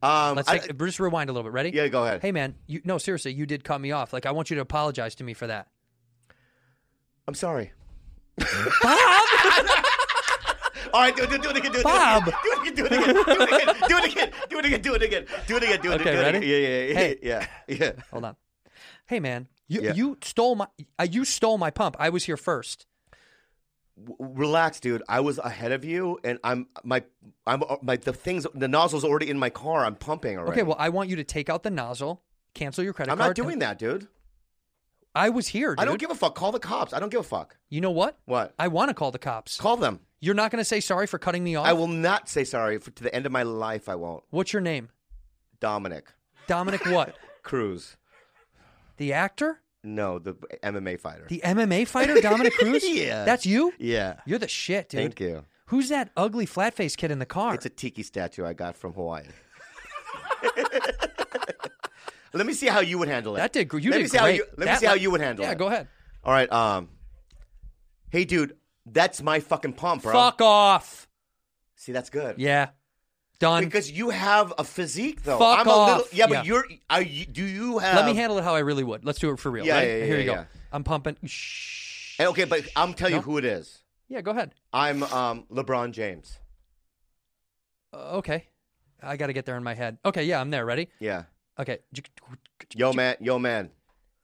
S2: Um,
S1: Let's
S2: I-
S1: take, just rewind a little bit. Ready?
S2: yeah, go ahead.
S1: Hey, man. You no, seriously, you did cut me off. Like, I want you to apologize to me for that.
S2: I'm sorry. All right, do it, do it, do it again, do it
S1: Bob!
S2: again. Do it again, do it again, do it again, do it again, do it again, do it again, do it again, do it again, do it
S1: Okay,
S2: again.
S1: ready?
S2: Yeah, yeah,
S1: Hey.
S2: yeah, yeah, yeah.
S1: Hold on. Hey, man. You
S2: Yeah.
S1: you stole my uh, you stole my pump. I was here first.
S2: W- Relax, dude. I was ahead of you, and I'm my I'm uh, my the things the nozzle's already in my car. I'm pumping already.
S1: Okay. Well, I want you to take out the nozzle, cancel your credit
S2: I'm
S1: card.
S2: not doing that, dude.
S1: I was here. Dude.
S2: I don't give a fuck. Call the cops. I don't give a fuck.
S1: You know what?
S2: What?
S1: I want to call the cops.
S2: Call them.
S1: You're not going to say sorry for cutting me off.
S2: I will not say sorry for, to the end of my life. I won't.
S1: What's your name?
S2: Dominic
S1: Dominic what?
S2: Cruz.
S1: the actor?
S2: No, the MMA fighter.
S1: The MMA fighter Dominic Cruz?
S2: Yeah.
S1: That's you?
S2: yeah.
S1: You're the shit, dude.
S2: Thank you.
S1: Who's that ugly flat face kid in the car?
S2: It's a tiki statue I got from Hawaii. let me see how you would handle it.
S1: that did gr- you
S2: let
S1: did
S2: me see
S1: great.
S2: How you, let me
S1: That
S2: see how
S1: li-
S2: you would handle it.
S1: Yeah, go ahead.
S2: All right. Um. Hey, dude, that's my fucking pump, bro.
S1: Fuck off.
S2: See, that's good.
S1: Yeah. Done.
S2: Because you have a physique, though.
S1: Fuck
S2: I'm a little.
S1: off.
S2: Yeah,
S1: Yeah.
S2: but you're. Are you, do you have?
S1: Let me handle it how I really would. Let's do it for real.
S2: Yeah,
S1: Ready?
S2: yeah, yeah,
S1: Here you go.
S2: yeah.
S1: I'm pumping. Shh.
S2: Hey, Okay, but I'm telling you
S1: No?
S2: who it is.
S1: Yeah, go ahead.
S2: I'm um LeBron James.
S1: Uh, okay. I got to get there in my head. Okay, yeah, I'm there. Ready?
S2: Yeah.
S1: Okay.
S2: Yo, man. Yo, man.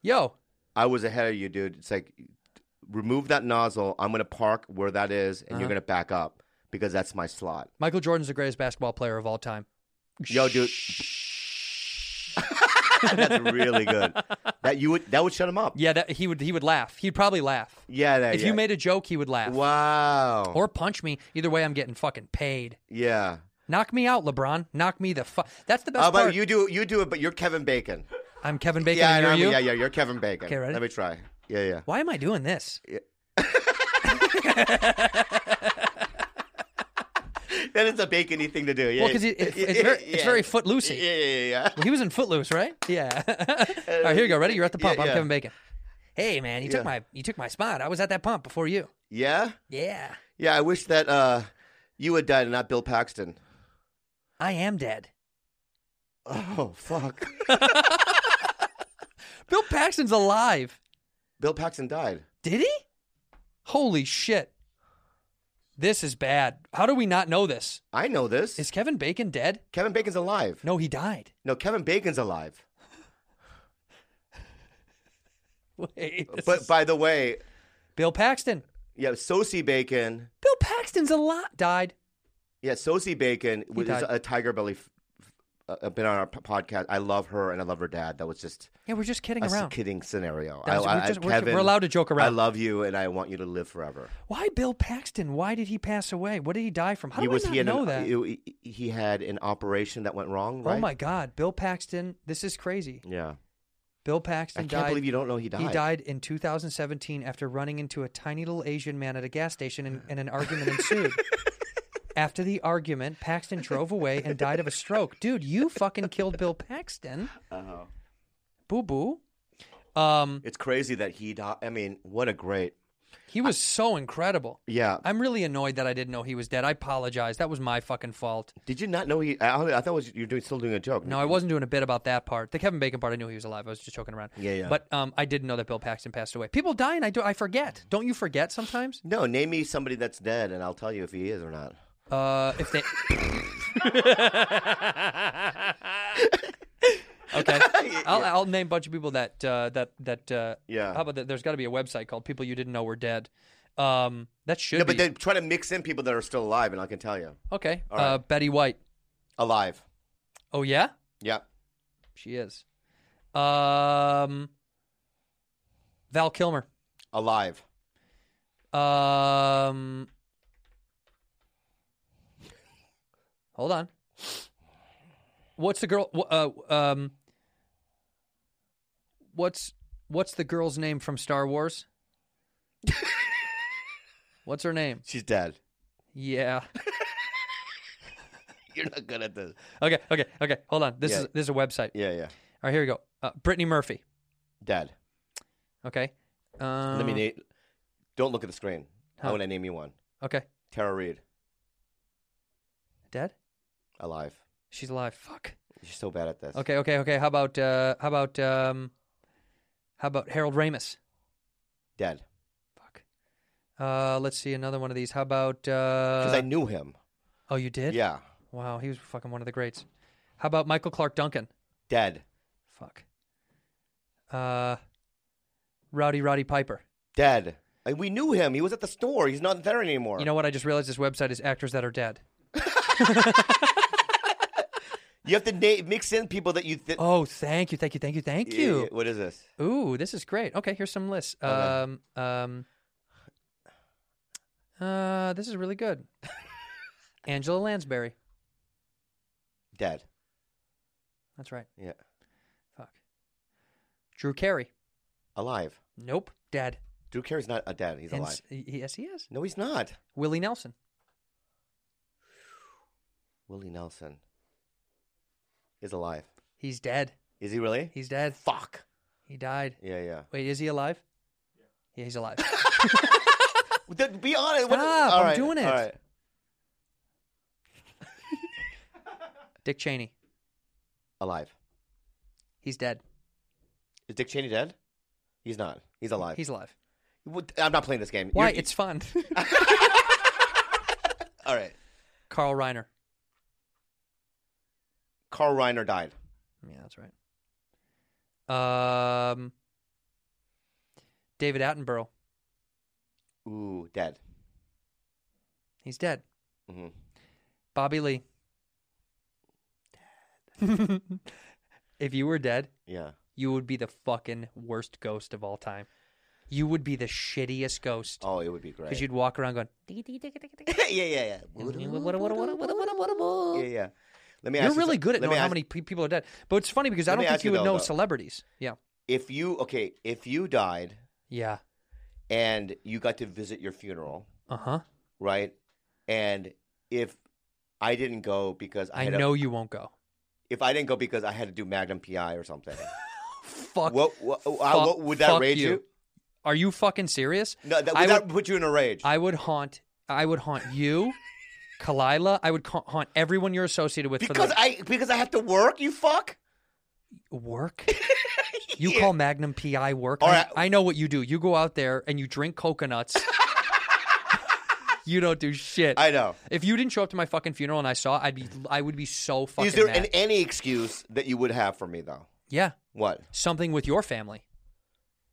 S1: Yo.
S2: I was ahead of you, dude. It's like remove that nozzle. I'm gonna park where that is, and you're
S1: Uh-huh.
S2: gonna back up because that's my slot.
S1: Michael Jordan's the greatest basketball player of all time.
S2: Yo, dude. that's really good. That you would that would shut him up.
S1: Yeah, that he would he would laugh. He'd probably laugh.
S2: Yeah, that,
S1: if
S2: yeah.
S1: you made a joke, he would laugh.
S2: wow.
S1: Or punch me. Either way, I'm getting fucking paid.
S2: yeah.
S1: Knock me out, LeBron. Knock me the fuck. That's the best
S2: How
S1: part.
S2: about you do you do it, but you're Kevin Bacon.
S1: I'm Kevin Bacon.
S2: yeah,
S1: and
S2: no,
S1: you're
S2: I mean,
S1: you?
S2: yeah, yeah. You're Kevin Bacon.
S1: Okay, ready?
S2: Let me try. Yeah, yeah.
S1: Why am I doing this?
S2: That is a bacony thing to do. Yeah.
S1: Well, 'cause it- it- it's very- it's very footloosey.
S2: Yeah, yeah, yeah. yeah.
S1: Well, he was in Footloose, right? Yeah. All right, here you go. Ready? You're at the
S2: Uh, Yeah,
S1: pump. I'm
S2: yeah.
S1: Kevin Bacon. Hey, man, you
S2: Yeah.
S1: took my you took my spot. I was at that pump before you.
S2: Yeah.
S1: Yeah,
S2: Yeah. I wish that uh, you had died and not Bill Paxton.
S1: I am dead.
S2: Oh fuck.
S1: Bill Paxton's alive.
S2: Bill Paxton died.
S1: Did he? Holy shit. This is bad. How do we not know this?
S2: I know this.
S1: Is Kevin Bacon dead?
S2: Kevin Bacon's alive.
S1: No, he died.
S2: No, Kevin Bacon's alive.
S1: Wait. this
S2: But
S1: is-
S2: by the way,
S1: Bill Paxton.
S2: yeah, Sosie Bacon.
S1: Bill Paxton's a lot died.
S2: Yeah, Sosie Bacon was
S1: died.
S2: a Tiger Belly. F- f- uh, been on our p- podcast. I love her and I love her dad. That was just
S1: Yeah, we're just kidding
S2: a s-
S1: around.
S2: kidding scenario.
S1: That was-
S2: I,
S1: we're
S2: I-
S1: just- we're-
S2: Kevin,
S1: we're allowed to joke
S2: I
S1: around.
S2: love you and I want you to live forever.
S1: Why Bill Paxton? Why did he pass away? What did he die from? How
S2: he
S1: do
S2: was
S1: I not
S2: he had
S1: know
S2: an,
S1: that?
S2: He, he had an operation that went wrong. Right?
S1: Oh my God, Bill Paxton! This is crazy.
S2: Yeah.
S1: Bill Paxton
S2: I can't
S1: died.
S2: believe you don't know he
S1: He
S2: died.
S1: died in 2017 after running into a tiny little Asian man at a gas station and, and an argument ensued. After the argument, Paxton drove away and died of a stroke. Dude, you fucking killed Bill Paxton.
S2: Oh.
S1: Boo boo. Um,
S2: it's crazy that he died. I mean, what a great.
S1: He was so incredible.
S2: Yeah.
S1: I'm really annoyed that I didn't know he was dead. I apologize. That was my fucking fault.
S2: Did you not know he? I, I thought was, you were doing, still doing a joke.
S1: No, I wasn't doing a bit about that part. The Kevin Bacon part, I knew he was alive. I was just joking around.
S2: Yeah, yeah.
S1: But um, I didn't know that Bill Paxton passed away. People die, and I do. I forget. Don't you forget sometimes?
S2: No, name me somebody that's dead, and I'll tell you if he is or not.
S1: Uh, if they. okay, I'll, I'll name a bunch of people that uh, that that. Uh,
S2: Yeah.
S1: How about that? There's got to be a website called "People You Didn't Know Were Dead." Um, that should.
S2: no,
S1: be.
S2: but then try to mix in people that are still alive, and I can tell you.
S1: Okay.
S2: All right.
S1: Uh, Betty White.
S2: Alive.
S1: Oh yeah,
S2: Yep.
S1: she is. Um, Val Kilmer.
S2: Alive.
S1: Um, hold on. What's the girl? wh- Uh, um, what's what's the girl's name from Star Wars? what's her name?
S2: She's dead.
S1: Yeah.
S2: You're not good at this.
S1: Okay. Okay. Okay. Hold on. This
S2: Yeah.
S1: is this is a website.
S2: Yeah, yeah.
S1: All right. Here we go. Uh, Brittany Murphy.
S2: Dead.
S1: Okay. Um,
S2: Let me name. Don't look at the screen.
S1: Huh.
S2: I want to name you one.
S1: Okay.
S2: Tara Reid.
S1: Dead.
S2: Alive.
S1: She's alive. Fuck.
S2: You're so bad at this.
S1: Okay, okay, okay. How about uh how about um how about Harold Ramis?
S2: Dead.
S1: Uh let's see another one of these. How about uh
S2: Because I knew him.
S1: Oh, you did?
S2: Yeah.
S1: Wow, he was fucking one of the greats. How about Michael Clark Duncan?
S2: Dead.
S1: Fuck. Uh Rowdy Roddy Piper.
S2: Dead. Like, we knew him. He was at the store. He's not there anymore.
S1: You know what? I just realized this website is actors that are dead.
S2: You have to na- mix in people that you think.
S1: Oh, thank you. Thank you. Thank you. Thank
S2: Yeah,
S1: you.
S2: yeah. What is this?
S1: Ooh, this is great. Okay, here's some lists.
S2: Okay.
S1: Um, um, uh, this is really good. Angela Lansbury.
S2: Dead.
S1: That's right.
S2: Yeah.
S1: Fuck. Drew Carey.
S2: Alive.
S1: Nope. Dead.
S2: Drew Carey's not a dead. He's
S1: And
S2: alive.
S1: s- y- yes, he is.
S2: No, he's not.
S1: Willie Nelson.
S2: Willie Nelson is alive.
S1: He's dead.
S2: Is he really?
S1: He's dead.
S2: Fuck.
S1: He died.
S2: Yeah, yeah.
S1: Wait, is he alive? Yeah, he's alive.
S2: Th- Be honest. what-
S1: Stop.
S2: all
S1: I'm
S2: right,
S1: doing it.
S2: All right.
S1: Dick Cheney.
S2: Alive.
S1: He's dead.
S2: Is Dick Cheney dead? He's not. He's alive.
S1: He's alive.
S2: What- I'm not playing this game.
S1: Why?
S2: You're-
S1: It's fun.
S2: all right.
S1: Carl Reiner.
S2: Carl Reiner died.
S1: Yeah, that's right. Um, David Attenborough.
S2: Ooh, dead.
S1: He's dead.
S2: Mhm.
S1: Bobby Lee. if you were dead,
S2: Yeah.
S1: you would be the fucking worst ghost of all time. You would be the shittiest ghost
S2: Oh, it would be great.
S1: because you'd walk around going,
S2: yeah, yeah, yeah. Yeah, yeah. Let me.
S1: "You're
S2: ask you
S1: really
S2: some-
S1: good at
S2: let me
S1: knowing how
S2: ask-
S1: many pe- people are dead." But it's funny because I
S2: Let me
S1: don't think
S2: ask
S1: you
S2: you
S1: would
S2: though,
S1: know
S2: though.
S1: celebrities. Yeah,
S2: If you okay, if you died
S1: yeah,
S2: and you got to visit your funeral,
S1: uh huh.
S2: right? And if I didn't go because I,
S1: I
S2: had a-
S1: know you won't go.
S2: if I didn't go because I had to do Magnum PI or something,
S1: Fuck.
S2: what, what, uh,
S1: fuck-
S2: what would that
S1: fuck
S2: rage you?
S1: Are you fucking serious?
S2: No, that, would,
S1: I
S2: that
S1: would-
S2: put you in a rage?
S1: I would haunt. I would haunt you, Kalila. I would ca- haunt everyone you're associated with for
S2: because
S1: the
S2: I because I have to work. You fuck.
S1: work. You call Magnum PI work?
S2: All
S1: I,
S2: right.
S1: I know what you do. You go out there and you drink coconuts. you don't do shit.
S2: I know.
S1: If you didn't show up to my fucking funeral and I saw, I'd be, I would be so fucking.
S2: Is there
S1: mad.
S2: an, any excuse that you would have for me though?
S1: yeah,
S2: What?
S1: something with your family?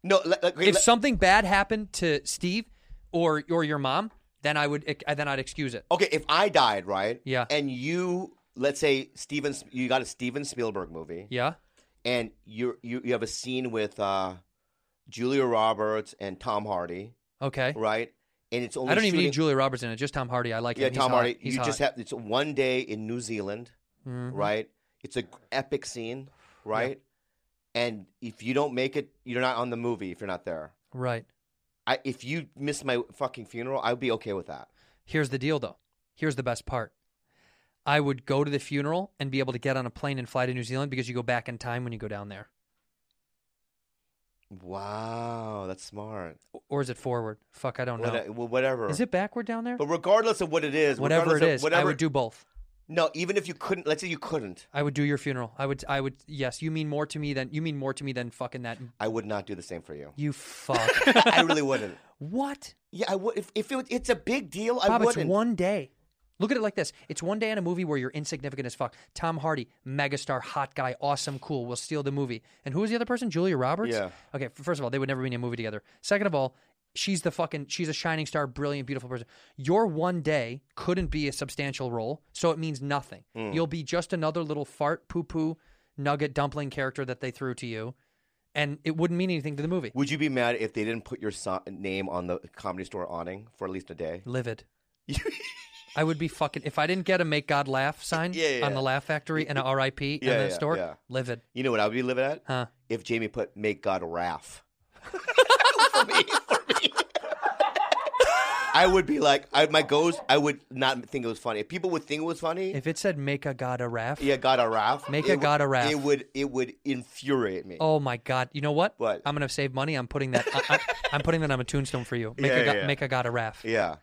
S2: No. Like, okay,
S1: if
S2: let-
S1: something bad happened to Steve or or your mom, then I would, eh, then I'd excuse it.
S2: okay, if I died, right?
S1: Yeah.
S2: And you, let's say Steven, Sp- you got a Steven Spielberg movie,
S1: Yeah,
S2: and you're, you you have a scene with uh, Julia Roberts and Tom Hardy,
S1: okay.
S2: right? And it's only
S1: I don't even
S2: shooting-
S1: need Julia Roberts in it. Just Tom Hardy. I like
S2: Yeah,
S1: him. He's
S2: Tom
S1: hot.
S2: Hardy.
S1: He's
S2: you
S1: hot.
S2: just have it's one day in New Zealand,
S1: Mhm.
S2: right? It's an epic scene, right? and if you don't make it, you're not on the movie if you're not there.
S1: Right.
S2: I, if you miss my fucking funeral, I'd be okay with that.
S1: Here's the deal, though. Here's the best part. I would go to the funeral and be able to get on a plane and fly to New Zealand because you go back in time when you go down there.
S2: Wow, that's smart.
S1: Or is it forward? Fuck, I don't know.
S2: What- well, whatever.
S1: Oh, Is it backward down there?
S2: But regardless of what it is,
S1: Whatever
S2: regardless
S1: it
S2: of
S1: is, I
S2: whatever-
S1: would do both.
S2: No, even if you couldn't, let's say you couldn't,
S1: I would do your funeral. I would. I would. Yes, you mean more to me than you mean more to me than fucking that.
S2: I would not do the same for you.
S1: You fuck.
S2: I really wouldn't.
S1: What?
S2: Yeah, I would. If, if it, it's a big deal, I
S1: Bob, it's
S2: wouldn't.
S1: one day. Look at it like this: It's one day in a movie where you're insignificant as fuck. Tom Hardy, megastar, hot guy, awesome, cool, will steal the movie. And who was the other person? Julia Roberts.
S2: Yeah.
S1: Okay. f- First of all, they would never be in a movie together. Second of all, she's the fucking she's a shining star, brilliant, beautiful person. Your one day couldn't be a substantial role, so it means nothing.
S2: Hmm.
S9: Mm.
S1: You'll be just another little fart, poo poo, nugget, dumpling character that they threw to you, and it wouldn't mean anything to the movie.
S2: Would you be mad if they didn't put your so- name on the comedy store awning for at least a day?
S1: livid. I would be fucking if I didn't get a "Make God Laugh" sign
S2: Yeah, yeah,
S1: on the
S2: yeah.
S1: Laugh Factory and a RIP in
S2: Yeah,
S1: the
S2: yeah,
S1: store.
S2: yeah.
S1: Livid.
S2: You know what I would be living at?
S1: Huh.
S2: If Jamie put "Make God Raff." I would be like, I, my goes. I would not think it was funny. If people would think it was funny,
S1: If it said "Make a God a Raff,"
S2: yeah, God a raff.
S1: Make
S2: it
S1: a
S2: would-
S1: God a raff.
S2: It would. It would infuriate me.
S1: oh my God! You know what?
S2: What?
S1: I'm gonna save money. I'm putting that. I, I, am putting that on a tombstone for you. Make
S2: Yeah,
S1: a God,
S2: yeah, yeah.
S1: Make a God a Raff.
S2: Yeah,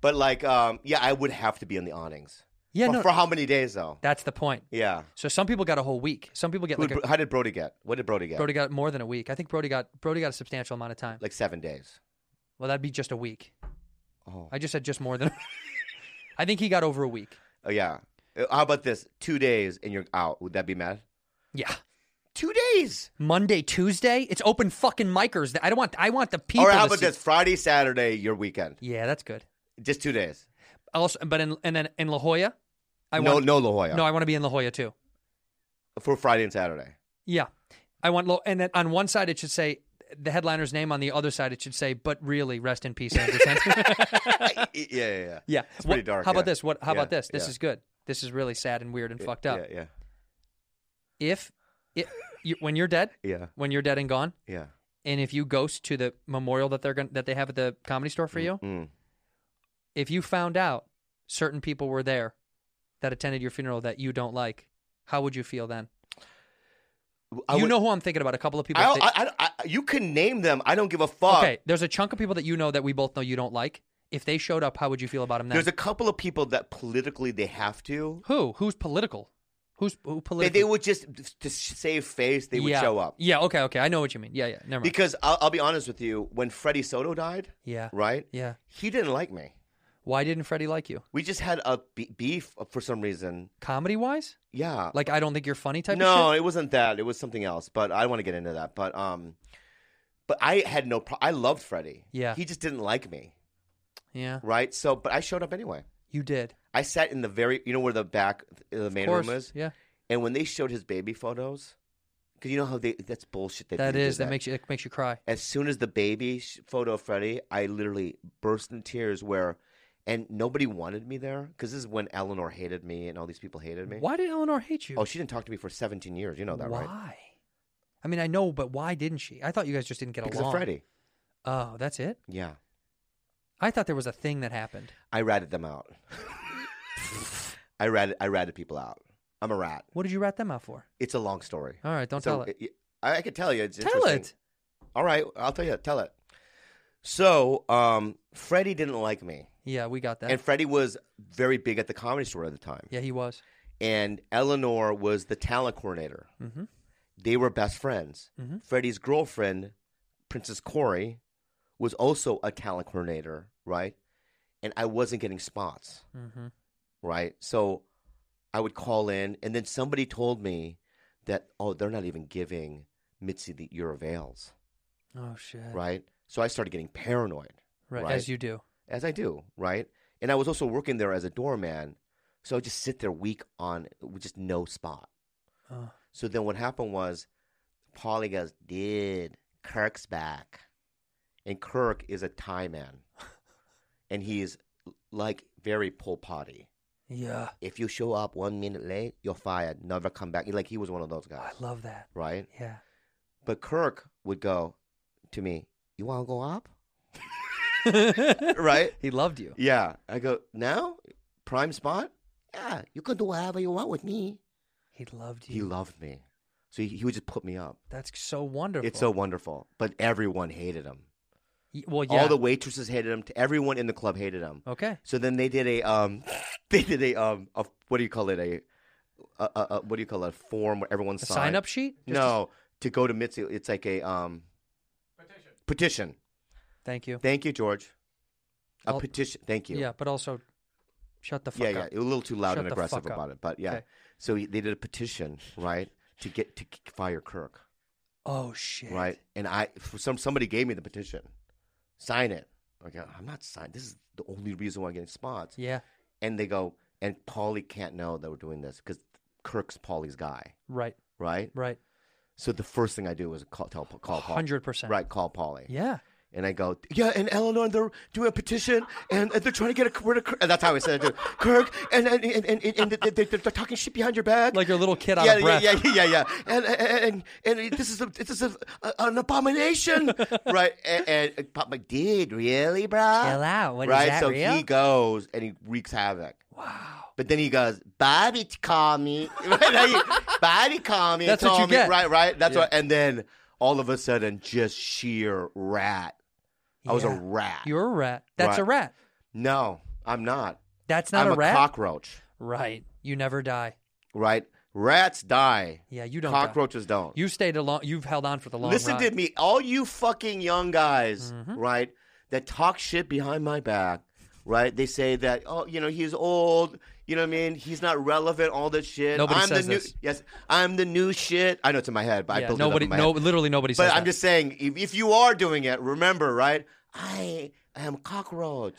S2: but like, um, yeah, I would have to be in the awnings.
S1: Yeah,
S2: for,
S1: no.
S2: for how many days though?
S1: That's the point.
S2: Yeah.
S1: So some people got a whole week. Some people get
S2: Who-
S1: like a,
S2: how did Brody get? What did Brody get?
S1: Brody got more than a week. I think Brody got Brody got a substantial amount of time.
S2: like seven days.
S1: Well, that'd be just a week.
S2: Oh.
S1: I just said just more than. I think he got over a week.
S2: Oh yeah. Uh, How about this? Two days and you're out. Would that be mad?
S1: Yeah.
S2: Two days.
S1: Monday, Tuesday. It's open fucking micers. I don't want. I want the people.
S2: or how
S1: to
S2: about
S1: see-
S2: this? Friday, Saturday, your weekend.
S1: Yeah, that's good.
S2: Just two days.
S1: Also, but in and then in La Jolla, I
S2: no,
S1: want
S2: no La Jolla.
S1: no, I want to be in La Jolla too.
S2: for Friday and Saturday.
S1: Yeah, I want Lo, and then on one side it should say the headliner's name. On the other side it should say, "But really, rest in peace, Andrew." Sandberg."
S2: Y- Yeah, yeah, yeah.
S1: yeah,
S2: It's
S1: What-
S2: pretty dark.
S1: How about
S2: yeah.
S1: this? What? How about
S2: Yeah,
S1: this? This
S2: yeah.
S1: is good. This is really sad and weird and
S2: Yeah,
S1: fucked up.
S2: Yeah, yeah,
S1: If, if you, when you're dead,
S2: yeah,
S1: when you're dead and gone,
S2: yeah.
S1: and if you ghost to the memorial that they're going that they have at the comedy store for you,
S2: Mm.
S1: if you found out certain people were there that attended your funeral that you don't like, how would you feel then?
S2: I
S1: you
S2: would-
S1: know who I'm thinking about. A couple of people.
S2: I,
S1: that-
S2: I, I, I- you can name them. I don't give a fuck.
S1: okay, there's a chunk of people that you know that we both know you don't like. If they showed up, how would you feel about them then?
S2: There's a couple of people that politically they have to.
S1: who? Who's political? Who's who
S2: They,
S1: political?
S2: they would just to save face. They would
S1: yeah.
S2: show up.
S1: Yeah. Okay. Okay. I know what you mean. Yeah. Yeah. Never mind.
S2: Because I'll, I'll be honest with you, when Freddie Soto died,
S1: yeah.
S2: right?
S1: Yeah.
S2: He didn't like me.
S1: Why didn't Freddie like you?
S2: We just had a be- beef for some reason.
S1: Comedy wise,
S2: Yeah.
S1: like I don't think you're funny type.
S2: no,
S1: Of shit?
S2: it wasn't that. It was something else. But I want to get into that. But um, but I had no. Pro- I loved Freddie.
S1: Yeah.
S2: He just didn't like me,
S1: Yeah.
S2: right? So, but I showed up anyway.
S1: You did.
S2: I sat in the very, you know, where the back, the main
S1: course,
S2: room is.
S1: yeah.
S2: And when they showed his baby photos, because you know how they that's bullshit. That,
S1: That
S2: they do
S1: is. That makes you. It makes you cry.
S2: as soon as the baby sh- photo of Freddie, I literally burst in tears. Where, and nobody wanted me there because this is when Eleanor hated me and all these people hated me.
S1: Why did Eleanor hate you?
S2: Oh, she didn't talk to me for 17 years. You know that,
S1: why?
S2: right?
S1: I mean, I know, but why didn't she? I thought you guys just didn't get
S2: Because
S1: along.
S2: of Freddie.
S1: Oh, that's it.
S2: Yeah.
S1: I thought there was a thing that happened.
S2: I ratted them out. I ratted I ratted people out. I'm a rat.
S1: What did you rat them out for?
S2: It's a long story.
S1: All right, don't
S2: So,
S1: tell it.
S2: I, I could tell you. It's
S1: Tell
S2: interesting.
S1: it.
S2: All right, I'll tell you. Tell it. So, um, Freddie didn't like me,
S1: Yeah, we got that.
S2: and Freddie was very big at the comedy store at the time.
S1: yeah, he was.
S2: And Eleanor was the talent coordinator.
S1: Mhm.
S2: They were best friends.
S1: Mm-hmm.
S2: Freddie's girlfriend, Princess Corey, was also a talent coordinator, right? And I wasn't getting spots.
S1: Mm-hmm.
S2: right? So I would call in, and then somebody told me that oh, they're not even giving Mitzi the ear of ales,
S1: Oh shit.
S2: right? So I started getting paranoid,
S1: Right,
S2: right?
S1: as you do.
S2: as I do, right? And I was also working there as a doorman, so I would just sit there week on with just no spot.
S1: Oh.
S2: So then what happened was, Polly goes, "Did Kirk's back?" And Kirk is a Thai man, and he is like very Pol Potty
S1: Yeah,
S2: if you show up one minute late, you're fired. Never come back. Like he was one of those
S1: I
S2: guys,
S1: love that.
S2: right?
S1: Yeah.
S2: But Kirk would go to me, You want to go up? right?
S1: He loved you.
S2: Yeah. I go, Now? Prime spot? Yeah. You can do whatever you want with me.
S1: He loved you.
S2: He loved me. So he, he would just put me up.
S1: That's so wonderful.
S2: It's so wonderful. But everyone hated him.
S1: Y- Well, yeah.
S2: All the waitresses hated him. Everyone in the club hated him.
S1: Okay.
S2: So then they did a um, they did a um, a, what do you call it a, a, a, a what do you call it a form where everyone
S1: A
S2: signed
S1: sign-up sheet? Just
S2: no, to go to Mitzi, it's like a um, petition. Petition.
S1: Thank you.
S2: Thank you, George. A
S1: Well,
S2: petition. Thank you.
S1: Yeah, but also, shut the fuck
S2: yeah,
S1: up.
S2: yeah. A little too loud
S1: Shut
S2: and
S1: the
S2: aggressive
S1: fuck up.
S2: about it, but yeah.
S1: Okay.
S2: So he, they did a petition, right, to get to k- fire Kirk,
S1: Oh shit.
S2: right? And I, for some somebody gave me the petition, sign it. Like uh, I'm not signed. This is the only reason why I'm getting spots.
S1: Yeah.
S2: And they go, and Paulie can't know that we're doing this because Kirk's Paulie's guy,
S1: Right.
S2: right?
S1: Right.
S2: So the first thing I do is call, tell, call Paul.
S1: 100%.
S2: Right, call Paulie.
S1: Yeah.
S2: And I go, yeah, and Eleanor, they're doing a petition, and they're trying to get a word of Kirk. And that's how I said it, too. Kirk, and and and, and, and they- they, they're, they're talking shit behind your back,
S1: like your little kid out
S2: yeah,
S1: of breath.
S2: Yeah, yeah, yeah, yeah. And and and, and this is a, this is a, an abomination, right? And, and Pop like, dude, really, bro?
S1: Chill out. What is
S2: right?
S1: that,
S2: so
S1: real?
S2: he goes and he wreaks havoc. Wow. But then he goes, Bobby called me. Bobby called me. and
S1: That's what you
S2: told me-
S1: get.
S2: Right, right. That's
S1: Yeah.
S2: what. And then all of a sudden, just sheer rat. I was a
S1: Yeah.
S2: rat.
S1: You're a rat. That's a
S2: Right.
S1: rat.
S2: No, I'm not.
S1: That's not
S2: I'm
S1: a rat?
S2: cockroach.
S1: Right. You never die.
S2: Right. Rats die.
S1: Yeah, you don't. die.
S2: Cockroaches don't.
S1: You stayed a long. You've held on for the long.
S2: Listen
S1: ride.
S2: to me, all you fucking young guys,
S11: Mm-hmm.
S2: right, that talk shit behind my back, right? They say that, oh, you know, he's old, you know what I mean? He's not relevant, all this shit.
S11: Nobody
S2: I'm
S11: says
S2: the new
S11: this.
S2: yes, I'm the new shit. I know it's in my head, but I
S11: Yeah,
S2: built
S11: nobody-
S2: it up in my
S11: no-
S2: head.
S11: literally nobody
S2: But
S11: says
S2: I'm
S11: that.
S2: just saying, if, if you are doing it, remember, right? I am cockroach.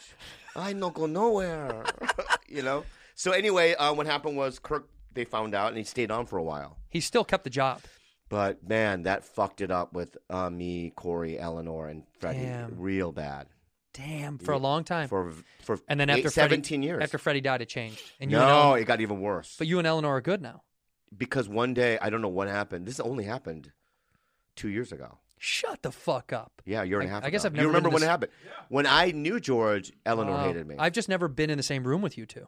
S2: I'm not going nowhere. you know? So anyway, uh, what happened was Kirk they found out and he stayed on for a while.
S1: He still kept the job.
S2: But man, that fucked it up with uh, me, Corey, Eleanor, and Freddie
S1: Damn.
S2: real bad.
S1: Damn, for a long time.
S2: For for
S1: and then
S2: eight-
S1: after Freddie-
S2: 17 years.
S1: after Freddie died, it changed. And you
S2: no,
S1: and Eleanor-
S2: it got even worse.
S1: but you and Eleanor are good now.
S2: because one day, I don't know what happened. This only happened two years ago.
S1: Shut the fuck up.
S2: Yeah, a year and a
S1: I-
S2: half
S1: I guess
S2: ago.
S1: I've never
S2: You remember
S1: been
S2: when
S1: this-
S2: it happened? When I knew George, Eleanor
S1: Oh,
S2: hated me.
S1: I've just never been in the same room with you two.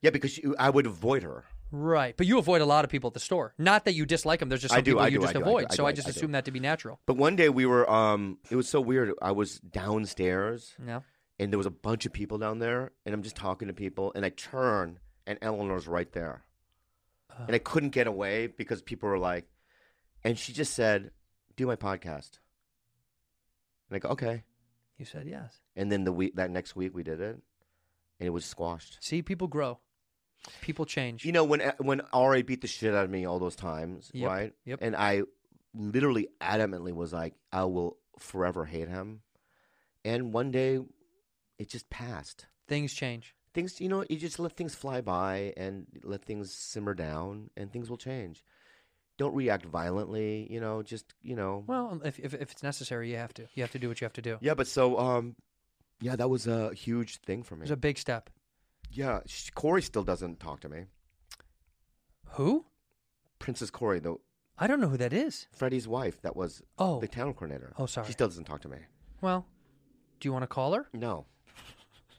S2: yeah, because she, I would avoid her.
S1: Right, but you avoid a lot of people at the store. Not that you dislike them. There's just
S2: I
S1: some
S2: do,
S1: people
S2: I
S1: you
S2: do, I
S1: just
S2: do, I do,
S1: avoid.
S2: I
S1: so
S2: do,
S1: I
S2: I
S1: just
S2: do.
S1: assume that to be natural.
S2: But one day we were, um, it was so weird. I was downstairs.
S1: Yeah.
S2: and there was a bunch of people down there, and I'm just talking to people, and I turn, and Eleanor's right there, and I couldn't get away because people were like, and she just said, "Do my podcast," and I go, "Okay,"
S1: You said yes.
S2: and then the week that next week we did it, and it was squashed.
S1: See, people grow. People change.
S2: You know when uh, when Ra beat the shit out of me all those times,
S1: Yep,
S2: right?
S1: yep.
S2: And I literally adamantly was like, "I will forever hate him," and one day, it just passed.
S1: Things change.
S2: things you know you just let things fly by and let things simmer down and things will change don't react violently you know just you know
S1: Well, um, if, if, if it's necessary, you have to. You have to do what you have to do.
S2: yeah but so um yeah that was a huge thing for
S1: It
S2: me
S1: was a big step.
S2: yeah sh- corey still doesn't talk to me
S1: Who?
S2: princess corey the
S1: I don't know who that is.
S2: freddie's wife that was
S1: Oh.
S2: the town coordinator
S1: Oh, sorry.
S2: she still doesn't talk to me
S1: Well, do you want to call her?
S2: no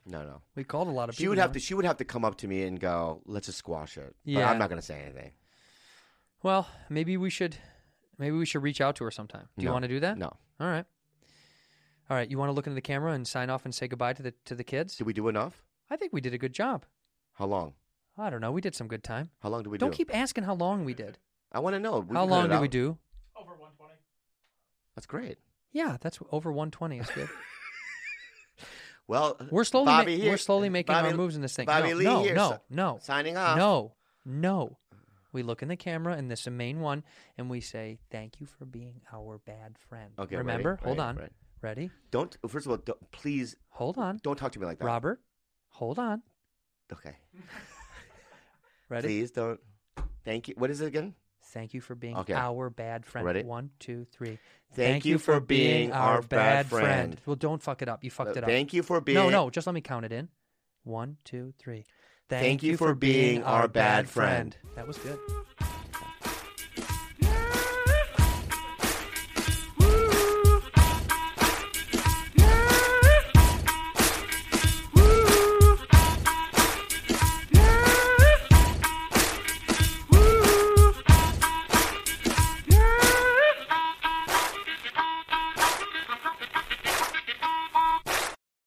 S2: no no
S1: We called a lot of people.
S2: she would have
S1: huh?
S2: to she would have to come up to me and go let's just squash it but
S1: Yeah.
S2: i'm not going to say anything
S1: Well, maybe we should maybe we should reach out to her sometime. Do you
S2: No.
S1: want to do that?
S2: no
S1: All right. All right, you want to look into the camera and sign off and say goodbye to the to the kids?
S2: did we do enough
S1: I think we did a good job.
S2: how long
S1: I don't know. We did some good time.
S2: how long do we
S1: don't
S2: do
S1: keep asking how long we did.
S2: i want to know We
S1: how
S2: can cut
S1: long
S2: it
S1: did we
S2: out.
S1: do?
S2: that's great
S1: Yeah, that's over 120. It's good.
S2: Well,
S1: We're slowly ma-
S2: Bobby here-
S1: we're slowly making
S2: Bobby-
S1: our moves in this thing.
S2: Bobby
S1: no,
S2: Lee
S1: no,
S2: here,
S1: no,
S2: si-
S1: no,
S2: signing off.
S1: No, no. We look in the camera in this main one, and we say, "Thank you for being our bad friend."
S2: Okay, ready,
S1: remember? Hold
S2: ready,
S1: on.
S2: ready.
S1: Ready?
S2: Don't. First of all, don't, please
S1: Hold on,
S2: don't talk to me like that.
S1: Robert. Hold on.
S2: Okay.
S1: Ready?
S2: Please don't. Thank you. What is it again?
S1: Thank you for being
S2: Okay.
S1: our bad friend.
S2: Ready?
S1: One, two, three.
S2: Thank you for being our bad friend.
S1: Well, don't fuck it up. You fucked
S2: Uh,
S1: it up.
S2: thank you for
S1: No,
S2: being-
S1: no. Just let me count it in. One, two, three.
S2: Thank you for being our bad friend.
S1: That was good.